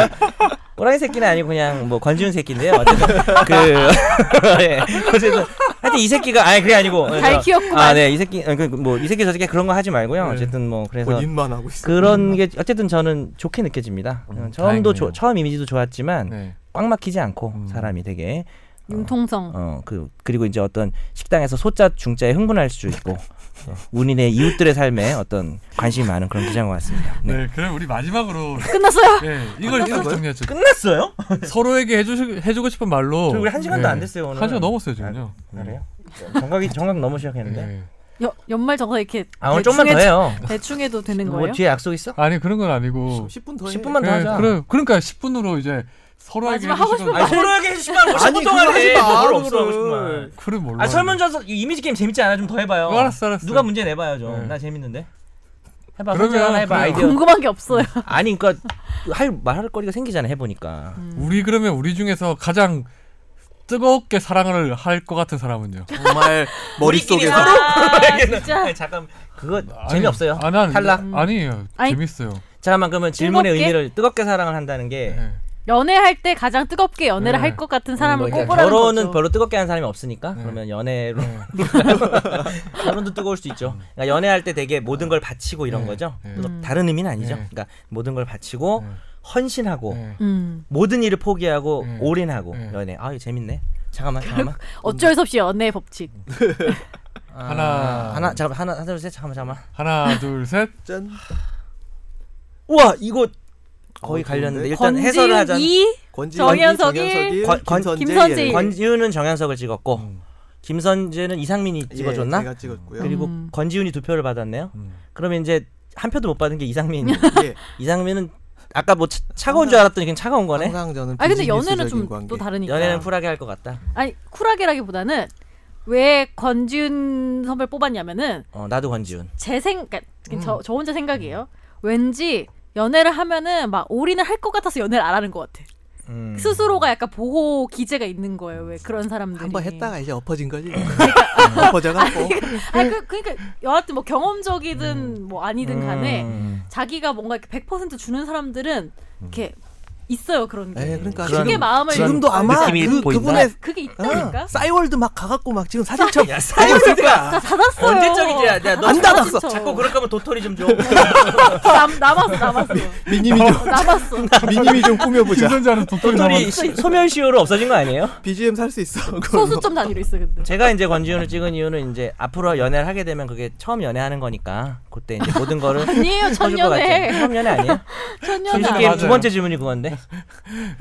Speaker 2: 꼬라이 새끼는 아니고 그냥 뭐 권지훈 새끼인데요. 어쨌든 그 예. 어쨌든 하여튼 이 새끼가 아니 그게 아니고
Speaker 4: 잘 키웠구만.
Speaker 2: 아, 네, 이 새끼, 그뭐이 새끼 저 새끼 그런 거 하지 말고요.
Speaker 1: 네.
Speaker 2: 어쨌든 뭐 그래서
Speaker 5: 본인만 하고 있어.
Speaker 2: 그런 게 어쨌든 저는 좋게 느껴집니다. 어,
Speaker 1: 음,
Speaker 2: 처음도
Speaker 1: 다행이네요.
Speaker 2: 조- 처음 이미지도 좋았지만
Speaker 1: 네.
Speaker 2: 꽉 막히지 않고
Speaker 1: 음.
Speaker 2: 사람이 되게
Speaker 4: 융통성.
Speaker 2: 어 그 그리고 이제 어떤 식당에서 소자 중자에 흥분할 수 있고 우리네 이웃들의 삶에 어떤 관심이 많은 그런 기자인 것 같습니다. 네.
Speaker 1: 네. 그럼 우리 마지막으로
Speaker 4: 그러니까. 끝났어요.
Speaker 1: 예, 이걸 이렇게 정리하죠.
Speaker 2: 끝났어요?
Speaker 1: 서로에게 해주 해주고 싶은 말로.
Speaker 2: 저희 우리 한 시간도
Speaker 1: 예.
Speaker 2: 안 됐어요, 오늘. 아,
Speaker 1: 한 시간 넘었어요 지금요.
Speaker 2: 그래요? 음. 정각이 정각 너무 시작했는데.
Speaker 1: 예.
Speaker 4: 여, 연말 정서 이렇게
Speaker 2: 아 오늘
Speaker 4: 대충
Speaker 2: 좀만 더
Speaker 4: 해도-
Speaker 2: 해요.
Speaker 4: 대충 해도 되는
Speaker 2: 뭐
Speaker 4: 거예요?
Speaker 2: 뒤에 약속 있어?
Speaker 1: 아니 그런 건 아니고.
Speaker 5: 10분 더 해.
Speaker 2: 10분만 더
Speaker 1: 예,
Speaker 2: 하자.
Speaker 1: 그래, 그러니까 10분으로 이제 서로에게
Speaker 4: 마지막 하고
Speaker 1: 해주시는-
Speaker 4: 싶은
Speaker 2: 아니 서로에게 해주시면 뭐 10분
Speaker 5: 아니,
Speaker 2: 동안
Speaker 5: 그거
Speaker 2: 해.
Speaker 5: 하지 마,
Speaker 2: 뭘 없어 하고
Speaker 5: 그거를.
Speaker 2: 싶은 말.
Speaker 1: 그래 몰라.
Speaker 2: 아 설문조사 이 이미지 게임 재밌지 않아? 좀 더 해봐요.
Speaker 1: 어, 알았어, 알았어.
Speaker 2: 누가 문제 내봐요 좀.
Speaker 1: 네.
Speaker 2: 나 재밌는데. 해봐.
Speaker 1: 그러면
Speaker 2: 선정 하나 해봐
Speaker 1: 그냥-
Speaker 2: 아이디어.
Speaker 4: 궁금한 게 없어요.
Speaker 2: 아니 그러니까 할 말할 거리가 생기잖아 해보니까.
Speaker 4: 음,
Speaker 1: 우리 그러면 우리 중에서 가장 뜨겁게 사랑을 할 것 같은 사람은요.
Speaker 5: 정말 머릿속에서
Speaker 4: 아, 진짜.
Speaker 2: 아니, 잠깐 그거
Speaker 1: 아니,
Speaker 2: 재미없어요.
Speaker 1: 아, 난,
Speaker 2: 탈락.
Speaker 1: 아니에요.
Speaker 4: 아니.
Speaker 1: 재밌어요.
Speaker 2: 잠깐만 그러면 질문의
Speaker 4: 즐겁게?
Speaker 2: 의미를 뜨겁게 사랑을 한다는 게
Speaker 1: 예.
Speaker 4: 연애할 때 가장 뜨겁게 연애를
Speaker 1: 네.
Speaker 4: 할 것 같은
Speaker 2: 뭐
Speaker 4: 사람을
Speaker 2: 이렇게
Speaker 4: 뽑으라는
Speaker 2: 결혼은
Speaker 4: 거죠.
Speaker 2: 별로 뜨겁게 하는 사람이 없으니까
Speaker 1: 네.
Speaker 2: 그러면 연애로
Speaker 1: 예.
Speaker 2: 결혼도 뜨거울 수도 있죠. 그러니까 연애할 때 되게 모든 걸 바치고 이런
Speaker 1: 네,
Speaker 2: 거죠.
Speaker 1: 네.
Speaker 2: 물론 다른 의미는 아니죠.
Speaker 1: 네.
Speaker 2: 그러니까 모든 걸 바치고
Speaker 1: 네.
Speaker 2: 헌신하고
Speaker 1: 예.
Speaker 4: 음.
Speaker 2: 모든 일을 포기하고
Speaker 1: 네.
Speaker 2: 올인하고
Speaker 1: 네.
Speaker 2: 연애. 아 이거 재밌네. 잠깐만 잠깐만.
Speaker 4: 어쩔 수 없이 연애의 법칙.
Speaker 2: 아,
Speaker 1: 하나.
Speaker 2: 하나 잠깐 하나 하나 둘셋 잠깐만 잠깐만.
Speaker 1: 하나 둘 셋.
Speaker 5: 짠.
Speaker 2: 우와 이거 거의
Speaker 5: 어, 좋은데?
Speaker 2: 갈렸는데 일단
Speaker 4: 권지윤
Speaker 2: 해설을 하자.
Speaker 4: 이
Speaker 5: 권지
Speaker 4: 정현석이,
Speaker 2: 권- 권-
Speaker 4: 김선재.
Speaker 2: 권지윤은 정현석을 찍었고
Speaker 1: 음.
Speaker 2: 김선재는 이상민이
Speaker 3: 예,
Speaker 2: 찍어줬나?
Speaker 5: 예, 제가 찍었고요.
Speaker 2: 그리고
Speaker 4: 음.
Speaker 2: 권지윤이 두 표를 받았네요.
Speaker 1: 음.
Speaker 2: 그러면 이제 한 표도 못 받은 게 이상민.
Speaker 5: 예.
Speaker 2: 이상민은 아까 뭐 차, 차가운 줄 알았더니 그냥 차가운 거네.
Speaker 5: 항상 저는
Speaker 4: 아 근데 연애는
Speaker 5: 비즈니스적인
Speaker 4: 좀
Speaker 5: 관계.
Speaker 4: 또 다르니까.
Speaker 2: 연애는 쿨하게 할 것 같다.
Speaker 4: 아니 쿨하게라기보다는 왜 권지윤 선배를 뽑았냐면은
Speaker 2: 어 나도 권지윤.
Speaker 4: 제 생각 그러니까
Speaker 2: 음.
Speaker 4: 저, 저 혼자 생각이에요. 왠지 연애를 하면은 막 올인을 할 것 같아서 연애를 안 하는 것 같아.
Speaker 2: 음.
Speaker 4: 스스로가 약간 보호 기제가 있는 거예요. 왜 그런 사람들이
Speaker 5: 한번 했다가 이제 엎어진 거지. 엎어져갖고
Speaker 4: 아니 그, 그러니까 여하튼 뭐 경험적이든 뭐 아니든 간에
Speaker 2: 음.
Speaker 4: 자기가 뭔가 이렇게 100% 주는 사람들은 이렇게 있어요 그런 게.
Speaker 3: 예, 그러니까
Speaker 2: 네, 그런-
Speaker 4: 그게
Speaker 3: 지금
Speaker 4: 마음을
Speaker 3: 지금도
Speaker 4: 그런
Speaker 3: 아마
Speaker 2: 느낌이
Speaker 3: 그,
Speaker 2: 보인다?
Speaker 3: 그분의
Speaker 4: 그게 있다니까.
Speaker 2: 아,
Speaker 3: 싸이월드 막 가갖고 막 지금 사진첩
Speaker 2: 사이월드가
Speaker 4: 다 닫았어요.
Speaker 2: 언제적이지? 야, 야, 너
Speaker 3: 안 닫았어.
Speaker 2: 자꾸 그럴 거면 도토리 좀 줘.
Speaker 4: 남 남았어 남았어
Speaker 3: 미님이 좀
Speaker 4: 남았어.
Speaker 3: 미님이 좀 꾸며보자.
Speaker 1: 신선자는 도토리
Speaker 2: 도토리
Speaker 1: 나왔어.
Speaker 2: 시- 소멸 시효로 없어진 거 아니에요?
Speaker 3: BGM 살 수 있어.
Speaker 4: 소수 점 단위로 있어 근데.
Speaker 2: 제가 이제 권지윤을 찍은 이유는 이제 앞으로 연애를 하게 되면 그게 처음 연애하는 거니까 그때 이제 모든 거를
Speaker 4: 아니에요
Speaker 2: 쳐줄 것 같아요.
Speaker 4: 천년에
Speaker 2: 처음 연애 아니에요?
Speaker 4: 천년에
Speaker 2: 진실
Speaker 4: 안
Speaker 2: 게임
Speaker 4: 해요.
Speaker 2: 두 번째 질문이 그건데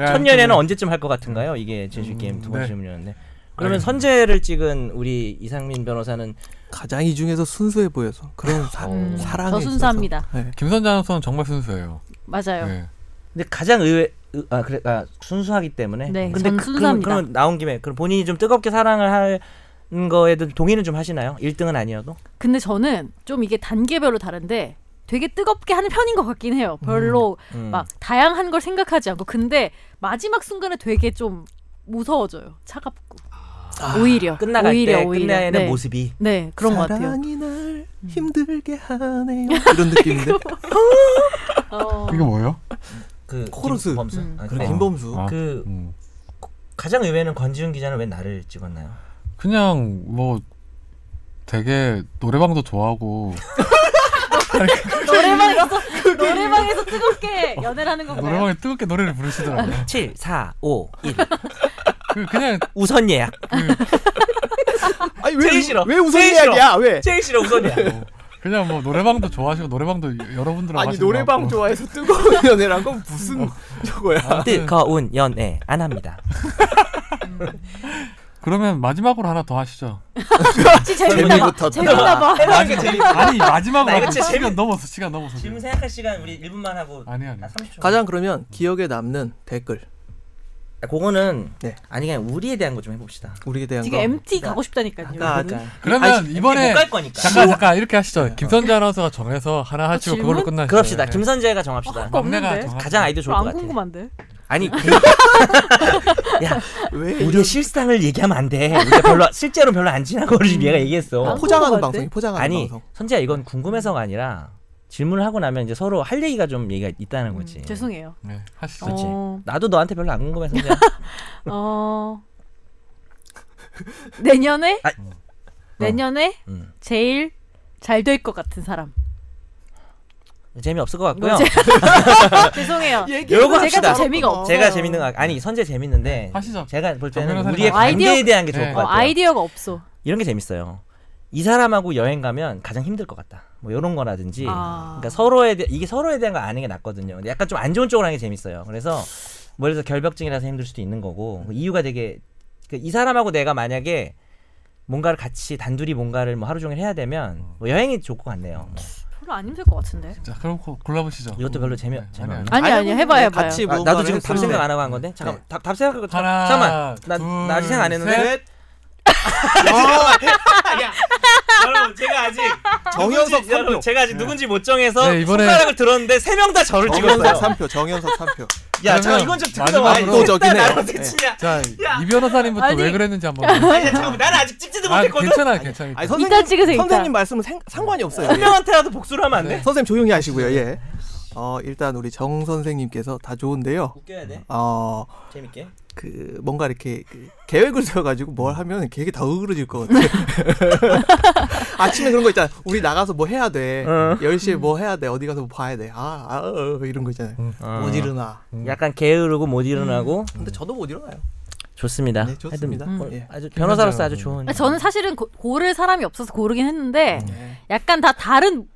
Speaker 1: 야,
Speaker 2: 첫 연애는 언제쯤 할 것 같은가요? 이게 진실 게임 두 번째
Speaker 1: 네.
Speaker 2: 질문이었는데 그러면 선재를 찍은 우리 이상민 변호사는
Speaker 3: 가장 이 중에서 순수해 보여서 그런 사,
Speaker 4: 음,
Speaker 3: 사랑에
Speaker 4: 저
Speaker 3: 있어서.
Speaker 4: 순수합니다.
Speaker 3: 네.
Speaker 1: 김선재 아나운서는 정말 순수해요.
Speaker 4: 맞아요.
Speaker 1: 네.
Speaker 2: 근데 가장 의외 의- 아 그래 아 순수하기 때문에
Speaker 4: 네,
Speaker 2: 근데
Speaker 4: 전
Speaker 2: 그- 그럼-
Speaker 4: 순수합니다.
Speaker 2: 그럼 나온 김에 그럼 본인이 좀 뜨겁게 사랑을 하는 거에도 동의는 좀 하시나요? 1등은 아니어도
Speaker 4: 근데 저는 좀 이게 단계별로 다른데 되게 뜨겁게 하는 편인 것 같긴 해요. 별로
Speaker 2: 음.
Speaker 4: 막 다양한 걸 생각하지 않고 근데 마지막 순간에 되게 좀 무서워져요. 차갑고 오히려
Speaker 2: 아, 끝나갈
Speaker 4: 오히려,
Speaker 2: 때
Speaker 4: 오히려.
Speaker 2: 끝내는
Speaker 4: 네.
Speaker 2: 모습이
Speaker 4: 네 그런 것 같아요.
Speaker 3: 사랑이 날 힘들게 하네요. 이런 느낌인데
Speaker 4: 어.
Speaker 1: 이게 뭐예요?
Speaker 2: 그
Speaker 3: 코러스.
Speaker 2: 김범수
Speaker 4: 음.
Speaker 2: 아,
Speaker 3: 그래,
Speaker 2: 네.
Speaker 3: 김범수
Speaker 1: 아,
Speaker 2: 그
Speaker 1: 음.
Speaker 2: 가장 의외는 권지훈 기자는 왜 나를 찍었나요?
Speaker 1: 그냥 뭐 되게 노래방도 좋아하고
Speaker 4: 노래방에서 노래방에서 뜨겁게 연애를 하는 건가요?
Speaker 1: 아, 노래방에 뜨겁게 노래를 부르시더라고요.
Speaker 2: 7, 4, 5, 1
Speaker 1: 그 그냥
Speaker 2: 우선 예약
Speaker 3: 아니
Speaker 2: 제일 싫어.
Speaker 3: 왜 우선
Speaker 2: 제일 싫어.
Speaker 3: 이야기야? 왜?
Speaker 2: 제일 싫어 우선 예약
Speaker 1: 그냥 뭐 노래방도 좋아하시고 노래방도 여러분들하고
Speaker 3: 아니
Speaker 1: 하시는 것
Speaker 3: 노래방
Speaker 1: 같고.
Speaker 3: 좋아해서 뜨거운 어. 아, 연애란 건 무슨 저거야?
Speaker 2: 뜨거운 연애 안 합니다
Speaker 1: 그러면 마지막으로 하나 더 하시죠.
Speaker 4: 혹시 재밌나 봐.
Speaker 3: 재미부터
Speaker 4: 재밌나 봐.
Speaker 2: 해보는 게 재밌
Speaker 1: 아니
Speaker 2: 나
Speaker 1: 마지막으로
Speaker 2: 이거
Speaker 1: 하고
Speaker 2: 진짜
Speaker 1: 시간
Speaker 2: 재밌-
Speaker 1: 넘었어 시간 넘었어.
Speaker 2: 질문 생각할 시간 우리 1분만 하고
Speaker 1: 아니 아니.
Speaker 2: 아, 30초
Speaker 3: 가장 그러면 기억에 남는 댓글
Speaker 2: 아, 그거는
Speaker 3: 네.
Speaker 2: 아니 그냥 우리에 대한 거 좀 해봅시다
Speaker 3: 우리에 대한
Speaker 2: 아,
Speaker 4: 지금
Speaker 3: 거.
Speaker 4: MT 가고 싶다니까요.
Speaker 3: 아,
Speaker 4: 여러분.
Speaker 3: 자.
Speaker 1: 그러면
Speaker 3: 아니,
Speaker 1: 이번에
Speaker 2: 못갈 거니까
Speaker 1: 잠깐 잠깐 이렇게 하시죠. 김선재 아나운서가 정해서 하나 하시고
Speaker 4: 질문?
Speaker 1: 그걸로 끝나시죠.
Speaker 2: 그럽시다
Speaker 1: 네.
Speaker 2: 김선재가 정합시다
Speaker 4: 거
Speaker 1: 막내가
Speaker 4: 없는데?
Speaker 1: 정하-
Speaker 2: 가장 아이디어 좋을
Speaker 4: 별로
Speaker 2: 것
Speaker 4: 안
Speaker 2: 같아
Speaker 4: 궁금한데.
Speaker 2: 아, 아니 야
Speaker 3: 왜 이런
Speaker 2: 우리의 실상을 얘기하면 안돼 우리가 별로 실제로 별로 안 친하고 우리 얘가 얘기했어
Speaker 4: 아,
Speaker 3: 포장하는
Speaker 4: 홍보가
Speaker 3: 방송이 포장하는
Speaker 2: 아니
Speaker 3: 방송.
Speaker 2: 선재야 이건 궁금해서가 아니라 질문을 하고 나면 이제 서로 할 얘기가 좀 얘기가 있다는
Speaker 4: 음,
Speaker 2: 거지
Speaker 4: 죄송해요.
Speaker 1: 네, 하시죠.
Speaker 2: 그렇지.
Speaker 4: 어,
Speaker 2: 나도 너한테 별로 안 궁금해 선재야
Speaker 4: 어... 내년에
Speaker 2: 아.
Speaker 4: 내년에
Speaker 2: 음.
Speaker 4: 제일 잘 될 것 같은 사람.
Speaker 2: 재미없을 것 같고요
Speaker 4: 이거 죄송해요.
Speaker 2: 예. 요거
Speaker 4: 제가
Speaker 2: 합시다.
Speaker 4: 더 재미가 없어요.
Speaker 2: 제가 재밌는 거 아니 선재 재밌는데
Speaker 1: 하시죠.
Speaker 2: 제가 볼
Speaker 1: 정
Speaker 2: 때는
Speaker 1: 변호사님
Speaker 2: 우리의
Speaker 4: 아이디어-
Speaker 2: 관계에 대한 게 좋을
Speaker 1: 네.
Speaker 2: 것
Speaker 4: 어,
Speaker 2: 같아요
Speaker 4: 아이디어가 없어.
Speaker 2: 이런 게 재밌어요 이 사람하고 여행 가면 가장 힘들 것 같다 뭐 이런 거라든지
Speaker 4: 아.
Speaker 2: 그러니까 서로에 대 이게 서로에 대한 거 아는 게 낫거든요 근데 약간 좀 안 좋은 쪽으로 하는 게 재밌어요 그래서 뭐 예를 들어서 결벽증이라서 힘들 수도 있는 거고 그 이유가 되게 그이 사람하고 내가 만약에 뭔가를 같이 단둘이 뭔가를 뭐 하루 종일 해야 되면 뭐 여행이 좋을 것 같네요 뭐.
Speaker 4: 별로 안 힘들 것 같은데.
Speaker 1: 자 그럼 고- 골라보시죠.
Speaker 2: 이것도 별로 재미-
Speaker 1: 네,
Speaker 2: 재미없-
Speaker 1: 아니, 아니.
Speaker 4: 아니 아니 해봐요 해봐요.
Speaker 3: 같이
Speaker 2: 아, 나도
Speaker 3: 뭔가를
Speaker 2: 지금 답
Speaker 3: 했으면
Speaker 2: 생각 안 하고 한 건데 잠깐
Speaker 3: 네.
Speaker 2: 답, 답 생각하고 자-
Speaker 1: 하나,
Speaker 2: 잠깐만 나,
Speaker 1: 둘,
Speaker 2: 나 아직 생각 안 했는데
Speaker 1: 셋.
Speaker 3: 아,
Speaker 2: 여러분 제가 아직
Speaker 3: 정현석
Speaker 2: 누군지- 여러분,
Speaker 3: 3표.
Speaker 2: 제가 아직 누군지 못 정해서
Speaker 1: 네, 이번에-
Speaker 2: 손가락을 들었는데 세 명 다 저를
Speaker 3: 정현석
Speaker 2: 찍었어요.
Speaker 3: 3표. 정현석 3표.
Speaker 2: 야, 잠깐
Speaker 1: 그러면
Speaker 2: 이건 좀 듣고
Speaker 1: 네, 마지막으로
Speaker 2: 아, 나와.
Speaker 3: 압도적이네요. 예.
Speaker 2: 나를 어떻게 치냐?
Speaker 1: 자, 이 변호사님부터
Speaker 4: 아니.
Speaker 1: 왜 그랬는지 한번.
Speaker 2: 아니, 잠깐만, 나는 아직 그- 찍지도
Speaker 1: 아,
Speaker 2: 못했거든.
Speaker 1: 괜찮아요, 괜찮아요.
Speaker 3: 아니
Speaker 4: 이따 찍으세요,
Speaker 3: 선생님
Speaker 4: 이따.
Speaker 3: 선생님 말씀은 생, 상관이 없어요.
Speaker 2: 한
Speaker 3: 예.
Speaker 2: 명한테라도 복수를 하면 안 돼?
Speaker 3: 선생님 조용히 하시고요. 예. 어, 일단 우리 정 선생님께서 다 좋은데요.
Speaker 2: 웃겨야 돼.
Speaker 3: 어,
Speaker 2: 재밌게.
Speaker 3: 그 뭔가 이렇게 그 계획을 세워가지고 뭘 하면 계획이 다 어그러질 것 같아. 아침에 그런 거 있잖아. 우리 나가서 뭐 해야 돼.
Speaker 2: 어.
Speaker 3: 10시에 뭐 해야 돼. 어디 가서 뭐 봐야 돼. 아, 아 어, 이런 거 있잖아요. 못 일어나.
Speaker 2: 음. 약간 게으르고 못 일어나고
Speaker 3: 근데 저도 못 일어나요.
Speaker 2: 좋습니다.
Speaker 3: 네, 좋습니다.
Speaker 2: 하여튼 뭐
Speaker 3: 예.
Speaker 2: 아주 변호사로서 아주 좋은.
Speaker 4: 저는 사실은 고, 고를 사람이 없어서 고르긴 했는데
Speaker 2: 음.
Speaker 4: 약간 다 다른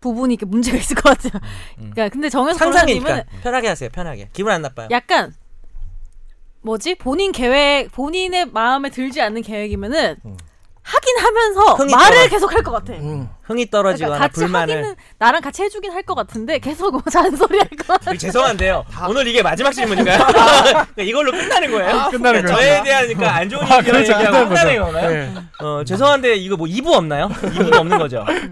Speaker 4: 부분이 이렇게 문제가 있을 것 같아요. 그러니까 근데 정현석
Speaker 2: 상상이니까
Speaker 4: 변호사님은
Speaker 2: 편하게 하세요. 편하게. 기분 안 나빠요.
Speaker 4: 약간 뭐지 본인 계획 본인의 마음에 들지 않는 계획이면은 하긴 하면서
Speaker 2: 흥이
Speaker 4: 말을
Speaker 2: 떠나.
Speaker 4: 계속 할 것 같아. 그러니까
Speaker 3: 음.
Speaker 2: 흥이 떨어지거나
Speaker 4: 같이
Speaker 2: 불만을.
Speaker 4: 하기는 나랑 같이 해주긴 할 것 같은데 계속 뭐 잔소리 할 것
Speaker 2: 그렇죠.
Speaker 4: 같아.
Speaker 2: 죄송한데요. 오늘 이게 마지막 질문인가요? 그러니까 이걸로 끝나는 거예요?
Speaker 1: 끝나는
Speaker 2: 그러니까
Speaker 1: 거예요.
Speaker 2: 저에 대한 그러니까 안 좋은
Speaker 1: 아,
Speaker 2: 얘기를
Speaker 1: 그렇죠.
Speaker 2: 얘기하고 끝나는
Speaker 1: 끝나는
Speaker 2: 거나요?
Speaker 1: 네.
Speaker 2: 어, 죄송한데 이거 뭐 2부 없나요? 2부도 없는 거죠. 네.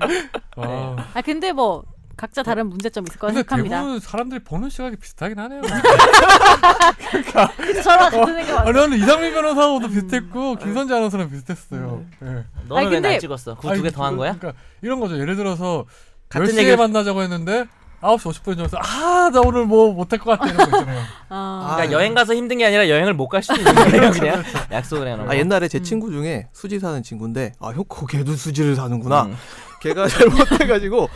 Speaker 1: 아.
Speaker 4: 아 근데 뭐 각자 다른 문제점 있을 거라
Speaker 1: 근데
Speaker 4: 생각합니다.
Speaker 1: 대부분 사람들이 보는 시각이 비슷하긴 하네요.
Speaker 4: 그래서 저랑 같은 생각
Speaker 1: 아,
Speaker 4: 맞아요.
Speaker 1: 나는 이상민 변호사하고도 비슷했고 김선재 아나운서랑 비슷했어요. 예.
Speaker 2: 너는
Speaker 4: 근데-
Speaker 2: 왜 날 찍었어? 그거
Speaker 1: 아니,
Speaker 2: 두개 더 한 거야?
Speaker 1: 그러니까 이런 거죠. 예를 들어서
Speaker 2: 같은
Speaker 1: 10시에
Speaker 2: 얘기를-
Speaker 1: 만나자고 했는데 9시 50분에 주면서 아, 나 오늘 뭐 못할 것 같아 이런 거 있잖아요.
Speaker 4: 어.
Speaker 2: 그러니까 여행 가서 힘든 게 아니라 여행을 못 갈 수도 있는 거예요 그렇죠, 그냥 약속을 해놓고
Speaker 3: 아 옛날에 제
Speaker 4: 음.
Speaker 3: 친구 중에 수지 사는 친구인데 아 효코 걔도 수지를 사는구나.
Speaker 2: 음.
Speaker 3: 걔가 잘못해가지고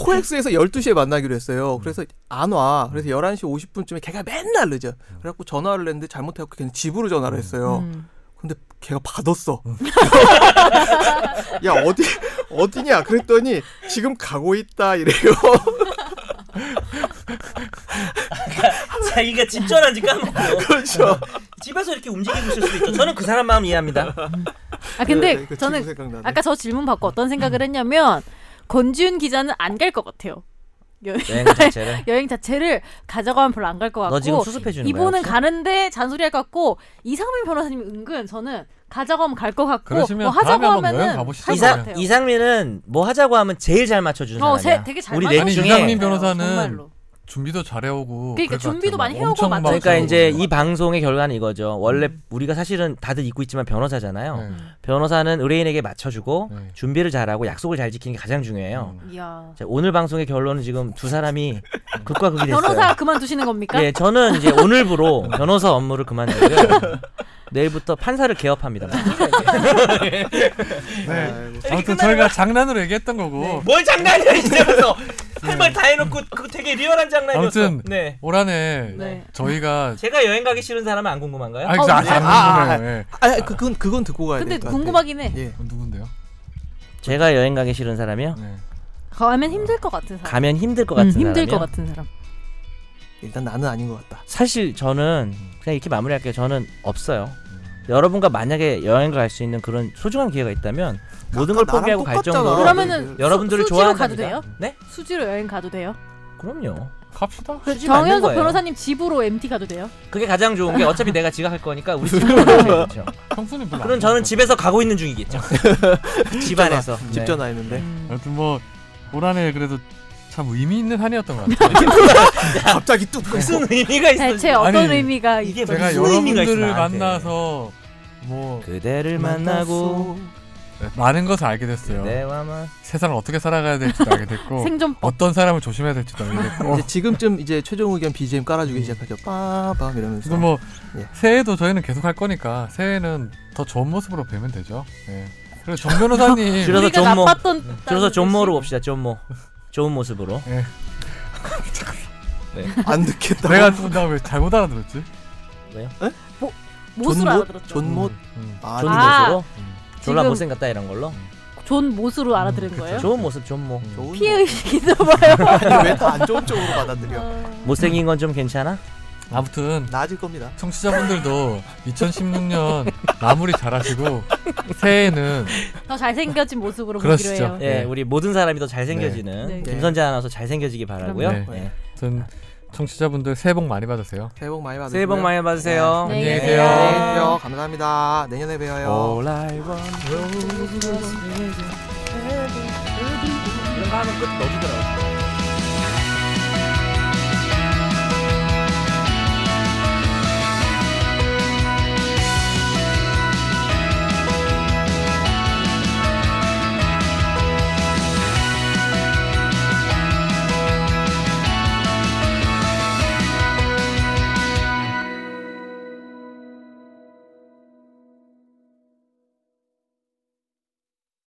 Speaker 3: 코엑스에서 12시에 만나기로
Speaker 2: 음.
Speaker 3: 했어요. 그래서 안 와. 그래서 11시 50분쯤에 걔가 맨날 늦어. 그래갖고 전화를 했는데 잘못해갖고 걔는 집으로 전화를 했어요.
Speaker 4: 음.
Speaker 3: 근데 걔가 받았어.
Speaker 2: 음.
Speaker 3: 야 어디 어디냐? 그랬더니 지금 가고 있다 이래요.
Speaker 2: 자기가 집 전화인지 까먹고
Speaker 3: 그렇죠.
Speaker 2: 집에서 이렇게 움직이고 있을 수도 있죠 저는 그 사람 마음 이해합니다
Speaker 4: 아 근데
Speaker 3: 그 친구
Speaker 4: 저는
Speaker 3: 생각나네.
Speaker 4: 아까 저 질문 받고 어떤 생각을 했냐면 권지윤 기자는 안 갈 것 같아요.
Speaker 2: 여행 자체를
Speaker 4: 여행 자체를 가자고 하면 별로 안 갈 것
Speaker 2: 너 지금
Speaker 4: 같고
Speaker 2: 수습해 주는 거야
Speaker 4: 어, 이분은
Speaker 2: 혹시?
Speaker 4: 가는데 잔소리할 것 같고 이상민 변호사님 은근 저는 가자고 하면 갈 것 같고
Speaker 1: 그러시면
Speaker 4: 뭐 하자고
Speaker 1: 다음에 한번
Speaker 4: 하면은
Speaker 1: 여행 가보시죠.
Speaker 4: 할것
Speaker 1: 이상-
Speaker 2: 이상
Speaker 4: 같아요.
Speaker 2: 이상민은 뭐 하자고 하면 제일 잘 맞춰주는
Speaker 4: 어,
Speaker 2: 사람이야.
Speaker 4: 세- 되게 잘
Speaker 2: 우리
Speaker 4: 맞춰주는
Speaker 2: 넷 중에
Speaker 1: 사람이야. 이상민
Speaker 4: 것 같아요,
Speaker 1: 변호사는
Speaker 4: 정말로.
Speaker 1: 준비도 잘해오고
Speaker 4: 그러니까
Speaker 1: 그럴 것 같아요.
Speaker 4: 준비도 많이
Speaker 1: 막
Speaker 4: 해오고
Speaker 1: 엄청
Speaker 4: 맞죠.
Speaker 1: 막
Speaker 2: 그러니까
Speaker 1: 해오고
Speaker 2: 이제
Speaker 1: 그러고.
Speaker 2: 이 방송의 결과는 이거죠. 원래 우리가 사실은 다들 잊고 있지만 변호사잖아요.
Speaker 1: 네.
Speaker 2: 변호사는 의뢰인에게 맞춰주고
Speaker 1: 네.
Speaker 2: 준비를 잘하고 약속을 잘 지키는 게 가장 중요해요.
Speaker 4: 이야.
Speaker 2: 자, 오늘 방송의 결론은 지금 두 사람이 극과 극이 됐어요.
Speaker 4: 변호사 그만두시는 겁니까?
Speaker 2: 예, 저는 이제 오늘부로 변호사 업무를 그만두고요. 내일부터 판사를 개업합니다.
Speaker 1: 네. 아무튼 저희가 장난으로 얘기했던 거고
Speaker 4: 네.
Speaker 2: 뭘 장난이야 이제부터 할 말 다 해놓고 그 되게 리얼한 장난이었어.
Speaker 1: 아무튼.
Speaker 2: 네,
Speaker 1: 올 한해
Speaker 4: 네.
Speaker 1: 저희가
Speaker 2: 제가 여행 가기 싫은 사람은 안 궁금한가요?
Speaker 1: 아, 진짜
Speaker 4: 어,
Speaker 1: 안
Speaker 4: 네.
Speaker 3: 아,
Speaker 1: 궁금해요. 예.
Speaker 3: 아 그건 그건 듣고 가야
Speaker 4: 근데
Speaker 3: 될것 같아.
Speaker 4: 궁금하긴 해.
Speaker 3: 예.
Speaker 1: 누군데요?
Speaker 2: 제가 여행 가기 싫은 사람이요?
Speaker 1: 네.
Speaker 4: 가면 힘들 것 같은 사람.
Speaker 2: 가면 힘들 것 같은
Speaker 4: 음, 힘들
Speaker 2: 사람이요?
Speaker 4: 것 같은 사람.
Speaker 3: 일단 나는 아닌 것 같다.
Speaker 2: 사실 저는 그냥 이렇게 마무리할게요. 저는 없어요. 여러분과 만약에 여행을 갈 수 있는 그런 소중한 기회가 있다면 모든 걸
Speaker 3: 아까 나랑
Speaker 2: 포기하고 갈
Speaker 3: 똑같잖아.
Speaker 2: 정도로
Speaker 4: 그러면은
Speaker 2: 여러분들을
Speaker 4: 수- 수지로 가도
Speaker 2: 좋아한답니다.
Speaker 4: 돼요?
Speaker 2: 네?
Speaker 4: 수지로 여행 가도 돼요?
Speaker 2: 그럼요.
Speaker 1: 갑시다.
Speaker 4: 그
Speaker 2: 수지 맞는
Speaker 4: 정현석
Speaker 2: 거예요.
Speaker 4: 변호사님 집으로 MT 가도 돼요?
Speaker 2: 그게 가장 좋은 게 어차피 내가 지각할 거니까 우리 집으로 가면 되죠.
Speaker 1: 평소는 별로.
Speaker 2: 그럼
Speaker 1: 안
Speaker 2: 저는
Speaker 1: 좋아하거든요.
Speaker 2: 집에서 가고 있는 중이겠죠. 집 안에서.
Speaker 3: 집 전화
Speaker 2: 네.
Speaker 3: 했는데
Speaker 4: 음.
Speaker 1: 아무튼 뭐올 한해 그래도 참 의미 있는 한이었던 것 같아요.
Speaker 3: 갑자기 뚝
Speaker 2: 네. 무슨 의미가 있어?
Speaker 4: 대체
Speaker 2: 지금.
Speaker 4: 어떤
Speaker 1: 아니,
Speaker 4: 의미가
Speaker 2: 이게
Speaker 4: 있죠?
Speaker 1: 제가
Speaker 2: 무슨 의미가 있어,
Speaker 1: 여러분들을
Speaker 2: 나한테.
Speaker 1: 만나서 뭐
Speaker 2: 그대를 만나고 그
Speaker 1: 많은 것을 알게 됐어요.
Speaker 2: 그대와만
Speaker 1: 세상을 어떻게 살아가야 될지도 알게 됐고
Speaker 4: 생존법.
Speaker 1: 어떤 사람을 조심해야 될지도 알게 됐고
Speaker 3: 이제 지금쯤 이제 최종 의견 BGM 깔아주기 시작하죠. 빠밤 이러면서.
Speaker 1: 그래서 뭐
Speaker 3: 예.
Speaker 1: 새해도 저희는 계속 할 거니까 새해는 더 좋은 모습으로 뵈면 되죠. 예. 그리고 정 변호사님
Speaker 2: 줄여서
Speaker 4: 우리가
Speaker 2: 존모.
Speaker 4: 나빴던
Speaker 2: 들어서 존모로
Speaker 4: 시
Speaker 2: 봅시다. 존모. 좋은 모습으로.
Speaker 3: 안 듣겠다.
Speaker 1: 내가 나왜 잘못 알아들었지?
Speaker 4: 모술
Speaker 3: 존모-
Speaker 4: 알아들었죠.
Speaker 3: 존못.
Speaker 1: 음.
Speaker 3: 아,
Speaker 2: 좋은
Speaker 4: 존-
Speaker 2: 모습으로. 졸라
Speaker 4: 지금- 네?
Speaker 2: 못생겼다 이런 걸로.
Speaker 4: 존 모술을
Speaker 1: 음,
Speaker 4: 알아들은 거예요?
Speaker 2: 좋은 모습 존모.
Speaker 3: 좋은
Speaker 4: 피해 어. 의식이 있어봐요.
Speaker 3: 왜다 안 좋은 쪽으로 받아들여?
Speaker 2: 못생긴 건 좀 괜찮아?
Speaker 1: 아무튼
Speaker 3: 나아질 겁니다.
Speaker 1: 청취자분들도 2016년 마무리 잘하시고 새해에는
Speaker 4: 더 잘생겨진 모습으로 보기로
Speaker 1: 그러시죠.
Speaker 4: 해요.
Speaker 2: 예,
Speaker 1: 네.
Speaker 2: 우리 모든 사람이 더 잘생겨지는
Speaker 4: 네. 네.
Speaker 2: 김선재 아나운서 잘생겨지기 바라고요.
Speaker 1: 그럼요.
Speaker 2: 예.
Speaker 1: 아무튼 청취자분들 새해 복 많이 받으세요.
Speaker 3: 새해 복 많이 받으세요.
Speaker 2: 새해 복 많이 받으세요.
Speaker 4: 네. 안녕히
Speaker 1: 안녕히
Speaker 4: 계세요.
Speaker 1: 계세요.
Speaker 3: 안녕히 계세요. 감사합니다. 내년에 뵈어요.
Speaker 2: All I want is you. 이런 거 하면 끝 너지더라고.